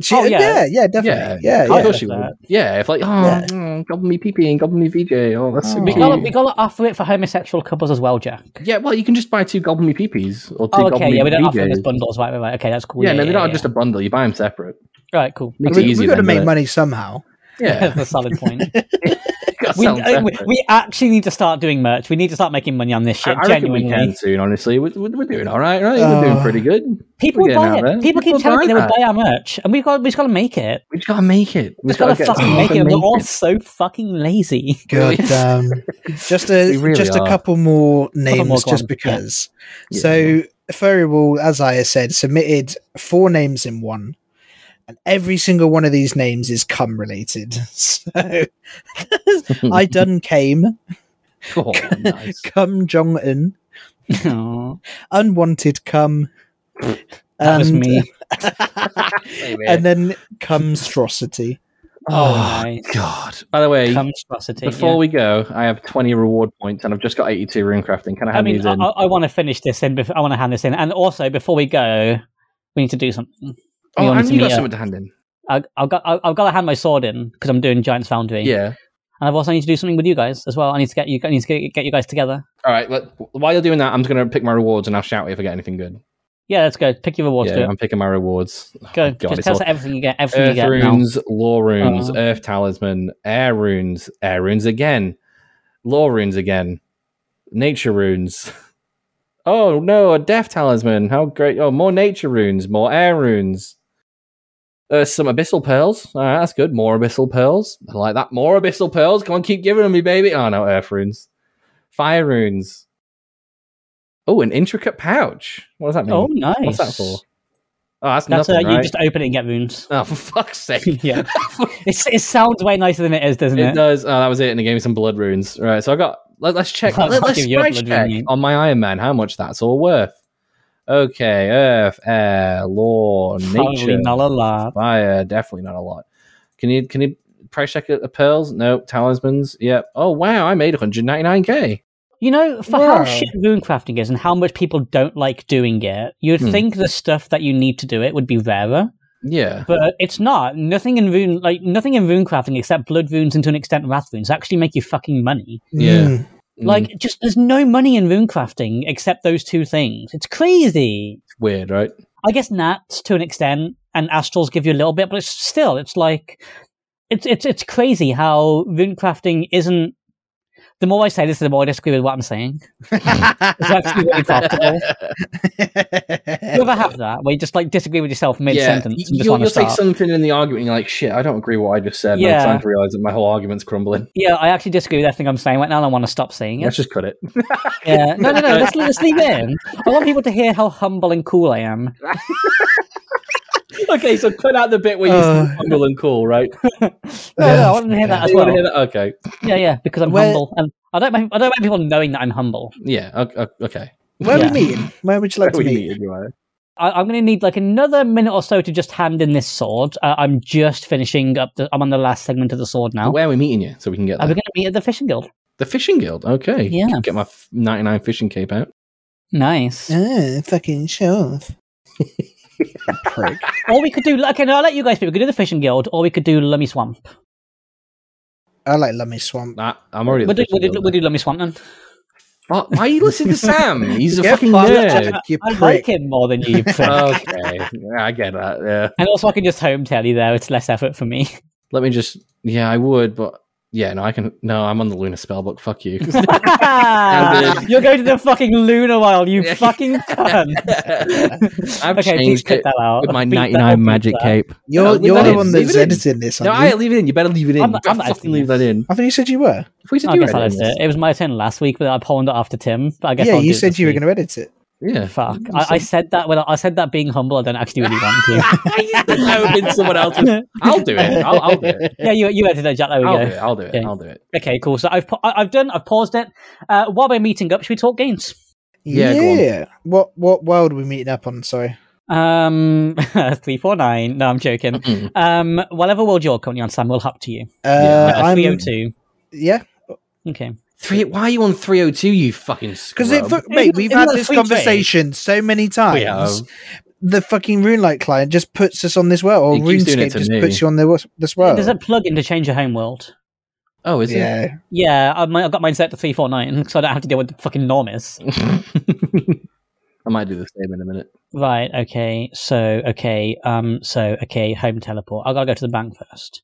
Speaker 3: She-
Speaker 1: Oh, yeah.
Speaker 3: yeah. yeah, definitely. Yeah,
Speaker 2: of
Speaker 3: yeah.
Speaker 2: course she would.
Speaker 1: That.
Speaker 2: Yeah, if like, oh,
Speaker 3: Yeah.
Speaker 2: mm, gobble me PP and gobble me VJ. Oh, that's so
Speaker 3: Oh.
Speaker 1: We
Speaker 2: cute.
Speaker 1: got we got to offer it for homosexual couples as well, Jack.
Speaker 2: Yeah, well, you can just buy two gobble me PPs or two
Speaker 1: Oh,
Speaker 2: gobble
Speaker 1: okay.
Speaker 2: me
Speaker 1: Yeah, we don't offer them as
Speaker 2: VJs.
Speaker 1: bundles. Right, right, right. Okay, that's cool.
Speaker 2: yeah, no, they're not
Speaker 1: yeah.
Speaker 2: just a bundle. You buy them separate.
Speaker 1: right. Cool.
Speaker 2: Makes it
Speaker 3: We,
Speaker 2: easy.
Speaker 3: have got to
Speaker 2: then,
Speaker 3: make
Speaker 2: doesn't
Speaker 3: money somehow.
Speaker 2: it? Yeah,
Speaker 1: That's a solid point.
Speaker 2: Gotta
Speaker 1: we,
Speaker 2: sell them
Speaker 1: uh, we,
Speaker 2: separate.
Speaker 1: we actually need to start doing merch. We need to start making money on this
Speaker 2: I,
Speaker 1: shit.
Speaker 2: I reckon we
Speaker 1: genuinely,
Speaker 2: can soon. Honestly, we're, we're we're doing all right, right? we're doing
Speaker 3: Oh.
Speaker 2: pretty good.
Speaker 1: people will
Speaker 2: We're getting
Speaker 1: buy
Speaker 2: out there.
Speaker 1: it. People keep
Speaker 2: People
Speaker 1: telling me
Speaker 2: buy
Speaker 1: they would
Speaker 2: that.
Speaker 1: buy our merch, and we've got we have got to make it.
Speaker 2: We just gotta make it. We
Speaker 1: We've got to fucking make it. We're all so fucking lazy.
Speaker 3: God damn. um, just a
Speaker 2: We really
Speaker 3: just a
Speaker 2: are.
Speaker 3: couple more
Speaker 1: Couple
Speaker 3: names,
Speaker 1: more, go
Speaker 3: just
Speaker 1: on.
Speaker 3: because.
Speaker 2: Yeah.
Speaker 3: So Furry Wall, as I said, submitted four names in one, and every single one of these names is cum related. So I done came.
Speaker 2: Oh, nice.
Speaker 3: Cum Jong Un,
Speaker 1: Aw,
Speaker 3: unwanted cum.
Speaker 1: that was
Speaker 3: and-
Speaker 1: me.
Speaker 2: Same here.
Speaker 3: and then cumstrosity.
Speaker 1: Oh, nice.
Speaker 2: God. By the way,
Speaker 1: Monstrosity.
Speaker 2: before we go, I have 20 reward points and I've just got 82 room crafting. Can I have
Speaker 1: I mean,
Speaker 2: these
Speaker 1: I,
Speaker 2: in?
Speaker 1: I want to finish this in. Before, I want to hand this in, and also before we go, we need to do something. We
Speaker 2: oh,
Speaker 1: all need
Speaker 2: and
Speaker 1: to
Speaker 2: you got
Speaker 1: meet up.
Speaker 2: something to hand in.
Speaker 1: I, I've got I, I've got to hand my sword in because I'm doing Giants Foundry.
Speaker 2: Yeah.
Speaker 1: and I've also need to do something with you guys as well. I need to get you. I need to get, get you guys together.
Speaker 2: All right. Let, while you're doing that, I'm just going to pick my rewards and I'll shout if I get anything good.
Speaker 1: Yeah, let's go. Pick your rewards.
Speaker 2: yeah,
Speaker 1: do
Speaker 2: I'm picking my rewards. Oh,
Speaker 1: it. Go.
Speaker 2: my God,
Speaker 1: Just
Speaker 2: it's
Speaker 1: tell us
Speaker 2: all-
Speaker 1: everything you get. Everything you
Speaker 2: Earth
Speaker 1: get now.
Speaker 2: runes, law runes,
Speaker 1: Oh.
Speaker 2: earth talisman, air runes, air runes again, law runes again, nature runes. Oh no, a death talisman. How great. Oh, more nature runes, more air runes. Uh, some abyssal pearls. All right, that's good. More abyssal pearls. I like that. More abyssal pearls. Come on, keep giving them me, baby. Oh no, earth runes, fire runes, Oh, an intricate pouch. What does that mean?
Speaker 1: Oh, nice.
Speaker 2: What's that for? Oh, that's,
Speaker 1: That's
Speaker 2: nothing,
Speaker 1: uh,
Speaker 2: right?
Speaker 1: you just open it and get runes.
Speaker 2: Oh, for fuck's sake.
Speaker 1: yeah, it's, it sounds way nicer than it is, doesn't
Speaker 2: It
Speaker 1: it?
Speaker 2: does. Oh, that was it. And it gave me some blood runes. Right. So I got. Let, us check.
Speaker 1: I'll
Speaker 2: Let, us
Speaker 1: give you a
Speaker 2: price
Speaker 1: blood
Speaker 2: check
Speaker 1: rune, mate.
Speaker 2: on my Iron Man how much that's all worth. Okay. Earth, air, law,
Speaker 1: Probably
Speaker 2: nature,
Speaker 1: not a lot.
Speaker 2: fire. Definitely not a lot. Can you can you price check it? Pearls? No. Talismans? Yep. Oh wow! I made 199k.
Speaker 1: You know, for
Speaker 3: Wow.
Speaker 1: how shit rune crafting is and how much people don't like doing it, you'd
Speaker 2: Hmm.
Speaker 1: think the stuff that you need to do it would be rarer,
Speaker 2: Yeah.
Speaker 1: but it's not. Nothing in rune, like nothing in rune crafting except blood runes and to an extent wrath runes, actually make you fucking money.
Speaker 2: Yeah.
Speaker 3: Mm.
Speaker 1: Like, just there's no money in rune crafting except those two things. It's crazy.
Speaker 2: weird, right?
Speaker 1: I guess Nats to an extent, and Astrals give you a little bit, but it's still it's like it's it's it's crazy how runecrafting isn't. The more I say this, the more I disagree with what I'm saying.
Speaker 3: Hmm.
Speaker 1: It's actually really profitable. you ever have that where you just like disagree with yourself mid sentence?
Speaker 2: y-
Speaker 1: and just
Speaker 2: You'll,
Speaker 1: want
Speaker 2: you'll
Speaker 1: to
Speaker 2: say
Speaker 1: start?
Speaker 2: something in the argument and you're like, shit, I don't agree with what I just said. and I'm
Speaker 1: Yeah.
Speaker 2: starting to realize that my whole argument's crumbling.
Speaker 1: Yeah, I actually disagree with everything I'm saying right now, and I want to stop saying it.
Speaker 2: Let's just cut it.
Speaker 1: Yeah, no, no, no. Let's, let's leave it in. I want people to hear how humble and cool I am.
Speaker 2: okay, so cut out the bit where you
Speaker 3: Uh.
Speaker 2: said humble and cool, right?
Speaker 1: No, no, I want them to hear that as
Speaker 2: You wanna
Speaker 1: well.
Speaker 2: hear that? Okay.
Speaker 1: Yeah, yeah, because I'm
Speaker 3: Where-
Speaker 1: humble, and I don't mind. I don't mind people knowing that I'm humble.
Speaker 2: Yeah. o- o- Okay.
Speaker 3: Where
Speaker 1: Yeah.
Speaker 3: are we meeting? Where would you like
Speaker 2: We
Speaker 3: to meet?
Speaker 2: meet anyway.
Speaker 1: I, I'm going to need like another minute or so to just hand in this sword. Uh, I'm just finishing up. The, I'm on the last segment of the sword now.
Speaker 2: Where are we meeting you so we can get
Speaker 1: Are we
Speaker 2: there?
Speaker 1: going to meet at the fishing guild?
Speaker 2: the fishing guild? Okay.
Speaker 1: Yeah.
Speaker 2: Get my f- 99 fishing cape out.
Speaker 1: Nice.
Speaker 3: Ah, fucking show off. Prick.
Speaker 1: or we could do. Okay, no, I'll let you guys pick. We could do the fishing guild, or we could do Lummy Swamp.
Speaker 3: I like Lummy Swamp.
Speaker 2: Nah, I'm already.
Speaker 1: We'll do,
Speaker 2: the fishing
Speaker 1: we'll, do,
Speaker 2: guild
Speaker 1: we'll
Speaker 2: now.
Speaker 1: do Lummy Swamp then.
Speaker 2: Fuck, Why are you listening to Sam? He's a
Speaker 3: Get
Speaker 2: fucking
Speaker 3: fucked,
Speaker 2: nerd.
Speaker 3: you
Speaker 1: I
Speaker 3: prick.
Speaker 1: like him more than you, you prick.
Speaker 2: okay. Yeah, I get that. Yeah.
Speaker 1: and also, I can just home tell you there. It's less effort for me.
Speaker 2: Let me just. Yeah, I would, but. Yeah, no, I can. No, I'm on the Luna spellbook. Fuck you. good.
Speaker 1: You'll go to the fucking Lunar Wild, you fucking cunt.
Speaker 2: I've
Speaker 1: okay, please
Speaker 2: changed
Speaker 1: cut
Speaker 2: it
Speaker 1: that out.
Speaker 2: with my
Speaker 1: Beep that
Speaker 2: 99
Speaker 1: out,
Speaker 2: magic
Speaker 1: beep that.
Speaker 2: cape.
Speaker 3: You're,
Speaker 2: No, leave
Speaker 3: you're
Speaker 2: that
Speaker 3: the
Speaker 2: in,
Speaker 3: one
Speaker 2: leave
Speaker 3: that's
Speaker 2: it in.
Speaker 3: editing this.
Speaker 2: No,
Speaker 3: aren't
Speaker 2: I
Speaker 3: you?
Speaker 2: leave it in. You better leave it in.
Speaker 1: I'm-
Speaker 2: You
Speaker 1: I'm
Speaker 2: better fucking
Speaker 1: editing
Speaker 2: leave
Speaker 1: this.
Speaker 2: that in.
Speaker 3: I think you said you were.
Speaker 2: If we said
Speaker 1: I
Speaker 2: you
Speaker 1: guess
Speaker 2: were
Speaker 1: I'll edit
Speaker 2: editing
Speaker 1: it. It was my turn last week, but I pawned it off to Tim. But I guess
Speaker 3: Yeah,
Speaker 1: I'll
Speaker 3: you
Speaker 1: do it
Speaker 3: said
Speaker 1: this
Speaker 3: you were
Speaker 1: week.
Speaker 3: going to edit it.
Speaker 2: this. yeah.
Speaker 1: Fuck. I, I said that when I, I said that being humble, I don't actually really want to.
Speaker 2: that would been someone else. Oh, I'll do it. I'll, I'll do it.
Speaker 1: yeah, you you edited it, Jack. There we
Speaker 2: I'll do
Speaker 1: go.
Speaker 2: it. I'll do it.
Speaker 1: Okay.
Speaker 2: I'll do it.
Speaker 1: Okay, cool. So I've pa- I- I've done. I've paused it. Uh, while we're meeting up, should we talk games?
Speaker 2: Yeah, go on.
Speaker 3: What what world are we meeting up on? Sorry.
Speaker 1: Um, three four nine. No, I'm joking.
Speaker 2: Mm-mm.
Speaker 1: Um, whatever world you're currently on, Sam, we'll hop to you.
Speaker 3: Uh,
Speaker 1: Uh,
Speaker 3: I'm-
Speaker 2: E
Speaker 1: Three o two.
Speaker 3: Yeah,
Speaker 1: Okay.
Speaker 2: Three. Why are you on 302, you fucking
Speaker 3: because
Speaker 2: scrub?
Speaker 3: mate, we've
Speaker 1: Isn't
Speaker 3: had
Speaker 1: that
Speaker 3: this
Speaker 1: sweet, mate?
Speaker 3: conversation so many times.
Speaker 2: we have.
Speaker 3: The fucking RuneLite client just puts us on this world, or
Speaker 2: It keeps doing it
Speaker 3: RuneScape
Speaker 2: to
Speaker 3: just
Speaker 2: me.
Speaker 3: puts you on the, wo- this world.
Speaker 1: There's a plugin to change your home world.
Speaker 2: Oh, is
Speaker 3: yeah,
Speaker 1: Yeah, I might- I've got mine set to three four nine, so I don't have to deal with the fucking normis.
Speaker 2: it? I might do the same in a minute.
Speaker 1: Right. Okay. So okay. Um. So okay. Home teleport. I gotta go to the bank first.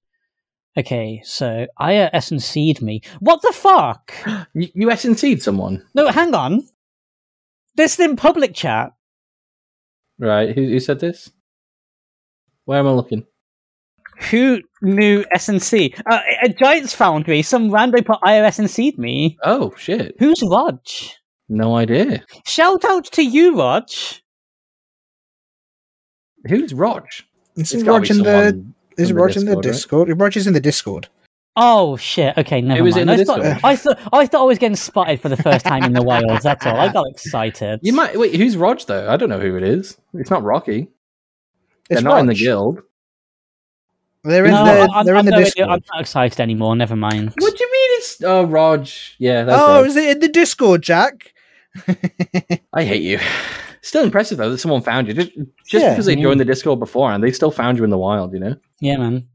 Speaker 1: Okay. So Aya S and C'd me. What the fuck?
Speaker 2: You, you S&C'd someone,
Speaker 1: No, hang on. This is in public chat.
Speaker 2: right? Who, who said this? Where am I looking?
Speaker 1: Who knew S and C? Uh, a Giants Foundry. Some random put Aya S and C'd me.
Speaker 2: Oh, shit.
Speaker 1: Who's Rog?
Speaker 2: No idea.
Speaker 1: Shout out to you, Rog.
Speaker 2: Who's Rog? gotta
Speaker 3: Isn't
Speaker 2: be
Speaker 3: Roger in the
Speaker 2: someone-
Speaker 3: is
Speaker 2: in the
Speaker 3: Roger in the
Speaker 2: Discord, right?
Speaker 3: Discord? Roger's in the Discord.
Speaker 1: Oh shit. Okay. Never
Speaker 2: It was
Speaker 1: mind.
Speaker 2: in the
Speaker 1: I, thought,
Speaker 2: Discord.
Speaker 1: I thought I thought I was getting spotted for the first time in the wild. That's all. I got excited.
Speaker 2: You might wait. Who's Rog though? I don't know who it is. It's not Rocky. They're
Speaker 3: It's
Speaker 2: not in the
Speaker 3: Rog.
Speaker 2: guild.
Speaker 3: They're in
Speaker 1: no,
Speaker 3: the
Speaker 1: I'm,
Speaker 3: they're
Speaker 1: I'm
Speaker 3: in the
Speaker 1: no idea-
Speaker 3: Discord.
Speaker 1: I'm not excited anymore. Never mind.
Speaker 2: What do you mean? It's oh Rog. Yeah. That's
Speaker 3: Oh,
Speaker 2: Rog.
Speaker 3: is it in the Discord, Jack?
Speaker 2: I hate you. Still impressive though that someone found you. Just, just
Speaker 3: Yeah.
Speaker 2: because they joined the Discord before and they still found you in the wild. You know.
Speaker 1: Yeah, man.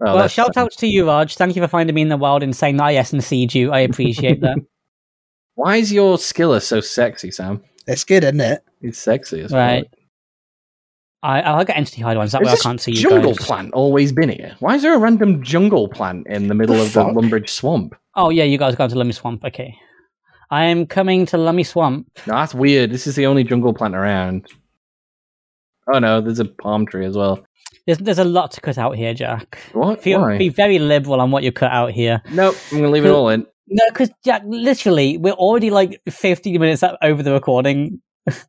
Speaker 2: Oh,
Speaker 1: well,
Speaker 2: that's-
Speaker 1: shout out to you, Raj. Thank you for finding me in the wild and saying that I yes and seed you. I appreciate that.
Speaker 2: Why is your skiller so sexy, Sam?
Speaker 3: That's good, isn't it?
Speaker 2: It's sexy as
Speaker 1: Right.
Speaker 2: fuck.
Speaker 1: I I got entity hide ones. That
Speaker 2: Has
Speaker 1: way I
Speaker 2: this
Speaker 1: can't see you
Speaker 2: jungle
Speaker 1: guys.
Speaker 2: plant always been here? Why is there a random jungle plant in the middle
Speaker 3: The
Speaker 2: of the
Speaker 3: fuck?
Speaker 2: Lumbridge swamp?
Speaker 1: Oh yeah, you guys are going to Lummy Swamp. Okay, I am coming to Lummy Swamp.
Speaker 2: No, that's weird. This is the only jungle plant around. Oh no, there's a palm tree as well.
Speaker 1: There's there's a lot to cut out here, Jack.
Speaker 2: What?
Speaker 1: Feel
Speaker 2: Why?
Speaker 1: be very liberal on what you cut out here.
Speaker 2: Nope, I'm gonna leave it all in.
Speaker 1: No, because Jack, literally, we're already like 15 minutes up over the recording.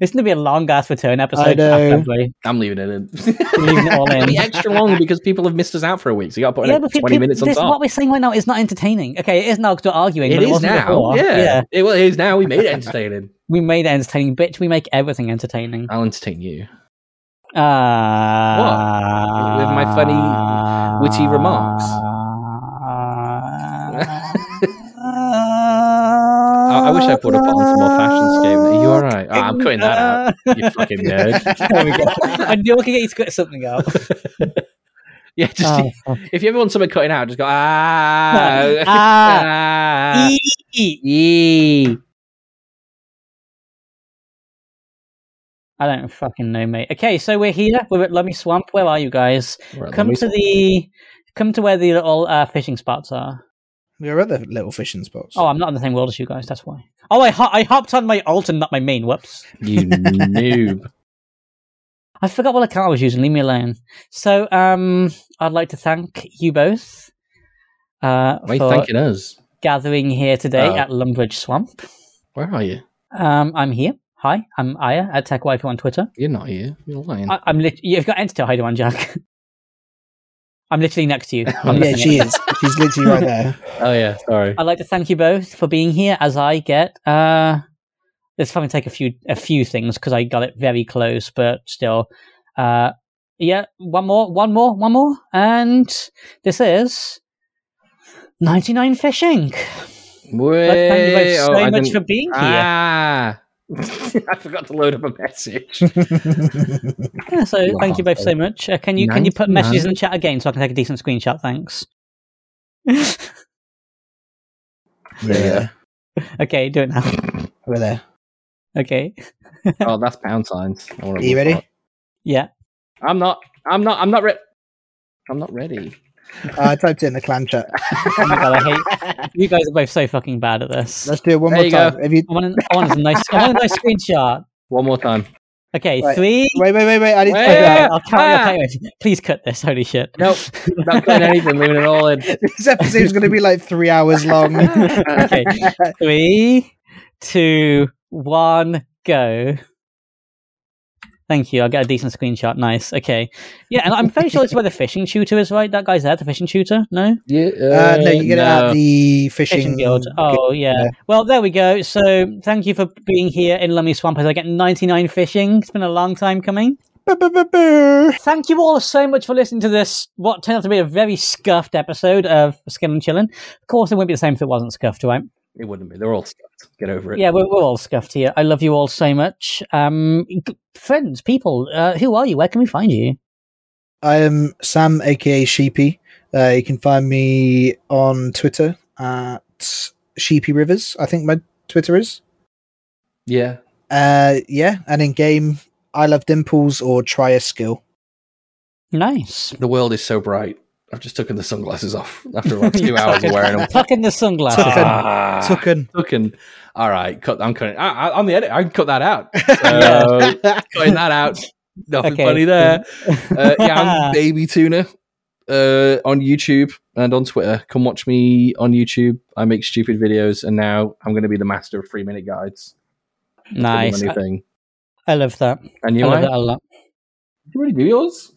Speaker 1: it's going to be a long ass return episode.
Speaker 3: I know.
Speaker 1: probably.
Speaker 2: I'm leaving it in.
Speaker 1: Leaving it all in.
Speaker 2: It'll be extra long because people have missed us out for a week, so you got to put
Speaker 1: Yeah,
Speaker 2: in
Speaker 1: but pe-
Speaker 2: 20
Speaker 1: pe-
Speaker 2: minutes on
Speaker 1: this,
Speaker 2: top.
Speaker 1: what we're saying right now is not entertaining. Okay, it is now because we're arguing,
Speaker 2: it
Speaker 1: but it
Speaker 2: is
Speaker 1: wasn't
Speaker 2: now.
Speaker 1: before.
Speaker 2: Yeah. It, well, it is now. We made it entertaining.
Speaker 1: we made it entertaining, bitch. We make everything entertaining.
Speaker 2: I'll entertain you.
Speaker 1: Ah,
Speaker 2: Uh, With my funny, witty remarks? I, I wish I pulled up on some more fashion scheme. Are you all right? Oh, I'm cutting that out. You fucking nerd.
Speaker 1: there we go. I knew I could get you to cut something out.
Speaker 2: Yeah, just
Speaker 1: Oh, fuck.
Speaker 2: if you ever want someone cutting out, just go ah.
Speaker 1: ah, E.
Speaker 2: ah.
Speaker 1: eat.
Speaker 2: Yee.
Speaker 1: I don't fucking know, mate. Okay, so we're here. We're at Lummy Swamp. Where are you guys?
Speaker 2: Right, let
Speaker 1: Come
Speaker 2: me-
Speaker 1: to the, come to where the little uh, fishing spots are.
Speaker 3: There are other little fishing spots.
Speaker 1: Oh, I'm not in the same world as you guys. That's why. Oh, I ho- I hopped on my alt and not my main. Whoops.
Speaker 2: you noob.
Speaker 1: I forgot what account I was using. Leave me alone. So, um, I'd like to thank you both uh,
Speaker 2: Why are you
Speaker 1: for
Speaker 2: thanking us?
Speaker 1: gathering here today
Speaker 2: Oh.
Speaker 1: at Lumbridge Swamp.
Speaker 2: Where are you?
Speaker 1: Um, I'm here. Hi, I'm Aya at TechWifey on Twitter.
Speaker 2: You're not here. You're lying.
Speaker 1: I- I'm lit- you've got Entity Hider on, Jack. I'm literally next to you. I'm
Speaker 3: yeah,
Speaker 1: looking at
Speaker 3: she
Speaker 1: you.
Speaker 3: is. She's literally right there.
Speaker 2: oh yeah, sorry.
Speaker 1: I'd like to thank you both for being here. As I get, uh, let's probably take a few a few things because I got it very close, but still, uh, yeah, one more, one more, one more, and this is ninety nine fishing. But thank you
Speaker 2: Way-
Speaker 1: both so
Speaker 2: oh, I
Speaker 1: much
Speaker 2: didn't-
Speaker 1: for being here.
Speaker 2: Ah. I forgot to load up a message.
Speaker 1: Yeah, so
Speaker 2: Wow.
Speaker 1: thank you both so much. Uh, can you can you put
Speaker 2: 99?
Speaker 1: messages in the chat again so I can take a decent screenshot? Thanks.
Speaker 3: yeah,
Speaker 1: okay, do it now.
Speaker 3: we're there.
Speaker 1: Okay.
Speaker 2: oh, that's pound signs. I wanna
Speaker 3: Are you
Speaker 2: look
Speaker 3: ready?
Speaker 2: up.
Speaker 1: Yeah.
Speaker 2: I'm not. I'm not. I'm not ready. I'm not ready.
Speaker 3: Uh, I typed it in the clan chat.
Speaker 1: Oh my God, I hate you guys are both so fucking bad at this.
Speaker 3: Let's do it one
Speaker 2: There
Speaker 3: more
Speaker 2: you go.
Speaker 3: time. If you
Speaker 1: I want, an, I want a nice. I want a nice screenshot.
Speaker 2: One more time.
Speaker 1: Okay,
Speaker 3: Right.
Speaker 1: three.
Speaker 3: wait, wait, wait, wait, I need
Speaker 2: Wait.
Speaker 1: Okay,
Speaker 2: Yeah.
Speaker 1: I'll count your
Speaker 2: Ah.
Speaker 1: payment. Please cut this. Holy shit.
Speaker 2: Nope. Not playing anything. Leaving it all in.
Speaker 3: this episode's going to be like three hours long. Uh,
Speaker 1: Okay, three, two, one, go. Thank you. I got a decent screenshot. Nice. Okay. Yeah, and I'm pretty sure it's where the fishing tutor is, right? That guy's there, the fishing tutor. No,
Speaker 2: Yeah,
Speaker 3: Uh, no, you get it at the fishing,
Speaker 1: fishing guild. Oh yeah. Well, there we go. So thank you for being here in Lummy Swamp as I get 99 fishing. It's been a long time coming.
Speaker 3: Boo, boo, boo, boo.
Speaker 1: thank you all so much for listening to this what turned out to be a very scuffed episode of Skin and Chillin. Of course, it wouldn't be the same if it wasn't scuffed, right?
Speaker 2: It wouldn't be. They're all stuffed. Get over it.
Speaker 1: Yeah, we're, we're all scuffed here. I love you all so much, um, g- friends, people. Uh, who are you? Where can we find you?
Speaker 3: I am Sam, aka Sheepy. Uh, you can find me on Twitter at Sheepy Rivers. I think my Twitter is.
Speaker 2: Yeah.
Speaker 3: Uh, yeah, and in game, I love dimples or try a skill.
Speaker 1: Nice.
Speaker 2: The world is so bright. I've just taken the sunglasses off after like two hours of wearing them.
Speaker 1: Tuck in the sunglasses.
Speaker 3: Tuck in.
Speaker 2: Ah,
Speaker 3: Tucken.
Speaker 2: Tucking. All right. Cut. I'm cutting. I, I, I'm the edit. I can cut that out.
Speaker 1: Yeah.
Speaker 2: So, cutting that out. Nothing
Speaker 1: Okay.
Speaker 2: funny there. uh, yeah, I'm Baby Tuna uh, on YouTube and on Twitter. Come watch me on YouTube. I make stupid videos, and now I'm going to be the master of three minute guides.
Speaker 1: nice. I,
Speaker 2: Anything.
Speaker 1: I love that.
Speaker 2: And
Speaker 1: I
Speaker 2: you,
Speaker 1: love
Speaker 2: Mike?
Speaker 1: that a lot.
Speaker 2: Did you really do yours?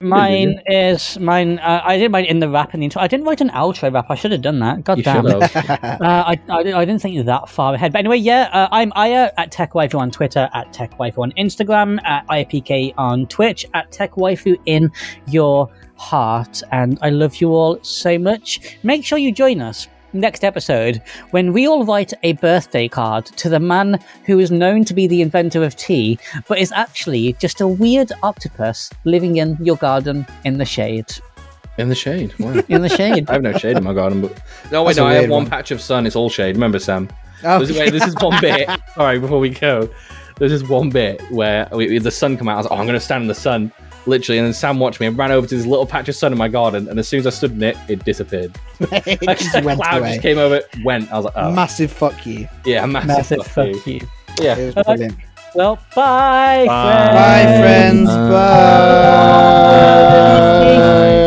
Speaker 1: Mine is mine. Uh, I did mine in the rap and the intro. I didn't write an outro rap. I should have done that. God
Speaker 2: you
Speaker 1: damn.
Speaker 2: should have.
Speaker 1: Uh, I, I, I didn't think that far ahead. But anyway, yeah, uh, I'm Aya at TechWaifu on Twitter, at TechWaifu on Instagram, at IPK on Twitch, at TechWaifu in your heart. And I love you all so much. Make sure you join us next episode when we all write a birthday card to the man who is known to be the inventor of tea, but is actually just a weird octopus living in your garden in the shade.
Speaker 2: In the shade. Wow.
Speaker 1: In the shade.
Speaker 2: I have no shade in my garden, but no, wait,
Speaker 3: That's
Speaker 2: no,
Speaker 3: a
Speaker 2: I have
Speaker 3: weird
Speaker 2: one,
Speaker 3: one.
Speaker 2: patch of sun. It's all shade. Remember, Sam.
Speaker 3: Oh,
Speaker 2: There's- wait, this is one bit. Sorry, before we go, there's this one bit where we, we- the sun come out. I was like, oh, I'm going to stand in the sun, literally. And then Sam watched me and ran over to this little patch of sun in my garden. And as soon as I stood in it, it disappeared.
Speaker 3: it
Speaker 2: Like,
Speaker 3: just
Speaker 2: a
Speaker 3: went
Speaker 2: cloud
Speaker 3: away.
Speaker 2: just came over, went. I was like, oh,
Speaker 3: Massive fuck you.
Speaker 2: yeah, massive,
Speaker 1: Massive
Speaker 2: fuck you.
Speaker 1: fuck you.
Speaker 2: Yeah.
Speaker 3: It was brilliant.
Speaker 1: Well, bye,
Speaker 2: Bye.
Speaker 3: Bye, friends.
Speaker 2: Bye.
Speaker 3: Bye.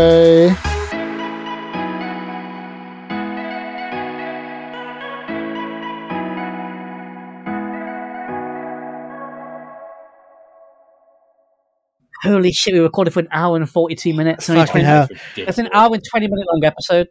Speaker 1: Holy shit, we recorded for an hour and 42 minutes. and only
Speaker 3: Fucking
Speaker 1: 20
Speaker 3: hell.
Speaker 1: It's an hour and 20 minute long episode.